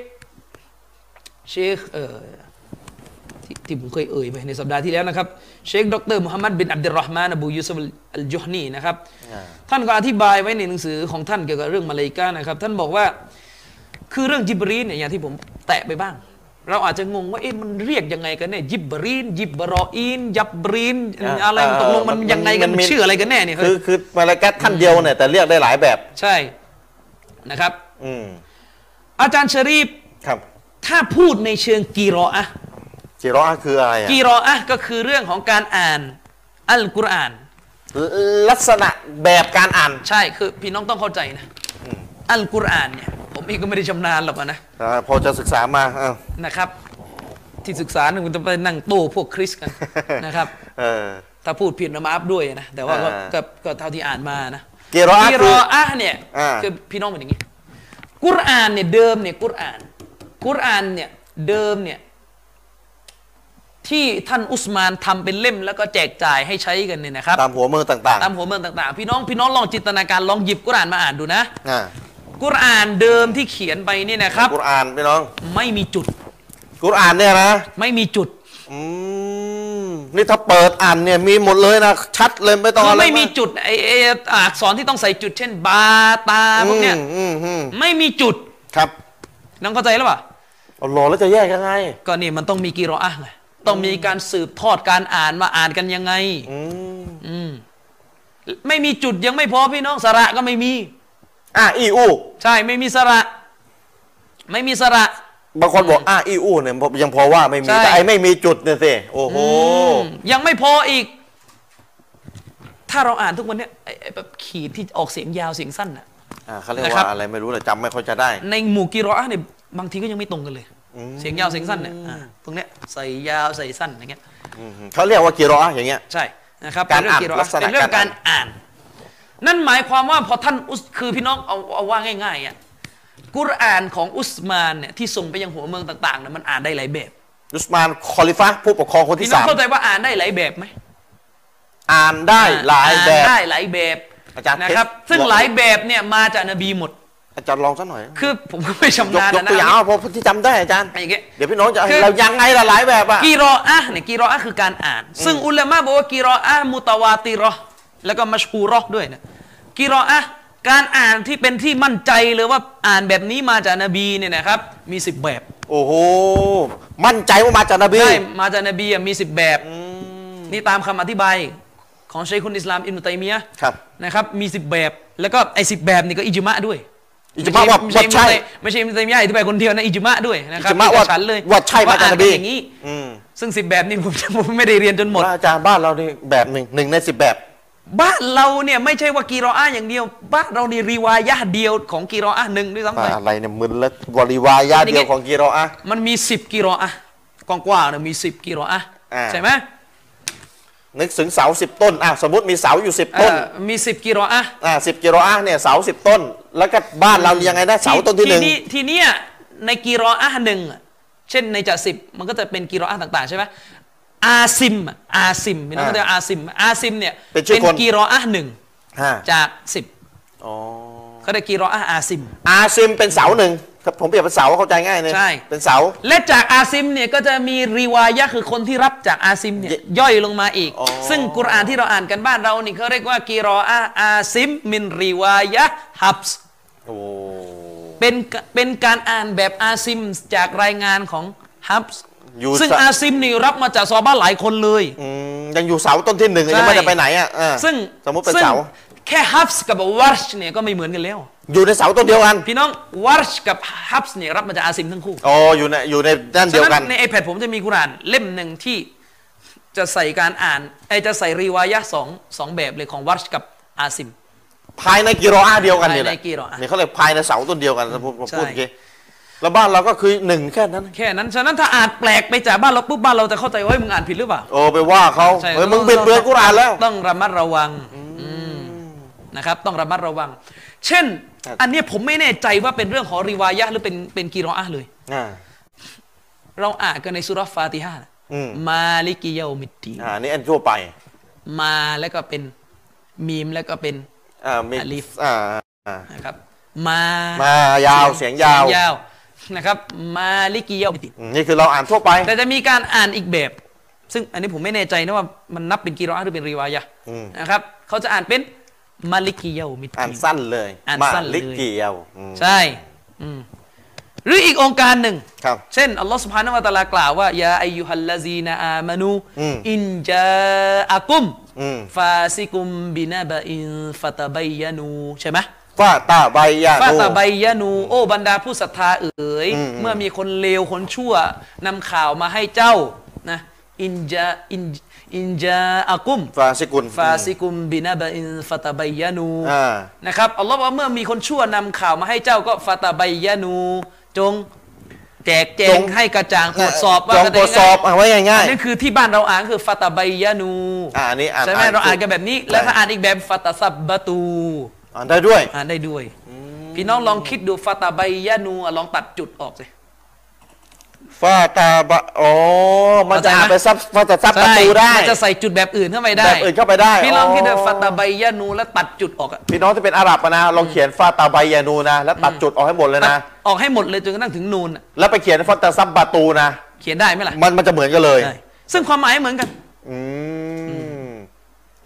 B: เชคเอ่อที่ที่ผมเคยเอ่ยไปในสัปดาห์ที่แล้วนะครับ เชคดรมุฮัมมัดบินอับดุลรอฮ์มานอบูยูซุฟอัลจุฮนีนะครับท่านก็อธิบายไว้ในหนังสือของท่านเกี่ยวกับเรื่องมาเลกานะครับท่านบอกว่า คือเรื่องจิบรีนเนี่ยอย่างที่ผมแตะไปบ้าง เราอาจจะงงว่าเอ๊ะมันเรียกยังไงกันเนี่ยยิบบรีนยิบบรออีนยับบรีนอะไรตกลงมันยังไงกันมันชื่ออะไรกันแน่เนี่ย
A: คื
B: เฮ้
A: อย คือมาเลากัตท่านเดียวเนี่ยแต่เรียกได้หลายแบบ
B: ใช่นะครับ
A: อืม
B: อาจารย์ชะรีฟ
A: ครับ
B: ถ้าพูดในเชิงกีรออะห์
A: จิรออะห์คืออะไรอ่ะ
B: กีรออะห์ก็คือเรื่องของการอ่านอัลกุรอาน
A: ลักษณะแบบการอ่าน
B: ใช่คือพี่น้องต้องเข้าใจนะอัลกุรอานเนี่ยผมเองก็ไม่ได้ชำนาญหรอกอะนะ
A: อ่าพอจะศึกษามาเออ
B: นะครับ ที่ศึกษาเนี่ยคุณจะไปนั่งโต้พวกคริสต์กัน นะครับ
A: เออ
B: ถ้าพูดผิดนะมาอัพด้วยนะ แต่ว่าก็
A: อ่า
B: ก็ก็เท่าที่อ่านมานะ
A: กิรออะห์
B: กิรออะห์เนี่ย
A: อ่า
B: คือพี่น้องเป็นอย่างนี้ กุรอานเนี่ยเดิมเนี่ยกุรอาน กุรอานเนี่ยเดิมเนี่ยที่ท่านอุสมานทำเป็นเล่มแล้วก็แจกจ่ายให้ใช้กันเนี่ยนะครับ
A: ตามหัวเมืองต่าง
B: ตามหัวเมืองต่างๆ พี่น้องพี่น้องลองจินตนาการลองหยิบกุรอานมาอ่านดูนะ
A: ๆอ่า
B: กุรอานเดิมที่เขียนไปเนี่ยนะครับ
A: กุรอานพี่น้อง
B: ไม่มีจุด
A: กุรอานเนี่ยนะ
B: ไม่มีจุด
A: อืมนี่ถ้าเปิดอ่านเนี่ยมีหมดเลยนะชัดเลยไม่ต้อง
B: คือ
A: อะไร
B: ไม่มีจุดไอ้ไอ้อักษรที่ต้องใส่จุดเช่น บาตาพวกเนี้ย
A: อืมอืมอืม
B: ไม่มีจุด
A: ครับ
B: น้องเข้าใจแล้วป่ะ
A: เอาหลอแล้วจะแยกยังไง
B: ก็นี่มันต้องมีกีรออะห์ไงต้องมีการสืบทอดการอ่านมาอ่านกันยังไง
A: อืม
B: อืมไม่มีจุดยังไม่พอพี่น้องสระก็ไม่มี
A: อ่ะอีอู
B: ใช่ไม่มีสระ ไม่มีสระ
A: บางคนบอกอ่ะอีอูเนี่ยยังพอว่าไม่มี
B: ใช่
A: แต่ไอ้ไม่มีจุดเนี่ยสิโอ้โห
B: มยังไม่พออีก ถ้าเราอ่านทุกวันเนี้ยไอ้ไอ้แบบขีดที่ออกเสียงยาวเสียงสั้นน่ะ
A: อ่ะเขาเรียก
B: นะครับ
A: ว่าอะไรไม่รู้แหละจำไม่ค่อยจะได้
B: ในหมู่กีรออะห์เนี่ยบางทีก็ยังไม่ตรงกันเลย เสียงยาวเสียงสั้นเนี่ยอ่าตรงเนี้ยใส่ยาวใส่สั้นอย่างเงี้ย
A: เขาเรียกว่ากีรออะห์อย่างเงี้ย
B: ใช่นะครับ
A: การ
B: เป็นเรื่
A: อ่าน
B: องเกี่ยวกับ
A: ลักษณะ
B: เป็นเรื่อง
A: กา
B: การ ร
A: อ่าน
B: อ่าน นั่นหมายความว่าพอท่านอุสคือพี่น้องเอาเอาว่าง่ายๆอ่ะกุรอานของอุสมานเนี่ยที่ส่งไปยังหัวเมืองต่างๆเนี่ยมันอ่านได้หลายแบบ
A: อุสมานคอลิฟะห์ผู้ปกครองคน
B: พี่
A: ที่
B: น้อง
A: สาม
B: เข้าใจว่าอ่านได้หลายแบบไหม
A: อ่านได้หลายแบบ
B: อ่นได้หลายแบบ
A: อาจารย์
B: นะครับ
A: เทส
B: ซึ่ง
A: บอก
B: หลายแบบเนี่ยมาจากนบีหมด
A: อาจารย์ลองซะหน่อย
B: คือผมก็ไม่ชำ
A: ยก
B: นาญ
A: ยก
B: นะนะ
A: ตัวอย่างเอาพอที่จำได้อาจารย์
B: อย่างเงี้ย
A: เดี๋ยวพี่น้องจะ
B: คือ
A: เรายังไงละหลายแบบอ่ะ
B: กีรออะห์เนี่ยกีรออะห์คือการอ่าน ซึ่งอุลามะบอกว่ากีรออะห์มุตาวาติรอห์แล้วก็มัชฮูรอห์ด้วยนะกีรออะห์การอ่านที่เป็นที่มั่นใจเลยว่าอ่านแบบนี้มาจากนบีเนี่ยนะครับมี 10 แบบ
A: โอ้โห มั่นใจว่ามาจากนบี
B: ใช่มาจากนบีอะมี 10 แบบ นี่ตามคำอธิบายของชัยคุณอิสลามอิบนุตัยมียะห์
A: ครับ
B: นะครับมี 10 แบบ แล้วก็ไอ้สิแบบนี่ก็อิจมะด้วย
A: อิจมะว่า
B: ไม่ใช่
A: ว่าใช่
B: ไม่ใช่อิบนุตัยมียะห์อธิบายคนเดียวนะอิจมะด้วยนะครับ
A: อิจมะว่า
B: เอกฉันท์เลย
A: ว่าใช่มาจากนบี
B: อ่เป็นอย่างนี้
A: อืม
B: ซึ่งสิบแบบนี้ผมผมไม่ได้เรียนจนหมด
A: แล้วอาจารย์บ้านเรานี่แบบหนึ่งหนึ่งในสิบแบบ
B: บ้านเราเนี่ยไม่ใช่ว่ากีรออาอย่างเดียว บ้านเรานี่รีวายะห์เดียวของกีรออาหนึ่งด้วยซ้ำไป
A: อะไรเนี่ยมึนแล้วบริวารญาติเดียวของกีรออะห์
B: มันมีสิบกีรออาห์กว้างๆเนี่ยมีสิบกีรออาห์
A: อ่า
B: ใช่ไหม
A: นึกถึงเสาสิบต้นอ่ะสมมติมีเสาอยู่สิบ
B: เอ่
A: ต้น
B: อมีสิบกีรออาห์
A: อ่ะสิบกีรออะห์เนี่ยเสาสิบต้น แล้วก็บ้านเรายังไงนะเสาต้นที่หนึ่ง
B: ทีเนี้ยในกีรออาห์หนึ่งอะเช่นในจ่าสิบมันก็จะเป็นกีรออาห์ต่าง ๆ ใช่ไหมอาซิมอะอาซิมพี่น้องก็จะอาซิมอาซิมเนี่ยเป็นกีรออาห์หนึ่ง
A: ฮะ
B: จากสิบ
A: อ๋อ
B: เขาเรียกกีรออาห์อาซิม
A: อาซิมเป็นเสาหนึ่ง ถ้าผมเปรียบเป็นเสาเข้าใจง่ายเลย
B: ใช่
A: เป็นเสา
B: และจากอาซิมเนี่ยก็จะมีรีวายะห์คือคนที่รับจากอาซิมเนี่ย
A: เย
B: ย่อยลงมาอีก
A: อ๋อ
B: ซึ่งกุรอานที่เราอ่านกันบ้านเรานี่เขาเรียกว่ากีรออาอาซิมมินรีวายะห์ฮับส์
A: โอ้
B: เป็นกเป็นการอ่านแบบอาซิมจากรายงานของฮับส์
A: อยู่
B: ซึ่ง
A: เสา
B: อาซิมนี่รับมาจากซอบ้านหลายคนเลย
A: อืมยังอยู่เสาต้นที่หนึ่ง
B: ใช่
A: ยังไม่ได้ไปไหนอ่ะเออ
B: ซึ่ง
A: สมมติเป็น
B: ซึ่ง
A: เสา
B: แค่ฮับส์กับวัรชเนี่ยก็ไม่เหมือนกันแล้ว
A: อยู่ในเสาต้นเดียวกัน
B: พี่น้องวัรชกับฮับส์เนี่ยรับมาจากอาซิมทั้งคู่
A: อ๋ออยู่ในอยู่ในด้านเดียวกัน
B: ฉะใน iPad ผมจะมีกุรอานเล่มหนึ่งที่จะใส่การอ่านไอยจะใส่รีวายะห์สองสองแบบเลยของวัชกับอาซิม
A: ภายในกิโลอาเดียวกันนี่แหละ
B: ภายในกิโลอา
A: นี่เขาเรียกภายในเสาต้นเดียวกันผมผม
B: ใช่
A: พูดอย่างงี้แล้วบ้านเราก็คือหนึ่งแค่นั้น
B: แค่นั้น ฉะนั้นถ้าอ่านแปลกไปจากบ้านเราปุ๊บบ้านเราจะเข้าใจว่าเฮ้ยมึงอ่านผิดหรือเปล่า
A: โอ้ไปว่าเขา
B: ใช่
A: เฮ้ยมึง
B: ต้
A: เบียดเบือนกุรอานแล้ว
B: ต้องระมัดระวังอืมนะครับ ต้องระมัดระวัง เช่น
A: ครับ
B: อันเนี้ยผมไม่แน่ใจว่าเป็นเรื่องของรีวายะห์หรือเป็นเป็นกีรออะห์เลย
A: อ่า
B: เราอ่านกันในสุราะห์ฟาติฮะห์นะ
A: อืม
B: มาลิกิเยามิดดีน
A: อ่านี่อันทั่วไป
B: มาแล้วก็เป็นมีมแล้วก็เป็น
A: อ่ามี
B: อาลีฟ
A: อ่าอ่า
B: นะครับมาม
A: มายาวเสียงยาว
B: นะครับ มาลิกิยาติ
A: อืมนี่คือเราอ่านทั่วไป
B: แต่จะมีการอ่านอีกแบบ ซึ่งอันนี้ผมไม่แน่ใจนะว่ามันนับเป็นกีรออะห์หรือเป็นรีวายะห์นะครับเขาจะอ่านเป็นมาลิกิยามิด
A: อ่าน
B: ดีน
A: สั้นเลย
B: อ่าน
A: มา
B: สั้นเลย
A: ลิกเกียวอืม
B: ใช่อืมหรืออีกองค์การหนึ่ง
A: ครับ
B: เช่น อัลลอฮ์สุบฮานะฮูวะตะอาลากล่าวว่ายาอายุฮัลลาซีนาอามานู
A: อืม
B: นจาอะกุม
A: อืม
B: ฟาซิกุมบินาบะอินฟาตะบัยยานูใช่ไหม
A: ฟาตาใบยา
B: ฟา
A: นู
B: ตาไบยานูโอ้บรรดาผู้ศรัทธาเอ๋ย
A: อืม
B: เมื่อมีคนเลว คนชั่วนำข่าวมาให้เจ้านะอินจาอินอินจาอากุม
A: ฟาสิกุล
B: ฟาซิกุมบินาบะอินฟาตาไบยานู
A: อ่า
B: นะครับอัลลอฮ์บอกว่าเมื่อมีคนชั่วนำข่าวมาให้เจ้าก็ฟาตาไบยานู จงแจกแจงให้กระจ่างตรวจสอบว่า
A: จงตรวจสอบเอาไว้ง่าย
B: อันนี่คือที่บ้านเราอ่านคือฟาตาไบยานู
A: ๆอ่านี่อ่าน
B: ใช่ไหมเราอ่านกันแบบนี้ แล้วถ้าอ่านอีกแบบฟาตาซับบะตู
A: อ่านได้ด้วย
B: อ่านได้ด้วย พี่น้องลองคิดดูฟาตาไบยานูอ่ะลองตัดจุดออกสิ
A: ฟาตาบะอ๋อมันจะอ่านไปซับฟาตาซับประตูได้
B: มันจะใส่จุดแบบอื่นเข้าไปได้
A: แบบอื่นเข้าไปได้
B: พี่ลองคิดดู
A: อ๋อ
B: ฟาตาไบยานูแล้วตัดจุดออกอะ
A: พี่น้องที่เป็นอาหรับอะนะลองเขียนฟาตาไบยานูนะ แล้วตัดจุดออกให้หมดเลย
B: ตัด
A: นะ
B: ออกให้หมดเลยจนกระทั่งถึงนูนอะ
A: แล้วไปเขียนฟาตาซับบาตูนะ
B: เขียนได้ไหมล่ะ
A: มันมันจะเหมือนกันเลย
B: ได้ซึ่งความหมายเหมือนกัน
A: อืม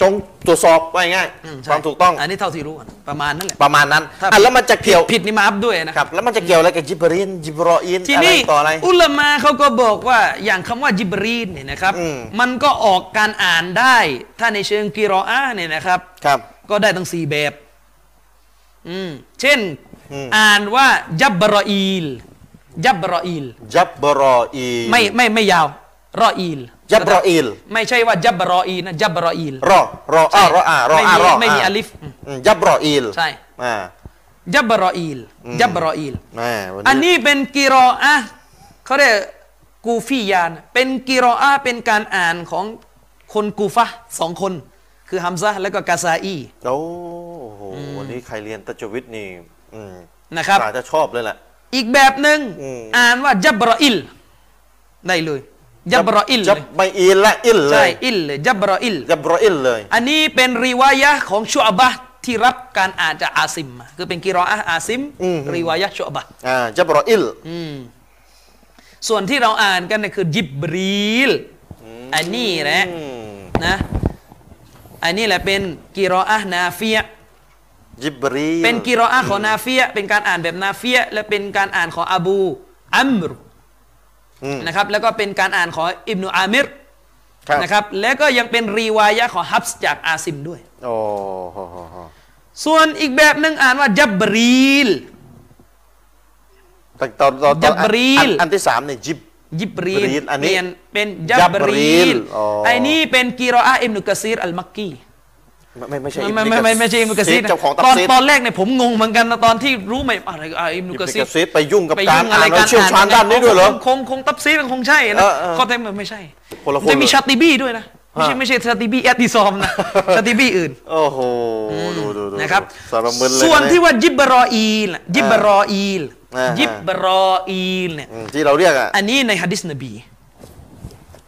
A: จงตรวจสอบว่าง่ายๆ
B: อืใช่
A: ความถูกต้อง
B: อันนี้เท่าที่รู้อะประมาณนั้นแหละ
A: ประมาณนั้น
B: ถ้า
A: อ่ะแล้วมันจะเกี่ยว
B: ผิดนี่มาอัพด้วยนะ
A: ค
B: ครับ
A: รับแล้วมันจะเกี่ยวอะไรกับจิบรีนจิบรออิน
B: ที
A: อะไร
B: นี้
A: ต่ออะไร
B: อุลามาเขาก็บอกว่าอย่างคำว่าจิบรีนเนี่ยนะครับ
A: อืม
B: มันก็ออกการอ่านได้ ถ้าในเชิงกีรออาเนี่ยนะครับ
A: ครับ
B: ก็ได้ทั้งสี่แบบ อืม เช่น
A: อืม
B: อ่านว่ายับบรออีลยับบรออีล
A: จับบรออีน
B: ไม่ไม่ไม่ยาว รออีล
A: จับบรออีน
B: ไม่ใช่ว่ายับบรออีลนะยับบรออีล
A: รอรออารออารออาร
B: ไม่มี
A: อ
B: ไม่มีอา ลิฟอืม
A: อืมจับบรออีน
B: ใช่
A: อ่า
B: ยับบรออีลยับบรออีล
A: แม่วั
B: อันนี้เป็นกีรออะห์เขาเรียกกูฟียานเป็นกีรออะห์เป็นการอ่านของคนกูฟะห์สองคน คือฮัมซะห์และก็กาซาอี
A: โอ้โหวันนี้ใครเรียนตัจวิทย์นี่อืม
B: นะครับ
A: อาจจะชอบเลยแหละ
B: อีกแบบหนึ่ง
A: อืม
B: อ่านว่ายับรออิลได้เลยยับรออิลเล
A: จับ
B: ย
A: ไม่อินและอินเล
B: ใช่
A: ย
B: อิลเลยยับรออิล
A: จับรออินเลย
B: อันนี้เป็นรีวายะห์ของชุอบะห์ที่รับการอ่านจากอาซิมมาคือเป็นกิรออะห์อาซิม
A: อืม
B: รีวายะห์ชุอบะห์
A: อ่าจับรออิล
B: ส่วนที่เราอ่านกันเนี่ยคือยิบรีลอันนี้แหละ
A: อืม
B: นะ อันนี้แหละเป็นกิรออะห์นาฟียะห์
A: จิบรีล
B: เป็นกิรออะห์ของนาฟียะห์เป็นการอ่านแบบนาฟียะห์และเป็นการอ่านของอบูอัมร
A: อืม
B: นะครับแล้วก็เป็นการอ่านของอิบนุอามิร
A: ครับ
B: นะครับแล้วก็ยังเป็นรีวายะห์ของฮับส์จากอาซิมด้วย
A: โอ้โหโหโห
B: ส่วนอีกแบบหนึ่งอ่านว่าจับรีล
A: แต่ตอนตอนตอน
B: จับรีล
A: อันอันที่สามเนี่ยจิบ
B: ยิบรีล
A: บรีลอันนี้
B: เปลี่ยนเป็น
A: จั
B: จั
A: บบ รีล
B: รีล
A: อ๋อ
B: ไอ้นี่เป็นกีรออะห์อิบนุกะซีรอัลมักกี
A: ไม่ไม่ไม่ใช่
B: ไม่ไม่ไม่ไม่ใช่อิบนุกะซีร
A: เจ้าของตับ
B: ตอน
A: ซีด
B: ตอนแรกเนี่ยผมงงเหมือนกันนะตอนที่รู้ใหม่อะไรอ่ะอิบนุ
A: อิบ
B: กะ
A: นุ
B: ซีร
A: กะซีดไปยุ่งกับ
B: ไป
A: การ
B: ยุ่ง
A: อ่า
B: อะไร
A: นเรา
B: การ
A: เชี่ยวชาญด้านนี้ด้วยเหรอ
B: คงคงคงตับซีรคงใช่นะ
A: เออเออ
B: ข้อเท็จมันไม่ใช่
A: คนละคน
B: มันจะมี
A: เลย
B: ชาติบีด้วยนะไม่ใช่
A: ฮะ
B: ไม่ใช่ชาติบีแอดดิซอม นะชาติบีอื่น
A: โอ้โหดูดูดู
B: นะครับ
A: สารมึนเลย
B: ส่วน
A: เย
B: ที่ว่ายิบรออีลน่ะยิบรออีล
A: อ่าฮะ
B: ยิบรออีลเนี่ย
A: อืมที่เราเรียกอ่ะ
B: อันนี้ในฮะดิษนบี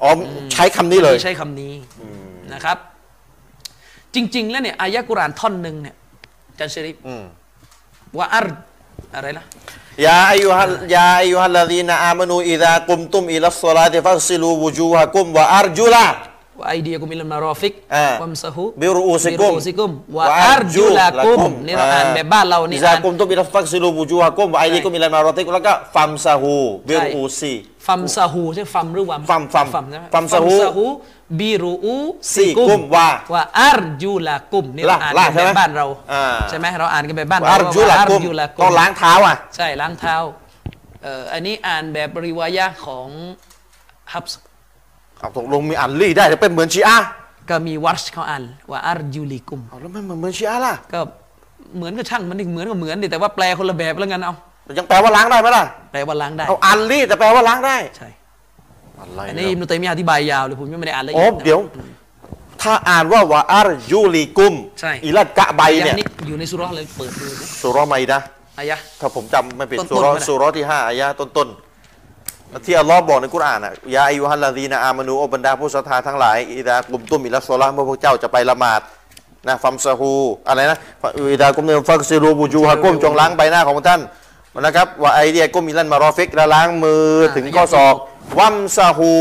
A: อ๋ออใช้คำนี้เลย
B: ที่ใช้คำนี้นะครับ จริง ๆ แล้วเนี่ยอายะกุรอานท่อนหนึ่งเนี่ยอาจันชริฟ
A: อืม
B: ว่าอัร อะไรนะ
A: ยาอายุฮัลยาอายุฮัลลาดีนาอามานูอิดากุมตุมอิลัสซอลาติฟัสซิลูวูจูฮะกุมวะอาร์จุลา
B: wa aydiyakum ilal marafiq
A: อ่า
B: wamsahu
A: บิรูซิกุม
B: biruusikum wa arjulakum นี่เราอ่านแบบบ้านเรานี่
A: อิดา
B: อ่าน
A: กุมตุมอิลัสฟัสซิลูวูจูฮะกุมวะไอดีกุมอิลามาโรติกแล้วก็ฟัมซาฮูบิรูซี
B: ฟัมซาฮูใช่ฟัมหรือวัม
A: ฟัมฟัม
B: ฟัมใช่ไหม
A: ฟัมซาฮู
B: บิรูอูซิกุ
A: ซิกุ
B: ม
A: มวา
B: อาร์จูลากุมนี่เรา
A: ล่ะ
B: อ่าน
A: ล่ะ
B: กั
A: ใช่
B: นแบบ
A: ไหม
B: บ้านเรา
A: อ่า
B: ใช่ไหมเราอ่านกันแบบบ้าน
A: วะ
B: เรา
A: อาร์จุลา
B: ว่า
A: กุมต้องล้างเท้าอ่ะ
B: ใช่ล้างเท้าเอ่ออันนี้อ่านแบบริวายะห์ของฮับส์
A: เอาตกลงมีอันลี่ได้แต่เป็นเหมือนชีอะห์
B: ก็มีวัชเขาอ่านว่าอาร์จูลิกุม
A: เอาแล้วไม่เหมือนเหมือนชีอะห์ล่ะ
B: ก็เหมือนก็ช่างมันดิเหมือนก็เหมือนดิแต่ว่าแปลคนละแบบแล้วกันเอา
A: ยังแปลว่าล้างได้ไหมล่ะ
B: แปลว่าล้างได้
A: เอาอันลี่แต่แปลว่าล้างได้
B: ใช่
A: อะไร
B: อันนี้
A: เนี่ย
B: อิมนุตัยมียะห์อธิบายยาวเลยผมยังไม่ได้อ่านละเอี
A: อ๋อย
B: ดนะ
A: เดี๋ยว ถ้าอ่านว่าวะอาร์ยูลีกุม
B: ใช่
A: อิลัดกะไบ
B: อายะ
A: เนี่ย
B: ห์นี้อยู่ในสุเราะห์เลยเปิดดูนะ
A: สุเราะห์ไมดะห์
B: อายะห์
A: ถ้าผมจำไม่ผิด
B: ต้นๆ
A: สุเราะห์
B: ก็ได้
A: สุเราะห์ที่ห้าอายะห์ต้นๆที่อัลลอฮ์บอกในกุรอานอ่ะยาอายุฮัลลาดีนะอามานูโอบรรดาผู้ศรัทธาทั้งหลายอิดากุมตุมอิลัสซอลาห์เมื่อพวกเจ้าจะไปละหมาดนะฟัมซาฮูอะไรนะฟะอิดากุมเนฟักซิรูบูจูฮะกุมจงล้างใบหน้าของท่านนะครับว่าไอเดียกุมอิลันมารอฟิกและล้างมือถึงข้อศอกวัมซาฮู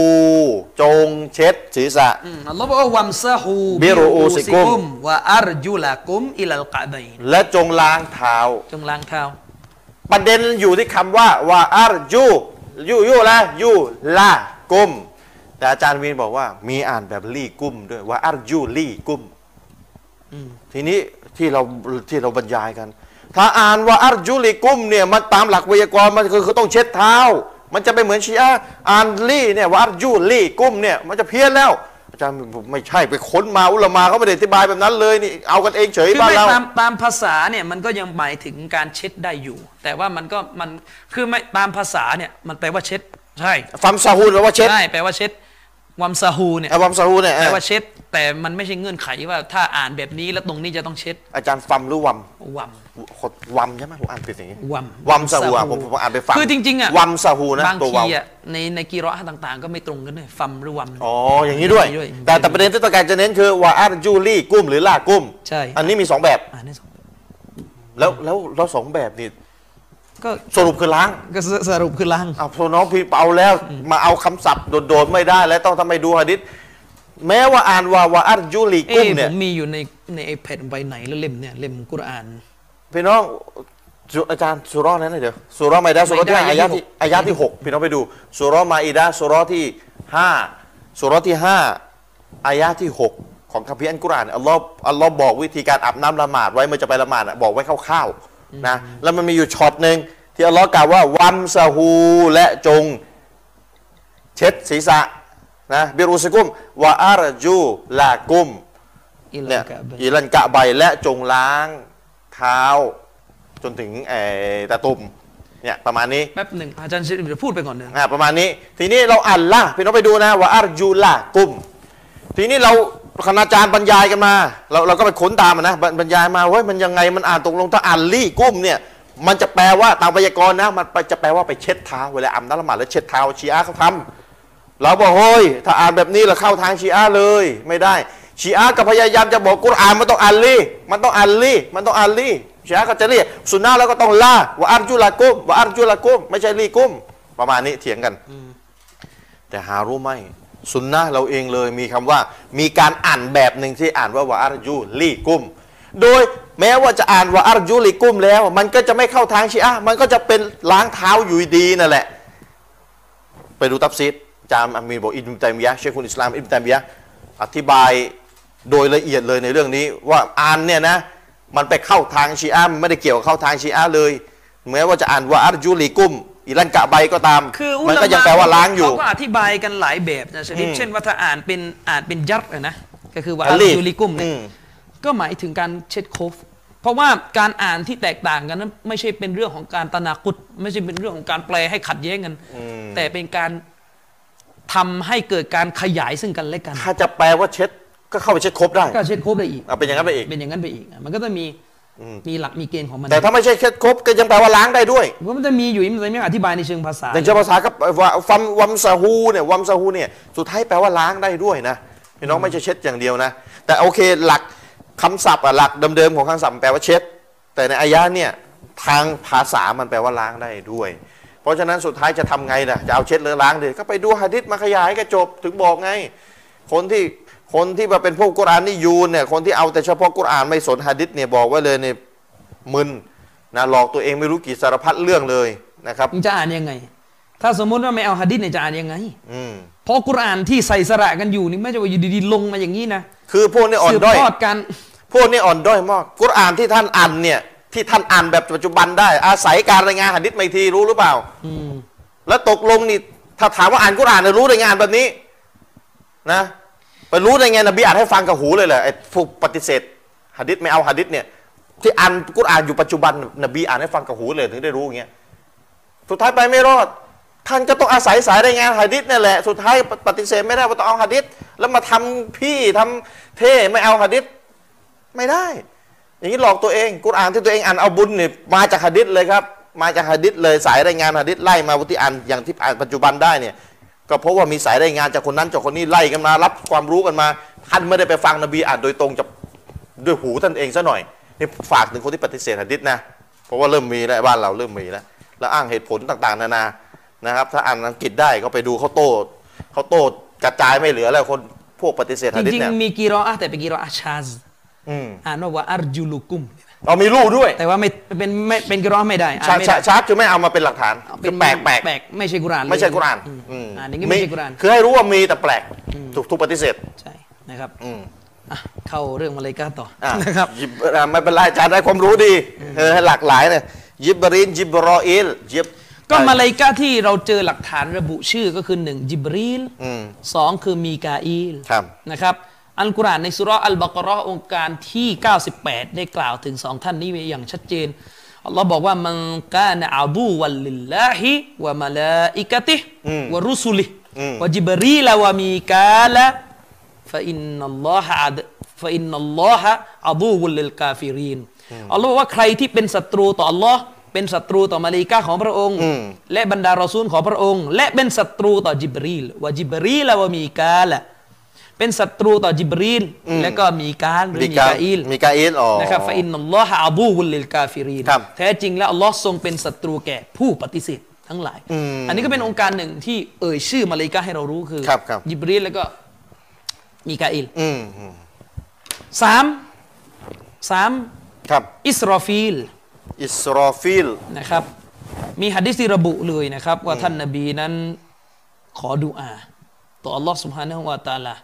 A: จงเช็ดศีรษะ
B: อืมอัลลอฮ์บอกว่าวัมซะฮู
A: บิรูอูซิกุม
B: วะอาร์จุลากุมอิลัลกะบัยน์
A: และจงล้างเท้า
B: จงล้างเท้า
A: ประเด็นอยู่ที่คำว่าวาอารยูยูยูละยูลากุม แต่อาจารย์วินบอกว่า มีอ่านแบบลี่กุมด้วยวาอารยูลี่กุมทีนี้ที่เราที่เราบรรยายกัน ถ้าอ่านว่าอารยูลีกุมเนี่ยมันตามหลักไวยากรณ์มันคือคือต้องเช็ดเท้า มันจะไปเหมือนชีอะห์อ่านลี่เนี่ยวาอารยูลี่กุมเนี่ยมันจะเพี้ยนแล้ว อาจารย์บอกไม่ใช่ไปค้นมาอุลามาเขาไม่ได้อธิบายแบบนั้นเลยนี่เอากันเองเฉย
B: คือ
A: บ้าน
B: ไม่
A: เรา
B: ตามตามภาษาเนี่ยมันก็ยังหมายถึงการเช็ดได้อยู่ แต่ว่ามันก็มันคือไม่ตามภาษาเนี่ยมันแปลว่าเช็ด ใช่
A: ฟัมซาฮูนแปลว่าเช็ด
B: ใช่แปลว่าเช็ดวัมซะฮูเนี่ย
A: ไอ้ฟัมซาฮูนเนี่ยเอ
B: แปล
A: อ
B: ว่าเช็ด แต่มันไม่ใช่เงื่อนไขว่าถ้าอ่านแบบนี้แล้วตรงนี้จะต้องเช็ด
A: อาจารย์ฟัมหรือวัม
B: วัม
A: ขดวัมใช่ไหมผมอ่านผิดอย่างนี้
B: วัม
A: วัมซาฮู
B: วั
A: อะ
B: ม
A: ผมผมอ่านไปฟัม
B: คือจริงๆอะ
A: วัมซาฮูนะ
B: บาง
A: ตัววัม
B: ทีอะในในกีเราะห์ต่างๆ ก็ไม่ตรงกันเลยฟัมหรือวัม
A: อ๋ออย่างนี้ด้วย
B: อย่างนี้ด้วย
A: แต่แต่ประเด็นที่ต้องการจะเน้นคือวาอาร์จูลี่กุ้มหรือล่ากุ้ม
B: ใช่
A: อันนี้มีสองแบบ
B: อ่านได้สอง
A: แล้วแล้วแล้วสองแบบนี่
B: ก็
A: สรุปคือล้าง
B: ก็สสรุปคือล้าง
A: อ้าวพอน้องพี่เอาแล้วมาเอาคำศัพท์โดดๆไม่ได้แล้วต้องทำไมดูฮะดิษแม้ว่าอ่านว่าวาอาร์จูลี่
B: เอ้
A: กุ้ม
B: ผ
A: เนี่ย
B: มมีอยู่ในในไอแพดใบไหนแล้วเล่มเนี่ยเล่มกุรอาน
A: พี่น้องสุอาจารย์สุร้อนนั้นนะเดี๋ยวสุร้อนมาอิดาสุร้อนที่ห้า
B: มาอิ
A: อาะ
B: ดายที่
A: ที่
B: หก
A: อายะที่หกพี่น้องไปดูสุร้อนมาอิดาสุร้อนที่ห้าสุร้อนที่ห้าอายะที่หกของคัมภีร์อันกุรอานอัลลอฮ์อัลลอฮ์บอกวิธีการอาบน้ำละหมาดไว้เมื่อจะไปละหมาดอะบอกไว้คร่าวๆนะแล้วมันมีอยู่ช็อตหนึ่งที่อัลลอฮ์กล่าวว่าวัมซาฮูและจง เช็ดศีรษะนะบิรุสกุมวะอารจูลากุม
B: อิ
A: เนี่
B: ลาย กะบะ
A: อีรันกะใบและจงล้างเท้า จนถึงเอ่อตะตุ่มเนี่ยประมาณนี้
B: แป๊บหนึ่งอาจารย์เดี๋ยวพูดไปก่อนหนึ่ง
A: อ่าประมาณนี้ ทีนี้เราอ่านละพี่น้องไปดูนะว่าอารยูละกุม ทีนี้เราคณาจารย์บรรยายกันมา เราเราก็ไปค้นตามอะนะบรรบรรยายมาเว้ยมันยังไงมันอ่านตกลงถ้าอ่านลี่กุ้มเนี่ยมันจะแปลว่าตามไวยากรณ์นะมันไปจะแปลว่าไปเช็ดเท้าเวลาอาบน้ำละหมาดแล้วเช็ดเท้าชีอะห์เขาทำ เราบอกเฮ้ยถ้าอ่านแบบนี้เราเข้าทางชีอะห์เลยไม่ได้ชีอะห์ก็พยายามจะบอกกุรอานมันต้องอัลลีมันต้องอัลลีมันต้องอัลลีชีอะห์ก็จะเรียกสุนนะแล้วก็ต้องล่าว่าอัรจุลากุมว่าอัรจุลากุมไม่ใช่ลีกุม ประมาณนี้เถียงกัน แต่หารู้ไหมสุนนะเราเองเลยมีคำว่า มีการอ่านแบบหนึ่งที่อ่านว่าวะอารยุลีกุม โดยแม้ว่าจะอ่านวะอารยุลีกุมแล้ว มันก็จะไม่เข้าทางชีอะห์มันก็จะเป็นล้างเท้าอยู่ดีนั่นแหละ ไปดูตับซีดจามอามีนบอกอิบนุตัยมียะห์เชคคุลอิสลามอิบนุตัยมียะห์อธิบายโดยละเอียดเลยในเรื่องนี้ ว่าอ่านเนี่ยนะ มันไปเข้าทางชีอะห์มันไม่ได้เกี่ยวกับเข้าทางชีอะห์เลยแม้ว่าจะอ่านว่าอารยุลีกุมอิลันกะไบก็ตาม
B: คืออุ
A: มั
B: ลามะ
A: ก็ยังแปลว่าล้างอยู่
B: เขาก็อธิบายกันหลายแบบนะชนิดเช่นว่าถ้าอ่านเป็นอ่านเป็นยัดอะนะก็คือว่า
A: อั
B: อั
A: ล
B: ล
A: ลิ
B: ยูลิกุมเนี่
A: อื
B: ย
A: ม
B: ก็หมายถึงการเช็ดโคฟ เพราะว่าการอ่านที่แตกต่างกันนั้นไม่ใช่เป็นเรื่องของการตะนากุดไม่ใช่เป็นเรื่องของการแปลให้ขัดแย้งกัน แต่เป็นการทำให้เกิดการขยายซึ่งกันและกัน
A: ถ้าจะแปลว่าเช็ดก็เข้าไปเช็ดครบได้
B: ก็เช็ดโคฟได้อีก
A: เอาเป็นอย่างนั้นไปอีก
B: เป็นอย่างนั้นไปอีกอ่ะมันก็จะมีมีหลักมีเกณฑ์ของมัน
A: แต่ถ้าไม่ใช่เช็ดครบก็ยังแปลว่าล้างได้ด้วย
B: เพราะมันจะมีอยู่มันจะไม่อธิบายในเชิงภาษา
A: ในเชิงภาษาก็ว่าฟัมวัมซาฮูเนี่ยวัมซาฮูเนี่ยสุดท้ายแปลว่าล้างได้ด้วยนะพี่น้องไม่ใช่เช็ดอย่างเดียวนะ แต่โอเคหลักคำศัพท์อะหลักเดิมๆของคำศัพท์แปลว่าเช็ด แต่ในอายะเนี่ย ทางภาษามันแปลว่าล้างได้ด้วย เพราะฉะนั้นสุดท้ายจะทำไงล่ะ จะเอาเช็ดหรือล้างดีก็ไปดูหะดิษมาขยายก็จบถึงบอกไง คนที่คนที่มาเป็นพวกกุรอานนี่ยูนเนี่ยคนที่เอาแต่เฉพาะกุรอานไม่สนหะดิษเนี่ยบอกไว้เลยเนี่ยมึนนะหลอกตัวเองไม่รู้กี่สารพัดเรื่องเลยนะครับ
B: มึงจะอ่านยังไง ถ้าสมมุติว่าไม่เอาหะดิษเนี่ยจะอ่านยังไง
A: อืม
B: เพราะกุรอานที่ใส่สระกันอยู่นี่ไม่ใช่ว่าอยู่ดีๆลงมาอย่างนี้นะ
A: คือพวกนี้อ่อน
B: สืบ
A: ด้อย
B: ทอดกัน
A: พวกนี้อ่อนด้อยมากกุรอานที่ท่านอ่านเนี่ยที่ท่านอ่านแบบปัจจุบันได้ อาศัยการรายงานหะดิษไม่ทีรู้หรือเปล่า
B: อืม
A: แล้วตกลงนี่ถ้าถามว่าอ่านกุรอานเนี่ยรู้ได้งานแบบนี้นะไปรู้ได้ไงนบีอ่านให้ฟังกับหูเลยเหรอไอ้ผู้ปฏิเสธหะดิษไม่เอาหะดิษเนี่ย ที่อ่านกุรอานอยู่ปัจจุบันนบีอ่านให้ฟังกับหูเลยถึงได้รู้อย่างเงี้ยสุดท้ายไปไม่รอด ท่านก็ต้องอาศัยสายรายงานหะดิษนั่นแหละ สุดท้ายปฏิเสธไม่ได้ว่าต้องเอาหะดิษแล้วมาทำพี่ทำเท่ไม่เอาหะดิษไม่ได้ อย่างนี้หลอกตัวเองกุรอานที่ตัวเองอ่านเอาบุญเนี่ยมาจากหะดิษเลยครับ มาจากหะดิษเลยสายรายงานหะดิษไล่มาวุฒิอ่านอย่างที่อ่านปัจจุบันได้เนี่ย ก็เพราะว่ามีสายรายงานจากคนนั้นจากคนนี้ไล่กันมา รับความรู้กันมาท่านไม่ได้ไปฟังนบีอ่านโดยตรงจากด้วยหูท่านเองซะหน่อยนี่ฝากถึงคนที่ปฏิเสธหะดิษนะเพราะว่าเริ่มมีแล้วบ้านเราเริ่มมีแล้ว แล้วอ้างเหตุผลต่างๆ นานานะครับ ถ้าอ่านอังกฤษได้ก็ไปดูเขาโต้เขาโต้กระจายไม่เหลือแล้วคนพวกปฏิเสธ
B: จ
A: หะดิษ
B: ริง
A: เนี่ย
B: ๆ มีกีรออะห์แต่เป็นกีรออะห์ชาซ
A: อืม
B: อ่านว่าว่าอัรจุลุกุม
A: เรามีลูกด้วย
B: แต่ว่าไม่เป็นไม่เป็นกีรออะห์ไม่ได้อ่าน
A: ชาร์จ
B: ไม่ได้
A: ชาร์จคือไม่เอามาเป็นหลักฐาน
B: เอา
A: คือแปลกแปลก
B: แปลกไม่ใช่กุรอานเลย
A: ไม่ใช่กุรอาน
B: ม
A: อืม
B: อ่านอย่างนี้ไม่ใช่กุรอาน
A: คือให้รู้ว่ามีแต่แปลกถูกถูกปฏิเสธ
B: ใช่นะครับ
A: อืม
B: อ่ะเข้าเรื่องมาเลายกาต่อ
A: อ่ะ
B: นะครับ
A: ยิบอ่ะไม่เป็นไรอาจารย์ได้ความรู้ดีเออให้หลากหลายเนี่ยยิบรินยิบรออิลยิบ
B: ก็มาเลายกาที่เราเจอหลักฐานระบุชื่อก็คือหนึ่งจิบรีล
A: อืม
B: สองคือมีกาอีล
A: ครับ
B: นะครับ อัลกุรอานในสุเราะห์อัลบากเราะห์องค์การที่ 98 ได้กล่าวถึงสองท่านนี้ไว้อย่างชัดเจนอัลลอฮ์บอกว่ามันกานะอาดูวัลลิลลาฮิวะมาลาอิกะติฮ์วะรุสุลิฮ์วะจิบรีลวะมีกาละฟะอินนัลลอฮะอาดฟะอินนัลลอฮะอาดูวัลลิลกาฟิรีนอัลลอฮ์บอกว่าใครที่เป็นศัตรูต่ออัลลอฮ์เป็นศัตรูต่อมาลาอิกะฮ์ของพระองค์ และบรรดารอซูลของพระองค์ และเป็นศัตรูต่อจิบรีลวะจิบรีลวะมีกาละ เป็นศัตรูต่อจิบรีนและก็มีการหรือมีกาอิล
A: มีกาอิลอ๋อ
B: นะครับฟาอินนัลลอฮะอาบูวุลลิลกาฟิรีน
A: ครับ
B: แท้จริงแล้วอัลลอฮ์ทรงเป็นศัตรูแก่ผู้ปฏิเสธทั้งหลาย อันนี้ก็เป็นองค์การหนึ่งที่เอ่ยชื่อมาเลายกาให้เรารู้คือ
A: ครับครับ
B: จิบรีนแล้วก็มีกาอิล
A: อืมอืม
B: สามสาม
A: ครับ
B: อิสราฟีล
A: อิสรอฟิล
B: นะครับ มีหะดิษที่ระบุเลยนะครับ ว่าท่านนบีนั้นขอดุอาต่ออัลลอฮ์สุบฮานะฮูวาตะอาลา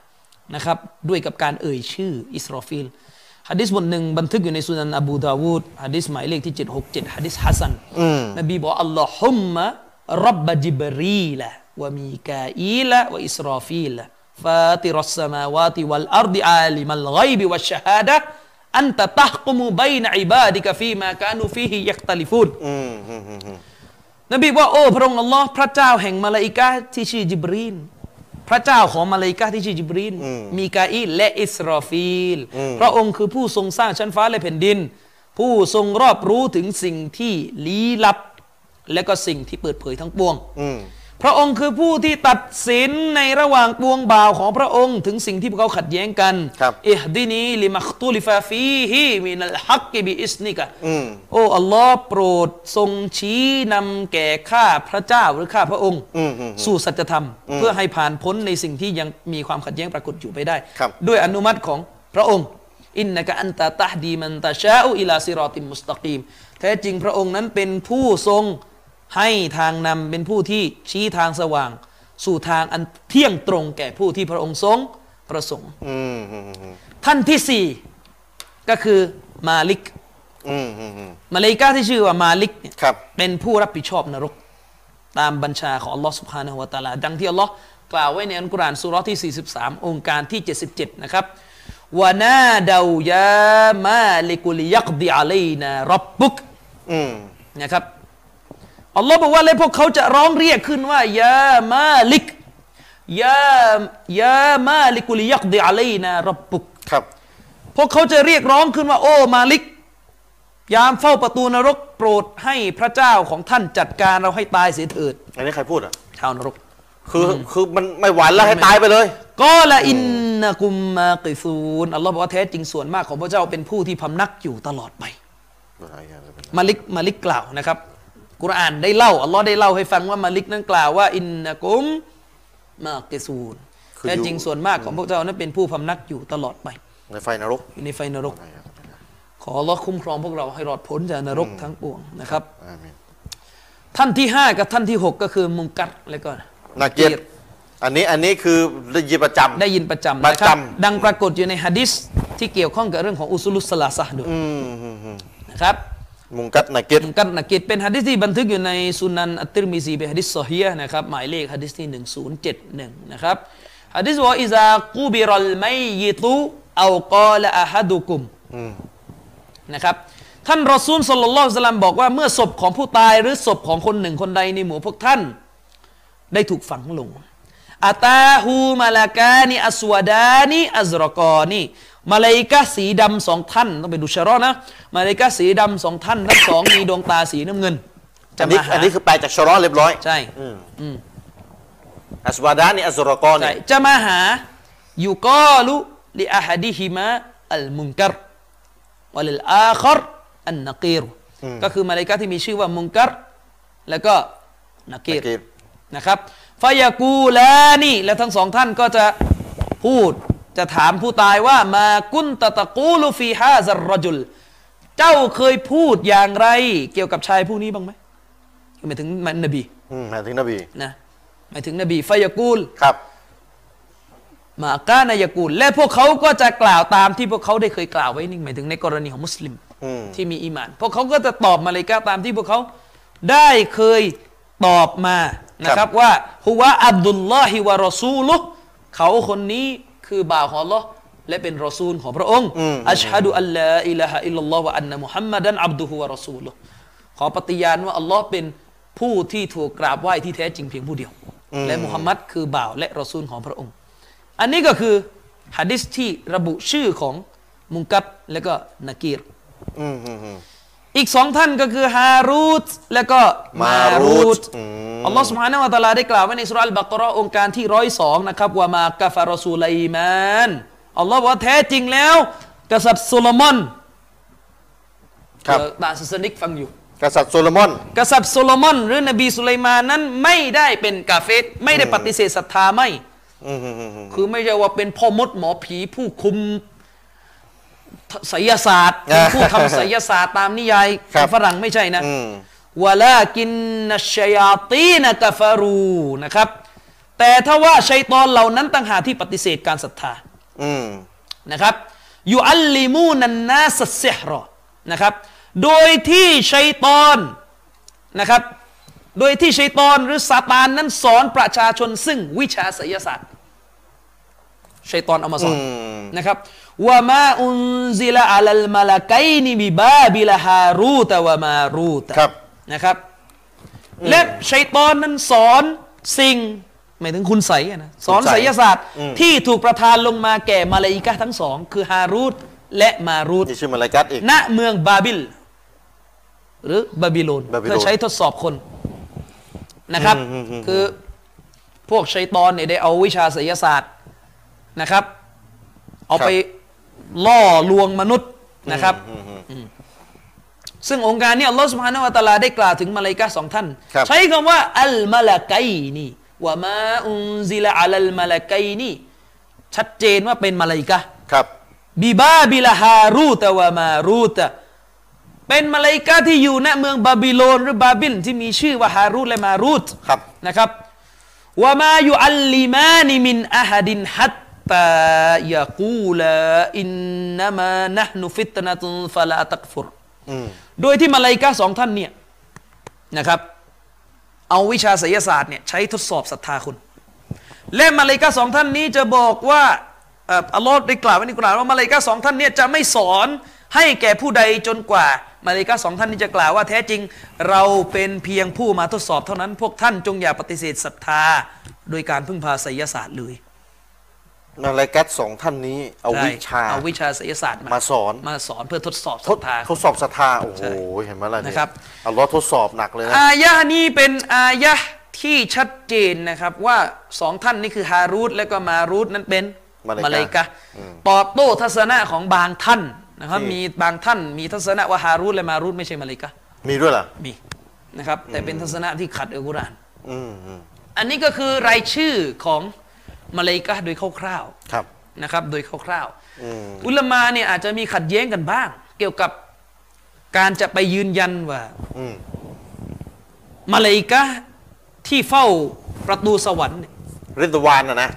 B: นะครับ ด้วยกับการเอ่ยชื่ออิสรอฟิลหะดิษบทหนึ่งบันทึกอยู่ในสุนันอบูดาวูดหะดิษหมายเลขที่ 767หะดิษฮัสซันนบีบอกอัลลอฮุมมะรับบะจิบรีละวะมีกาอีละวะอิสรอฟิละฟาติรัสสมาวาติวัลอัรดิอาลิมัลไกบิวัชชะฮาดะอันตะตัฮกุมุบัยนะอิบาดิกะฟีมากานูฟีฮิยักตะลิฟูน
A: อืมอืมอืมอืม
B: นบีว่าโอ้พระองค์อัลลอฮ์พระเจ้าแห่งมาลาอิกะฮ์ที่ชื่อจิบรีนพระเจ้าของมาลาอิกะฮ์ที่ชื่อจิบรีนมีกาอีลและอิสรอฟีลพระองค์คือผู้ทรงสร้างชั้นฟ้าและแผ่นดิน ผู้ทรงรอบรู้ถึงสิ่งที่ลี้ลับ และก็สิ่งที่เปิดเผยทั้งปวง
A: อืม
B: พระองค์คือผู้ที่ตัดสินในระหว่างปวงบ่าวของพระองค์ถึงสิ่งที่พวกเขาขัดแย้งกันอิฮดินีลิมักตุลิฟาฟีฮีมินัลฮักกิบิอิสนิกะ
A: อืม
B: โอ้ อัลลอฮ์โปรดทรงชี้นำแก่ข้าพระเจ้าหรือข้าพระองค์
A: อืมอืมอืม
B: สู่สัจธรรม เพื่อให้ผ่านพ้นในสิ่งที่ยังมีความขัดแย้งปรากฏอยู่ไปได้
A: ครับ
B: ด้วยอนุมัติของพระองค์ อินนกะอันตาตะดีมันตาชาอุอิลาซิรอติมมุสตะกีม แท้จริงพระองค์นั้นเป็นผู้ทรงให้ทางนำเป็นผู้ที่ชี้ทางสว่าง สู่ทางอันเที่ยงตรงแก่ผู้ที่พระองค์ทรงประสงค์
A: อืมอืมอืม
B: ท่านที่สี่ก็คือมาลิก
A: อืมอืมอืม
B: มาเลายกาที่ชื่อว่ามาลิกเนี่ย
A: ครับ
B: เป็นผู้รับผิดชอบนรก ตามบัญชาของอัลลอฮ์สุบฮานะฮวะตะอาลาดังที่อัลลอฮ์กล่าวไว้ในอัลกุรอานสุเราะห์ที่ 43 องค์การที่ 77 นะครับวานาดาวยามาลิกุลิยักดิอาลีนารับบุก
A: อืม
B: นะครับอัลลอฮ์บอกว่าเลยพวกเขาจะร้องเรียกขึ้นว่ายามาลิกยายามาลิกุลิยักดิอาลีนารับบุก
A: ครับ
B: พวกเขาจะเรียกร้องขึ้นว่า โอ้มาลิก ยามเฝ้าประตูนรกโปรดให้พระเจ้าของท่านจัดการเราให้ตายเสียเถิด
A: อันนี้ใครพูดอ่ะ
B: ชาวนรก
A: คือคือมันไม่หวานแล้วให้ตายไปเลย
B: ก็ละอินนะกุมมากิซูนอัลลอฮ์บอกว่าแท้จริงส่วนมากของพระเจ้าเป็นผู้ที่พำนักอยู่ตลอดไป
A: อะไรอย่างเงี้ยเป็นไร
B: มาลิกมาลิกกล่าวนะครับ กุรอานได้เล่าอัลลอฮ์ได้เล่าให้ฟังว่ามาลิกนั้นกล่าวว่า อินนะกุมมาเกซูน
A: คืออยู่
B: แท้จริงส่วนมากของพวกเจ้านั้นเป็นผู้พำนักอยู่ตลอดไป
A: ในไฟนรก
B: อยู่ในไฟนรก ขออัลลอฮ์คุ้มครองพวกเราให้รอดพ้นจากนรกทั้งปวงนะครับ
A: อาเมน
B: ท่านที่ห้ากับท่านที่หกก็คือมุงกัดแล้วก็
A: นาเกียรติอันนี้อันนี้คือได้ยินประจำ
B: ได้ยินประจำ
A: ป
B: น
A: ระ
B: ค
A: จำ
B: รับดังปรากฏอยู่ในฮะดิษที่เกี่ยวข้องกับเรื่องของอุซูลุสลาซะห์ด้วย
A: อืมอืมอืม
B: นะครับ
A: มุงกัดนาเกียรติ
B: มุงกัดนักกิจเป็นฮะดิษที่บันทึกอยู่ในซุนันอัตติรมิซีเป็นฮะดิษซอฮียห์นะครับหมายเลขฮะดิษที่ 1071 นะครับฮะดิษว่าอิซากูบิรัลไมยิตุเอากอละอะฮัดุกุมนะครับท่านรอซูลสลลัลลอฮุอะลัยฮิวะสลลัมบอกว่าเมื่อศพของผู้ตายหรือศพของคนหนึ่งคนใดในหมู่พวกท่าน ได้ถูกฝังลงอาตาฮูมาลากานิอัสวาดานิอัซรกอนิมาเลายกาสีดำสองท่าน ต้องไปดูชะรอนะมาเลายกาสีดำสองท่านทั้งสอง มีดวงตาสีน้ำเงิน จะ
A: อันนี้
B: มาหา
A: อันนี้คือแปลจากชะรอเรียบร้อย
B: ใช่
A: อัสวาดานี่อัสรกอ
B: ใช่
A: นี่
B: จะมาหาอยู่กอลุลิอาฮดิฮิมาอัลมุงกัรวะลิลอาครอันนักีรก็คือมาเลายกาที่มีชื่อว่ามุงกัรแล้วก็นักี
A: นาร เกียรติ
B: นะครับฟายากูลานี่และทั้งสองท่านก็จะพูดจะถามผู้ตายว่ามากุนตะตะกูลูฟีฮาซัรรจุล เจ้าเคยพูดอย่างไร เกี่ยวกับชายผู้นี้บ้างไหมหมายถึงมันนบี
A: อืมหมายถึงนบี
B: นะหมายถึงนบีฟายากูล
A: ครับ
B: มากานายากูล และพวกเขาก็จะกล่าวตามที่พวกเขาได้เคยกล่าวไว้นี่หมายถึงในกรณีของมุสลิม
A: อืม
B: ที่มีอีหมาน พวกเขาก็จะตอบมาเลยก็ตามที่พวกเขาได้เคยตอบมานะครับว่าฮุวะอับดุลลอฮิวะรอซูลุฮ์เขาคนนี้คือบ่าวของ Allah และเป็นรอซูลของพระองค์ อัชฮะดุอัลลาอิลาฮะอิลลัลลอฮ์วะอันนะมุฮัมมัดันอับดุฮุวะรอซูลุฮ์ขอปฏิญาณว่า อัลลอฮ์เป็นผู้ที่ถูกกราบไหว้ที่แท้จริงเพียงผู้เดียว และมุฮัมมัดคือบ่าวและรอซูลของพระองค์ อันนี้ก็คือฮะดิษที่ระบุชื่อของมุงกัดและก็นากีร
A: อืมอืมอืม
B: อีกสองท่านก็คือฮารูตและก็มารูต
A: อืม
B: อัลลอฮ์ سبحانه และ تعالى ได้กล่าวไว้ในสุราอัลบะกะเราะห์องค์การที่ร้อยสองนะครับว่ามากาฟารอซูไลมานอัลลอฮ์บอกว่าแท้จริงแล้ว กษัตริย์โซโลมอน
A: ครับ
B: เอ่อต่างศาสนิกฟังอยู่
A: กษัตริย์โซโลมอน
B: กษัตริย์โซโลมอน หรือนบีสุไลมานนั้นไม่ได้เป็นกาเฟตไม่ได้ปฏิเสธศรัทธาไม่
A: อืมอืมอืมอืม
B: คือไม่ใช่ว่าเป็นพ่อมดหมอผีผู้คุมศิลศาสตร์
A: อ่า
B: ผู้ทำศิลศาสตร์ตามนิยาย
A: ครับ
B: ฝรั่งไม่ใช่นะ
A: อืม
B: วลากินนัชยาตีนกฟารูนะครับ แต่ถ้าว่าชัยตอนเหล่านั้นต่างหากที่ปฏิเสธการศรัทธา
A: อืม
B: นะครับยูอัลลิมูนันนาสเซฮรอนะครับ โดยที่ชัยตอนนะครับ โดยที่ชัยตอนหรือซาตานนั้นสอนประชาชนซึ่งวิชาไสยศาสตร์ชัยตอนเอามาสอน
A: อืม
B: นะครับว่ามาอุนซิลาอัลลมาลาไกนิบิบาบิลฮารูตะวะมารูตะ
A: ครับ
B: นะครับ และชัยตอนนั้นสอนสิ่งหมายถึงคุณใสยอะนะสอนไสยศาสตร์ ที่ถูกประทานลงมาแก่มาลาอิกะฮ์ทั้งสอง คือฮารูตและมารูต
A: นี่ชื่อมาลากัตอีก
B: ณเมืองบาบิล หรือบาบิโลน
A: บาบิโลน
B: เพื่อใช้ทดสอบคนนะครับ คือพวกชัยตอนเนี่ยได้เอาวิชาไสยศาสตร์นะครับ เอาไป
A: ครับ
B: ล่อลวงมนุษย์นะครับ ซึ่งองค์การเนี่ยอัลลอฮ์สุบฮานาวะตะอาลาได้กล่าวถึงมาลาอิกะฮ์สองท่าน
A: ครับ
B: ใช้คำว่า อัลมาลาไกนีวะมาอุนซิลาอัลลมาลาไกนีชัดเจนว่าเป็นมาลาอิกะฮ์
A: ครับ
B: บิบาบิลฮารูตะวะมารูตะเป็นมาลาอิกะฮ์ที่อยู่ณเมืองบาบิโลนหรือบาบิลที่มีชื่อว่าฮารูตและมารูต
A: ครับ
B: นะครับวะมายุอัลลิมานิมินอาฮะดินฮัตตายะกูลาอินนามานะฮ์นุฟิตนะตุนฟะลาตักฟุร
A: อืม
B: โดยที่มาลาอิกะฮ์สองท่านเนี่ยนะครับ เอาวิชาไสยศาสตร์เนี่ยใช้ทดสอบศรัทธาคุณ และมาลาอิกะฮ์สองท่านนี้จะบอกว่าเอ่ออัลลอฮ์ได้กล่าวไว้ในกุรอานว่ามาลาอิกะฮ์สองท่านเนี่ยจะไม่สอนให้แก่ผู้ใดจนกว่า มาลาอิกะฮ์สองท่านนี้จะกล่าวว่าแท้จริง เราเป็นเพียงผู้มาทดสอบเท่านั้น พวกท่านจงอย่าปฏิเสธศรัทธา โดยการพึ่งพาไสยศาสตร์เลย
A: มาลากัตสองท่านนี้เอา
B: ได้
A: วิชา
B: เอาวิชาไสยศาสตร์
A: มาสอน
B: มาสอนเพื่อทดสอบศ
A: ท
B: รั
A: ด
B: ทธา
A: ทดสอบศรัทธาโอ้โหเห็นไหมล่ะเนี่ย
B: นะครับ
A: อัลลอฮ์ทดสอบหนักเลยนะ
B: อายะห์นี้เป็นอายะห์ที่ชัดเจนนะครับ ว่าสองท่านนี่คือฮารูตและก็มารูตนั้นเป็นมาเลายกะห์ตอบโต้ทัศนะของบางท่านนะครับมีบางท่านมีทัศนะว่าฮารูตและมารูตไม่ใช่มาเลายกะห์
A: มีด้วยเหรอ
B: มีนะครับ แต่เป็นทัศนะที่ขัดอัลกุรอาน
A: อืมอืม
B: อันนี้ก็คือรายชื่อของมาเลายกาโดยคร่าว
A: ครับ
B: ๆนะครับ โดยคร่าว
A: อืม
B: ๆอุลามาเนี่ยอาจจะมีขัดแย้งกันบ้าง เกี่ยวกับการจะไปยืนยันว่า
A: อืม
B: มาเลายกาที่เฝ้าประตูสวรรค์เนี่ย
A: ริดวานนะนะ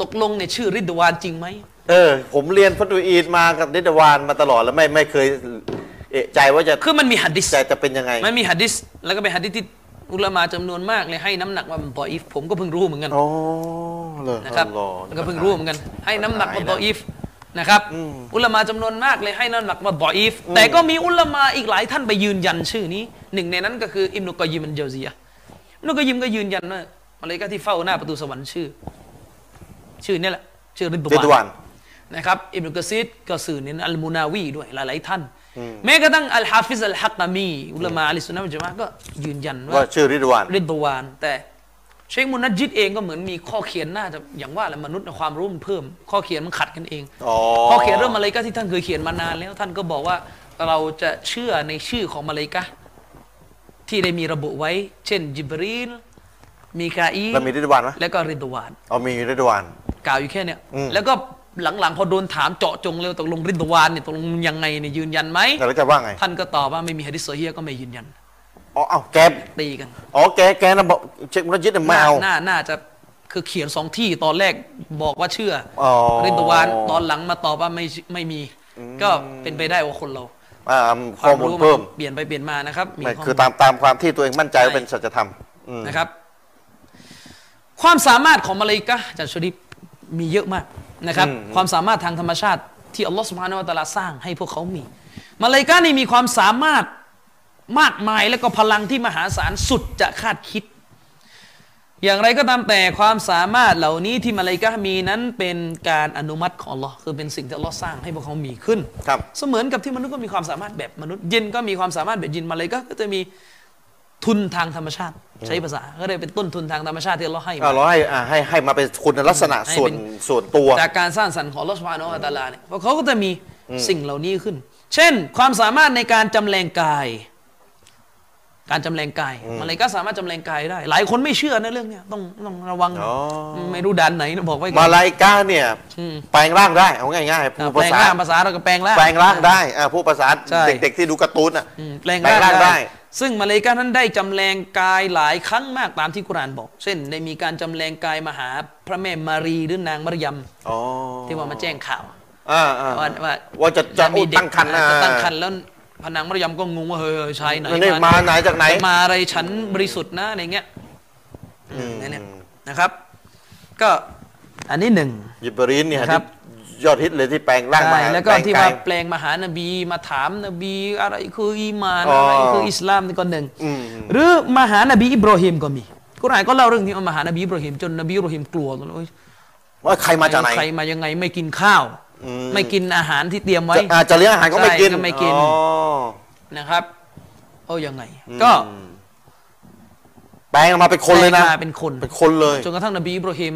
B: ตกลงในยชื่อริดวานจริงไหม
A: เออ ผมเรียนฟัตุอีนมากับริดวานมาตลอดแล้วไม่ไม่เคย เอะใจว่าจะ
B: คือมันมีหัดดิษ
A: ใจจะเป็นยังไง
B: มันมีหัดดิษแล้วก็เป็นหัดดิษที่อุลามาจำนวนมากเลยให้น้ำหนักว่ามันตออีฟผมก็เพิ่งรู้เหมือนกัน
A: อ๋อเหรอ
B: นะครับ
A: อัลลอฮ์
B: ก็เพิ่งรู้เหมือนกัน ให้น้ำหนัก
A: หาย
B: ว่า
A: นะ
B: ตออีฟนะครับ
A: อืม
B: อุลามาจำนวนมากเลยให้น้ำหนักว่าตออีฟแต่ก็มีอุลามาอีกหลายท่านไปยืนยันชื่อนี้ หนึ่งในนั้นก็คืออิมนุกอยยิมอันเจาซียะอิมนุกอยยิมก็ยืนยันว่ามาเลายกาที่เฝ้าหน้าประตูสวรรค์ชื่อ ชื่อเนี่ยแหละชื่อริด
A: ริด
B: วาว
A: าน น
B: นะครับอิบนุกะซีดก็สื่อเน้นอัลมูนาวีด้วยหลายๆท่าน แม้กระทั่งอัลฮาฟิซอัลฮักกามี อุลามะอัลิสซุนนะฮ์วัลญะมาอะฮ์ก็ยืนยันว่า
A: ว่าชื่อริดวาน
B: ริดวาน แต่เชคมุนัจญิดเองก็เหมือนมีข้อเขียนน่าจะอย่างว่าแหละมนุษย์นะความรู้มันเพิ่ม ข้อเขียนมันขัดกันเอง
A: อ๋อ
B: ข้อเขียนเรื่องมาเลายกาที่ท่านเคยเขียนมานานแล้วท่านก็บอกว่าเราจะเชื่อในชื่อของมาเลายกาที่ได้มีระบุไว้ เช่นจิบรีลมีคาอีล
A: แล้วมีริดวานไหม
B: และก็ริดวาน
A: เอามีริดวาน
B: กล่าวอยู่แค่เนี้ย
A: อืม
B: แล้วก็หลังๆ พอโดนถามเจาะจงเลยว่าตกลงริดวานเนี่ยตกลงยังไงเนี่ยยืนยันไหม
A: แต่แล้วจะว่าไง
B: ท่านก็ตอบว่าไม่มีฮะดิษโซเฮียก็ไม่ยืนยัน
A: อ๋อเอาแก
B: ตีกัน
A: อ๋อแกแกนะบอกเช็คมุนจิตเนี่ยไม่เอา
B: น่าน่าจะคือเขียนสองที่ตอนแรกบอกว่าเชื่ออ
A: อ
B: ริดวานตอนหลังมาตอบว่าไม่ไม่มี ก็เป็นไปได้ว่าคนเรา
A: อ่าข้อมูล
B: รู้
A: เพิ่ม
B: นเปลี่ยนไปเปลี่ยนมานะครับ
A: ไม่
B: ข้มูล
A: คือตามตามความที่ตัวเองมั่นใจว่าเป็นสัจธรรมอืม
B: นะครับ ความสามารถของมาเลายกะห์อาจารย์ชริปมีเยอะมากนะครับ
A: อืม
B: ความสามารถทางธรรมชาติที่อัลลอฮฺสุบฮานาวะตะอาลาสร้างให้พวกเขามี มาเลายกะห์นี่มีความสามารถมากมายและก็พลังที่มหาศาลสุดจะคาดคิด อย่างไรก็ตามแต่ความสามารถเหล่านี้ที่มาเลายกะห์มีนั้นเป็นการอนุมัติของอัลลอฮ์คือเป็นสิ่งที่อัลลอฮ์สร้างให้พวกเขามีขึ้น
A: ครับ
B: เสมือนกับที่มนุษย์ก็มีความสามารถแบบมนุษย์ยินก็มีความสามารถแบบยินมาเลยก็ก็จะมีทุนทางธรรมชาติ ใช้ภาษาก็เลยกเป็นต้นทุนทางธรรมชาติที่เราให้มา
A: อ่าเราให้อ่าให้ให้มาเป็นคุณลักษณะ
B: ให้
A: ส่วน
B: เป็น
A: ส่วนตัว
B: จากการสร้างสรรค์ของลอสพาโนะฮูวะตะอาลาเนี่ยเพราะเขาก็จะมีสิ่งเหล่านี้ขึ้น เช่น ความสามารถในการจำแรงกาย การจำแรงกายมาเลยก็สามารถจำแรงกายได้ หลายคนไม่เชื่อนะเรื่องเนี้ยต้องต้องระวัง
A: อ๋อ
B: ไม่รู้ดันไหนนะบอกไว้ก่
A: มา
B: อน
A: ลายกาเนี่ยแปลงร่างได้เอาง่ายๆ
B: อ่ะ
A: ผู้
B: แปล
A: ภาง ษา
B: ร่างภาษาเราก็แปลงร่าง
A: แปลงร่างได้อ่าผู้ภาษา
B: ใช่
A: เด็กๆที่ดูการ์ตูนอ่ะ
B: อืมแปลงร่าง
A: ได้
B: ได้ ซึ่งมาเลายกานั้นได้จำแรงกายหลายครั้งมากตามที่กุรอานบอก เช่นได้มีการจำแรงกายมาหาพระแม่มารีหรือนางมารยม
A: อ๋อ
B: ที่ว่ามาแจ้งข่าว
A: อ่าอ่า
B: ว่าว่า
A: ว่าจะจะ
B: มี
A: โอ้
B: เด็ก
A: ตั้งคันนะ
B: จะตั้งคันแล้วพระนางมารยมก็งงว่าเฮ้ยชายไหน
A: นี่มาไหนจากไหน
B: มาอะไรฉันบริสุทธิ์นะอะไรเงี้ยอืมเนี่ยนะครับ ก็อันนี้หนึ่ง
A: ยิบรีนเนี่ย
B: นะครับ
A: ที่ยอดฮิตเลยที่แปลงร่างมา
B: ใช่แล้วก็
A: ปง
B: ที่มาย แปลงมาหานบีมาถามนบีอะไรคืออีหมาน
A: อ๋ออ
B: อะไรคืออิสลามนี่ก็หนึ่ง
A: อืม
B: หรือมาหานบีอิบรอฮิมก็มีกุรอานก็เล่าเรื่องนี้ว่ามาหานบีอิบรอฮิมจนนบีอิบรอฮิมกลัวโอ๊ย
A: ว่าใครมาจากไหน
B: ใครมายังไงไม่กินข้าว
A: อืม
B: ไม่กินอาหารที่เตรียมไว้
A: จะอาจจะเลี้ยงอาหารก็ไม่
B: ใช่
A: กิน
B: ก็ไม่กิน
A: อ๋อ
B: นะครับโอ้ยังไง ก็
A: อืมแปลงออกมาเป็นคนเลยนะ
B: แปงมาเป็นคน
A: เป็นคนเลย
B: จนกระทั่งนบีอิบรอฮิม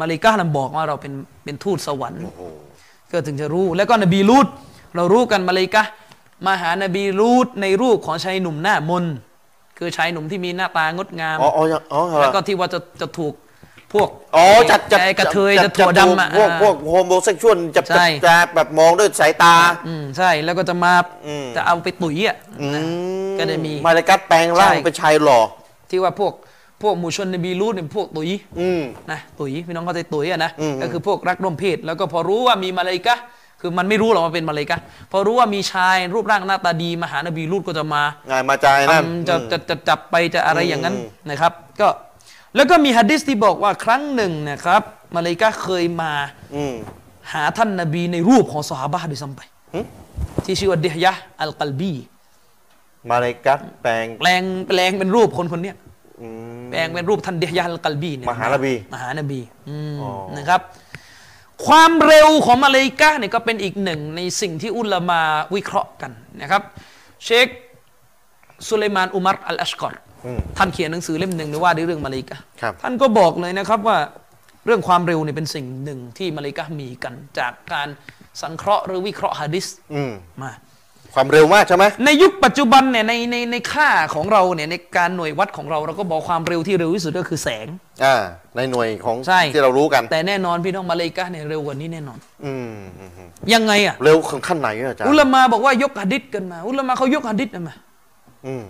B: มาลิกานันบอกว่าเราเป็นเป็นทูตสวรรค์ ก็ถึงจะรู้แล้วก็นบีลูดเรารู้กันมาเลยกะห์มาหานบีลูดในรูปของชายหนุ่มหน้ามนคือชายหนุ่มที่มีหน้าตางดงาม
A: อ๋ออ๋อยังอ๋อ
B: แล้วก็ที่ว่าจะจะถูกพวก
A: อ๋อจัดจัด
B: ไอ้กระเทย
A: จั
B: จะถั่วดำอ่ะ
A: พวกพวก
B: อ่
A: โฮมโบเซ็กชวลจะ
B: ใช่
A: จะแบบมองด้วยสายตา
B: าอืมใช่แล้วก็จะมา
A: อืม
B: จะเอาไปตุ๋ยอ่ะ
A: อื
B: นะ
A: ม
B: ก็เลยมี
A: มาเลกัสแปลงร่าง
B: ใช่
A: เป็นชายหล่อ
B: ที่ว่าพวกพวกหมู่ชนนบีลูดเนี่ยพวกตุ๋ย
A: อืม
B: นะตุ๋ยพี่น้องเข้าใจตุ๋ยอ่ะนะ
A: อืม
B: ก็คือพวกรักร่วมเพศแล้วก็พอรู้ว่ามีมาเลยกะห์คือมันไม่รู้หรอกว่าเป็นมาเลยกะห์พอรู้ว่ามีชายรูปร่างหน้าตาดีมาหานบีลูดก็จะมา
A: งานมาจายนั่น
B: ทำจะ
A: อืม
B: จะจะจับไปจะอะไร
A: อืม
B: อย่างนั้น
A: อืม
B: นะครับ ก็แล้วก็มีฮะดิษที่บอกว่าครั้งหนึ่งนะครับมาเลายกาเคยมา
A: อืม
B: หาท่านนาบีในรูปของสหาบะห์ด้วยซ้ำไป
A: หึ
B: ที่ชื่อว่าเดฮยะห์อัลกัลบี
A: มาเลกัสแปลง
B: แปลงแปลงเป็นรูปคนคนเนี้ย
A: อืม
B: แปลงเป็นรูปท่านเดฮยะห์อัลกัลบีเนี่ย
A: มหานบี
B: มหานบีอืม
A: อ๋อ
B: นะครับ ความเร็วของมาเลายกาเนี่ยก็เป็นอีกหนึ่งในสิ่งที่อุลามาวิเคราะห์กันนะครับ เชคสุเลมานอุมัรอัลอัชกอร
A: อืม
B: ท่านเขียนหนังสือเล่มหนึ่งเลยว่าด้วยเรื่องมาลิกะห์
A: ครับ
B: ท่านก็บอกเลยนะครับว่าเรื่องความเร็วเนี่ยเป็นสิ่งหนึ่งที่มาลิกะห์มีกัน จากการสังเคราะห์หรือวิเคราะห์ฮะดิษ
A: อืม
B: มา
A: ความเร็วมากใช่ไหม
B: ในยุคปัจจุบันเนี่ยในในในค่าของเราเนี่ยในการหน่วยวัดของเราเราก็บอกความเร็วที่เร็วที่สุดก็คือแสง
A: อ่า ในหน่วยของ
B: ใช่
A: ที่เรารู้กัน
B: แต่แน่นอนพี่น้องมาเลกาเนี่ยเร็วกว่านี้แน่นอน
A: อืมอืมอืม
B: ยังไงอ่ะ
A: เร็วถึงขั้นไหนอะอาจารย์
B: อุลามะบอกว่ายกหะดิษกันมา อุลามะเขายกหะดิษมา
A: อืม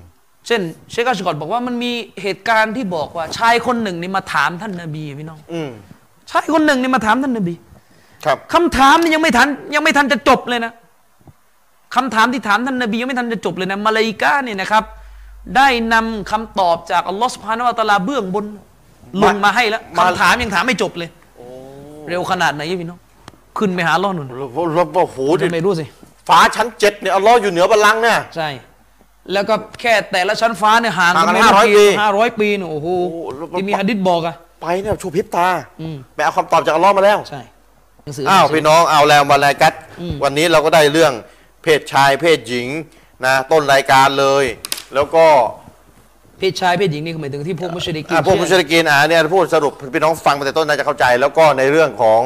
B: เช่น เชคอัชกอดบอกว่ามันมีเหตุการณ์ที่บอกว่าชายคนหนึ่งนี่มาถามท่านนบีพี่น้อง
A: อืม
B: ชายคนหนึ่งนี่มาถามท่านนบี
A: ครับ
B: คำถามนี่ยังไม่ทันยังไม่ทันจะจบเลยนะคำถามที่ถามท่านนบียังไม่ทันจะจบเลยนะมาเลากาเนี่ยนะครับ ได้นำคำตอบจากอัลลอฮฺสุบฮานาวะตะอาลาเบื้องบนลงมาให้แล้ว
A: มา
B: คำถามยังถามไม่จบเลย เร็วขนาดไหนพี่น้องขึ้นไปหาอัลลอฮ์หนุน
A: แล้วแล้วโอ้โหดิ
B: ไม่รู้สิ
A: ฟ้าชั้นเจ็ดเนี่ยอัลลอฮ์อยู่เหนือบัลลังก์เนี่ย
B: ใช่ แล้วก็แค่แต่ละชั้นฟ้าเนี่ยห่าง
A: ห่างกัน
B: ไม่
A: 500ปี
B: ห้าร้อยปีเนี่ยโอ้โห
A: โอ้โหแล้ว
B: ที่มีฮะดิษบอกอะ
A: ไปเนี่ยชูพริบตา
B: อืม
A: ไปเอาคำตอบจากอัลลอฮ์มาแล้ว
B: ใช่หนังสือ
A: อ้าวพี่น้องเอาแล้วมาลายกัด
B: อืม
A: วันนี้เราก็ได้เรื่องเพศชายเพศหญิงนะต้นรายการเลย แล้วก็
B: เพศชายเพศหญิงนี่คือหมายถึงที่พวกมุชริกิน
A: อ่ะพวกมุชลิกีนอ่าเนี่ยพูดสรุปพี่น้องฟังมาแต่ต้นน่าจะเข้าใจ แล้วก็ในเรื่องของ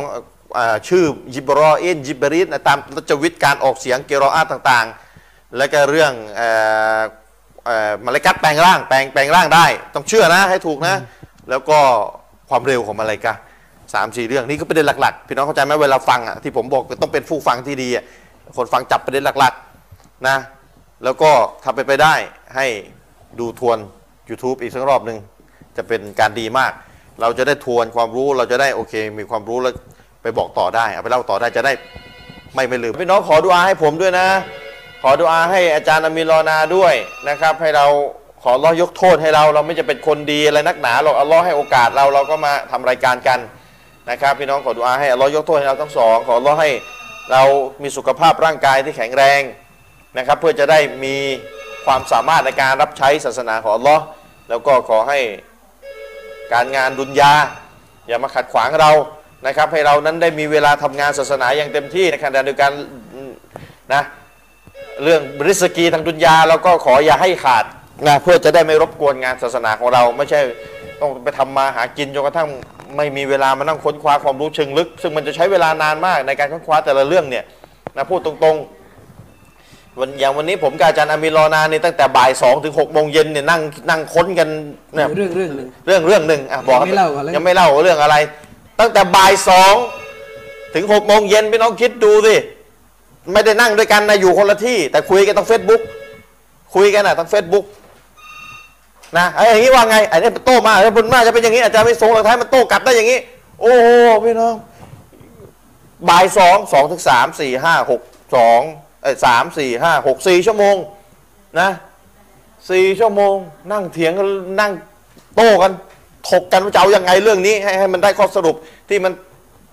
A: อ่าชื่อยิบรอเอนยิบริสนะตามรจวิทย์การออกเสียงเกรออาต่างๆ แล้วก็เรื่องเอ่อเอ่อมาลายกัดแปลงร่างแปลงแปลงร่างได้ ต้องเชื่อนะให้ถูกนะ แล้วก็ความเร็วของมาลายกา สามสี่เรื่องนี่ก็ประเด็นหลักๆ พี่น้องเข้าใจไหมเวลาฟังอ่ะที่ผมบอกต้องเป็นผู้ฟังที่ดีอ่ะคนฟังจับประเด็นหลักๆนะแล้วก็ถ้าเป็นไปได้ให้ดูทวน YouTube อีกสักรอบหนึ่งจะเป็นการดีมาก เราจะได้ทวนความรู้เราจะได้โอเค มีความรู้แล้วไปบอกต่อได้เอาไปเล่าต่อได้จะได้ไม่ไม่ลืมพี่น้องขอดุอาให้ผมด้วยนะ ขอดุอาให้อาจารย์อามีนรอนาด้วยนะครับ ให้เราขออัลลอฮ์ยกโทษให้เราเราไม่จะเป็นคนดีอะไรนักหนาหรอกอัลลอฮ์ให้โอกาสเราเราก็มาทำรายการกัน นะครับพี่น้องขอดุอาให้อัลลอฮ์ยกโทษให้เราทั้งสอง ขออัลลอฮ์ให้เรามีสุขภาพร่างกายที่แข็งแรงนะครับ เพื่อจะได้มีความสามารถในการรับใช้ศาสนาของอัลลอฮ์แล้วก็ขอให้การงานดุนยา อย่ามาขัดขวางเรานะครับ ให้เรานั้นได้มีเวลาทำงานศาสนาอย่างเต็มที่ในขณะเดียวกันนะเรื่องริสกีทางดุนยาเราก็ขออย่าให้ขาดนะเพื่อจะได้ไม่รบกวนงานศาสนาของเรา ไม่ใช่ต้องไปทำมาหากินจนกระทั่งไม่มีเวลามานั่งค้นคว้าความรู้เชิงลึก ซึ่งมันจะใช้เวลานานมากในการค้นคว้าแต่ละเรื่องเนี่ยนะพูดตรงๆ วันอย่างวันนี้ผมกับอาจารย์อามีรอนาเนี่ยตั้งแต่บ่ายสองถึงหกโมงเย็นเนี่ยนั่งนั่งค้นกันเนี่ย
B: เรื่องเรื่องหนึ่ง
A: เรื่องเรื่องหนึ่งอ่ะบอก
B: ยังไม่เล่าก่อนเลย
A: ยังไม่เล่าเรื่องอะไร ตั้งแต่บ่ายสองถึงหกโมงเย็นพี่น้องคิดดูสิไม่ได้นั่งด้วยกันนะอยู่คนละที่ แต่คุยกันทางเฟซบุ๊กคุยกันอ่ะทางเฟซบุ๊กนะไอ้ยอย่างนี้ว่าไงไอ้นี่มันโต้มาไอ้บนมาจะเป็นอย่างนี้อาจารย์ไม่ทรงหลักท้ายมันโต้กลับได้อย่างนี้ โอ้โหพี่น้องบ่ายสองสองถึงสามสี่ห้าหกสองเอ้ยสามสี่ห้าหกสี่ชั่วโมงนะสี่ชั่วโมง นั่งเถียงกันนั่ง โต้กันถกกันว่าจะเอายังไงเรื่องนี้ให้ให้มันได้ข้อสรุปที่มัน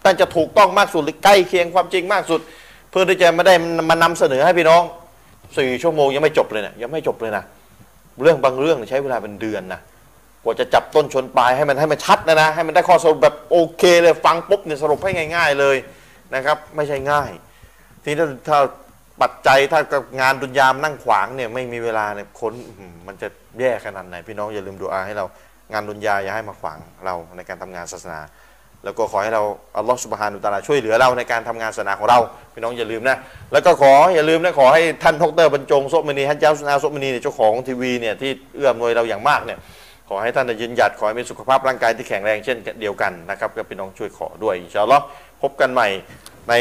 A: น่าจะถูกต้องมากสุดหรือใกล้เคียงความจริงมากสุด เพื่อที่จะมาได้มานำเสนอให้พี่น้องสี่ชั่วโมงยังไม่จบเลยเนะี่ยยังไม่จบเลยนะเรื่องบางเรื่องใช้เวลาเป็นเดือนนะกว่าจะจับต้นชนปลายให้มันให้มันชัดนะนะให้มันได้ข้อสรุปแบบโอเคเลยฟังปุ๊บเนี่ยสรุปให้ง่าย ๆเลยนะครับ ไม่ใช่ง่าย ทีนี้ถ้าถ้าปัจจัยถ้ากับงานดุนยามนั่งขวางเนี่ยไม่มีเวลาเนี่ยคนอื้อหือมันจะแย่ขนาดไหน พี่น้องอย่าลืมดูอาให้เรา งานดุนยาอย่าให้มาขวางเราในการทำงานศาสนา แล้วก็ขอให้เราอัลลอฮฺสุบฮานุตะอาลาช่วยเหลือเราในการทำงานศาสนาของเรา พี่น้องอย่าลืมนะ แล้วก็ขออย่าลืมนะขอให้ท่านทกเตอร์บรรจงโซะมณีท่านเจ้าสุนาโซะมณีเนี่ยเจ้าของทีวีเนี่ยที่เอื้อมหนวยเราอย่างมากเนี่ย ขอให้ท่านได้ยืนหยัดขอให้มีสุขภาพร่างกายที่แข็งแรงเช่นเดียวกันนะครับก็พี่น้องช่วยขอด้วยอินชาอัลลอฮ์พบกันใหม่ใน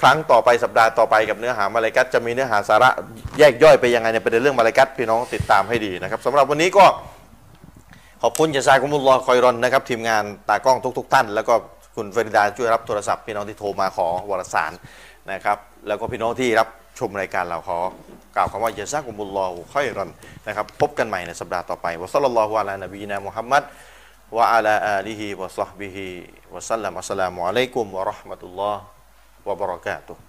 A: ครั้งต่อไปสัปดาห์ต่อไปกับเนื้อหามาลายกัตจะมีเนื้อหาสาระแยกย่อยไปยังไงในประเด็นเรื่องมาลายกัตพี่น้องติดตามให้ดีนะครับสำหรับวันนี้ก็ ขอบคุณยาซากุมุลลอฮ์คอยรอนนะครับ ทีมงานตากล้องทุก ๆ ท่าน แล้วก็คุณเฟริดาช่วยรับโทรศัพท์ พี่น้องที่โทรมาขอวารสารนะครับ แล้วก็พี่น้องที่รับชมรายการเราขอกล่าวคำว่ายาซากุมุลลอฮ์คอยรอนนะครับ พบกันใหม่ในสัปดาห์ต่อไปวะซัลลัลลอฮุอะลานบีนามุฮัมมัดวะอะลาอาลีฮิวะซอฮบิฮิวะสัลลัมอัสสลามุอะลัยกุมวะเราะห์มะตุลลอฮ์วะบะเราะกาตุฮ์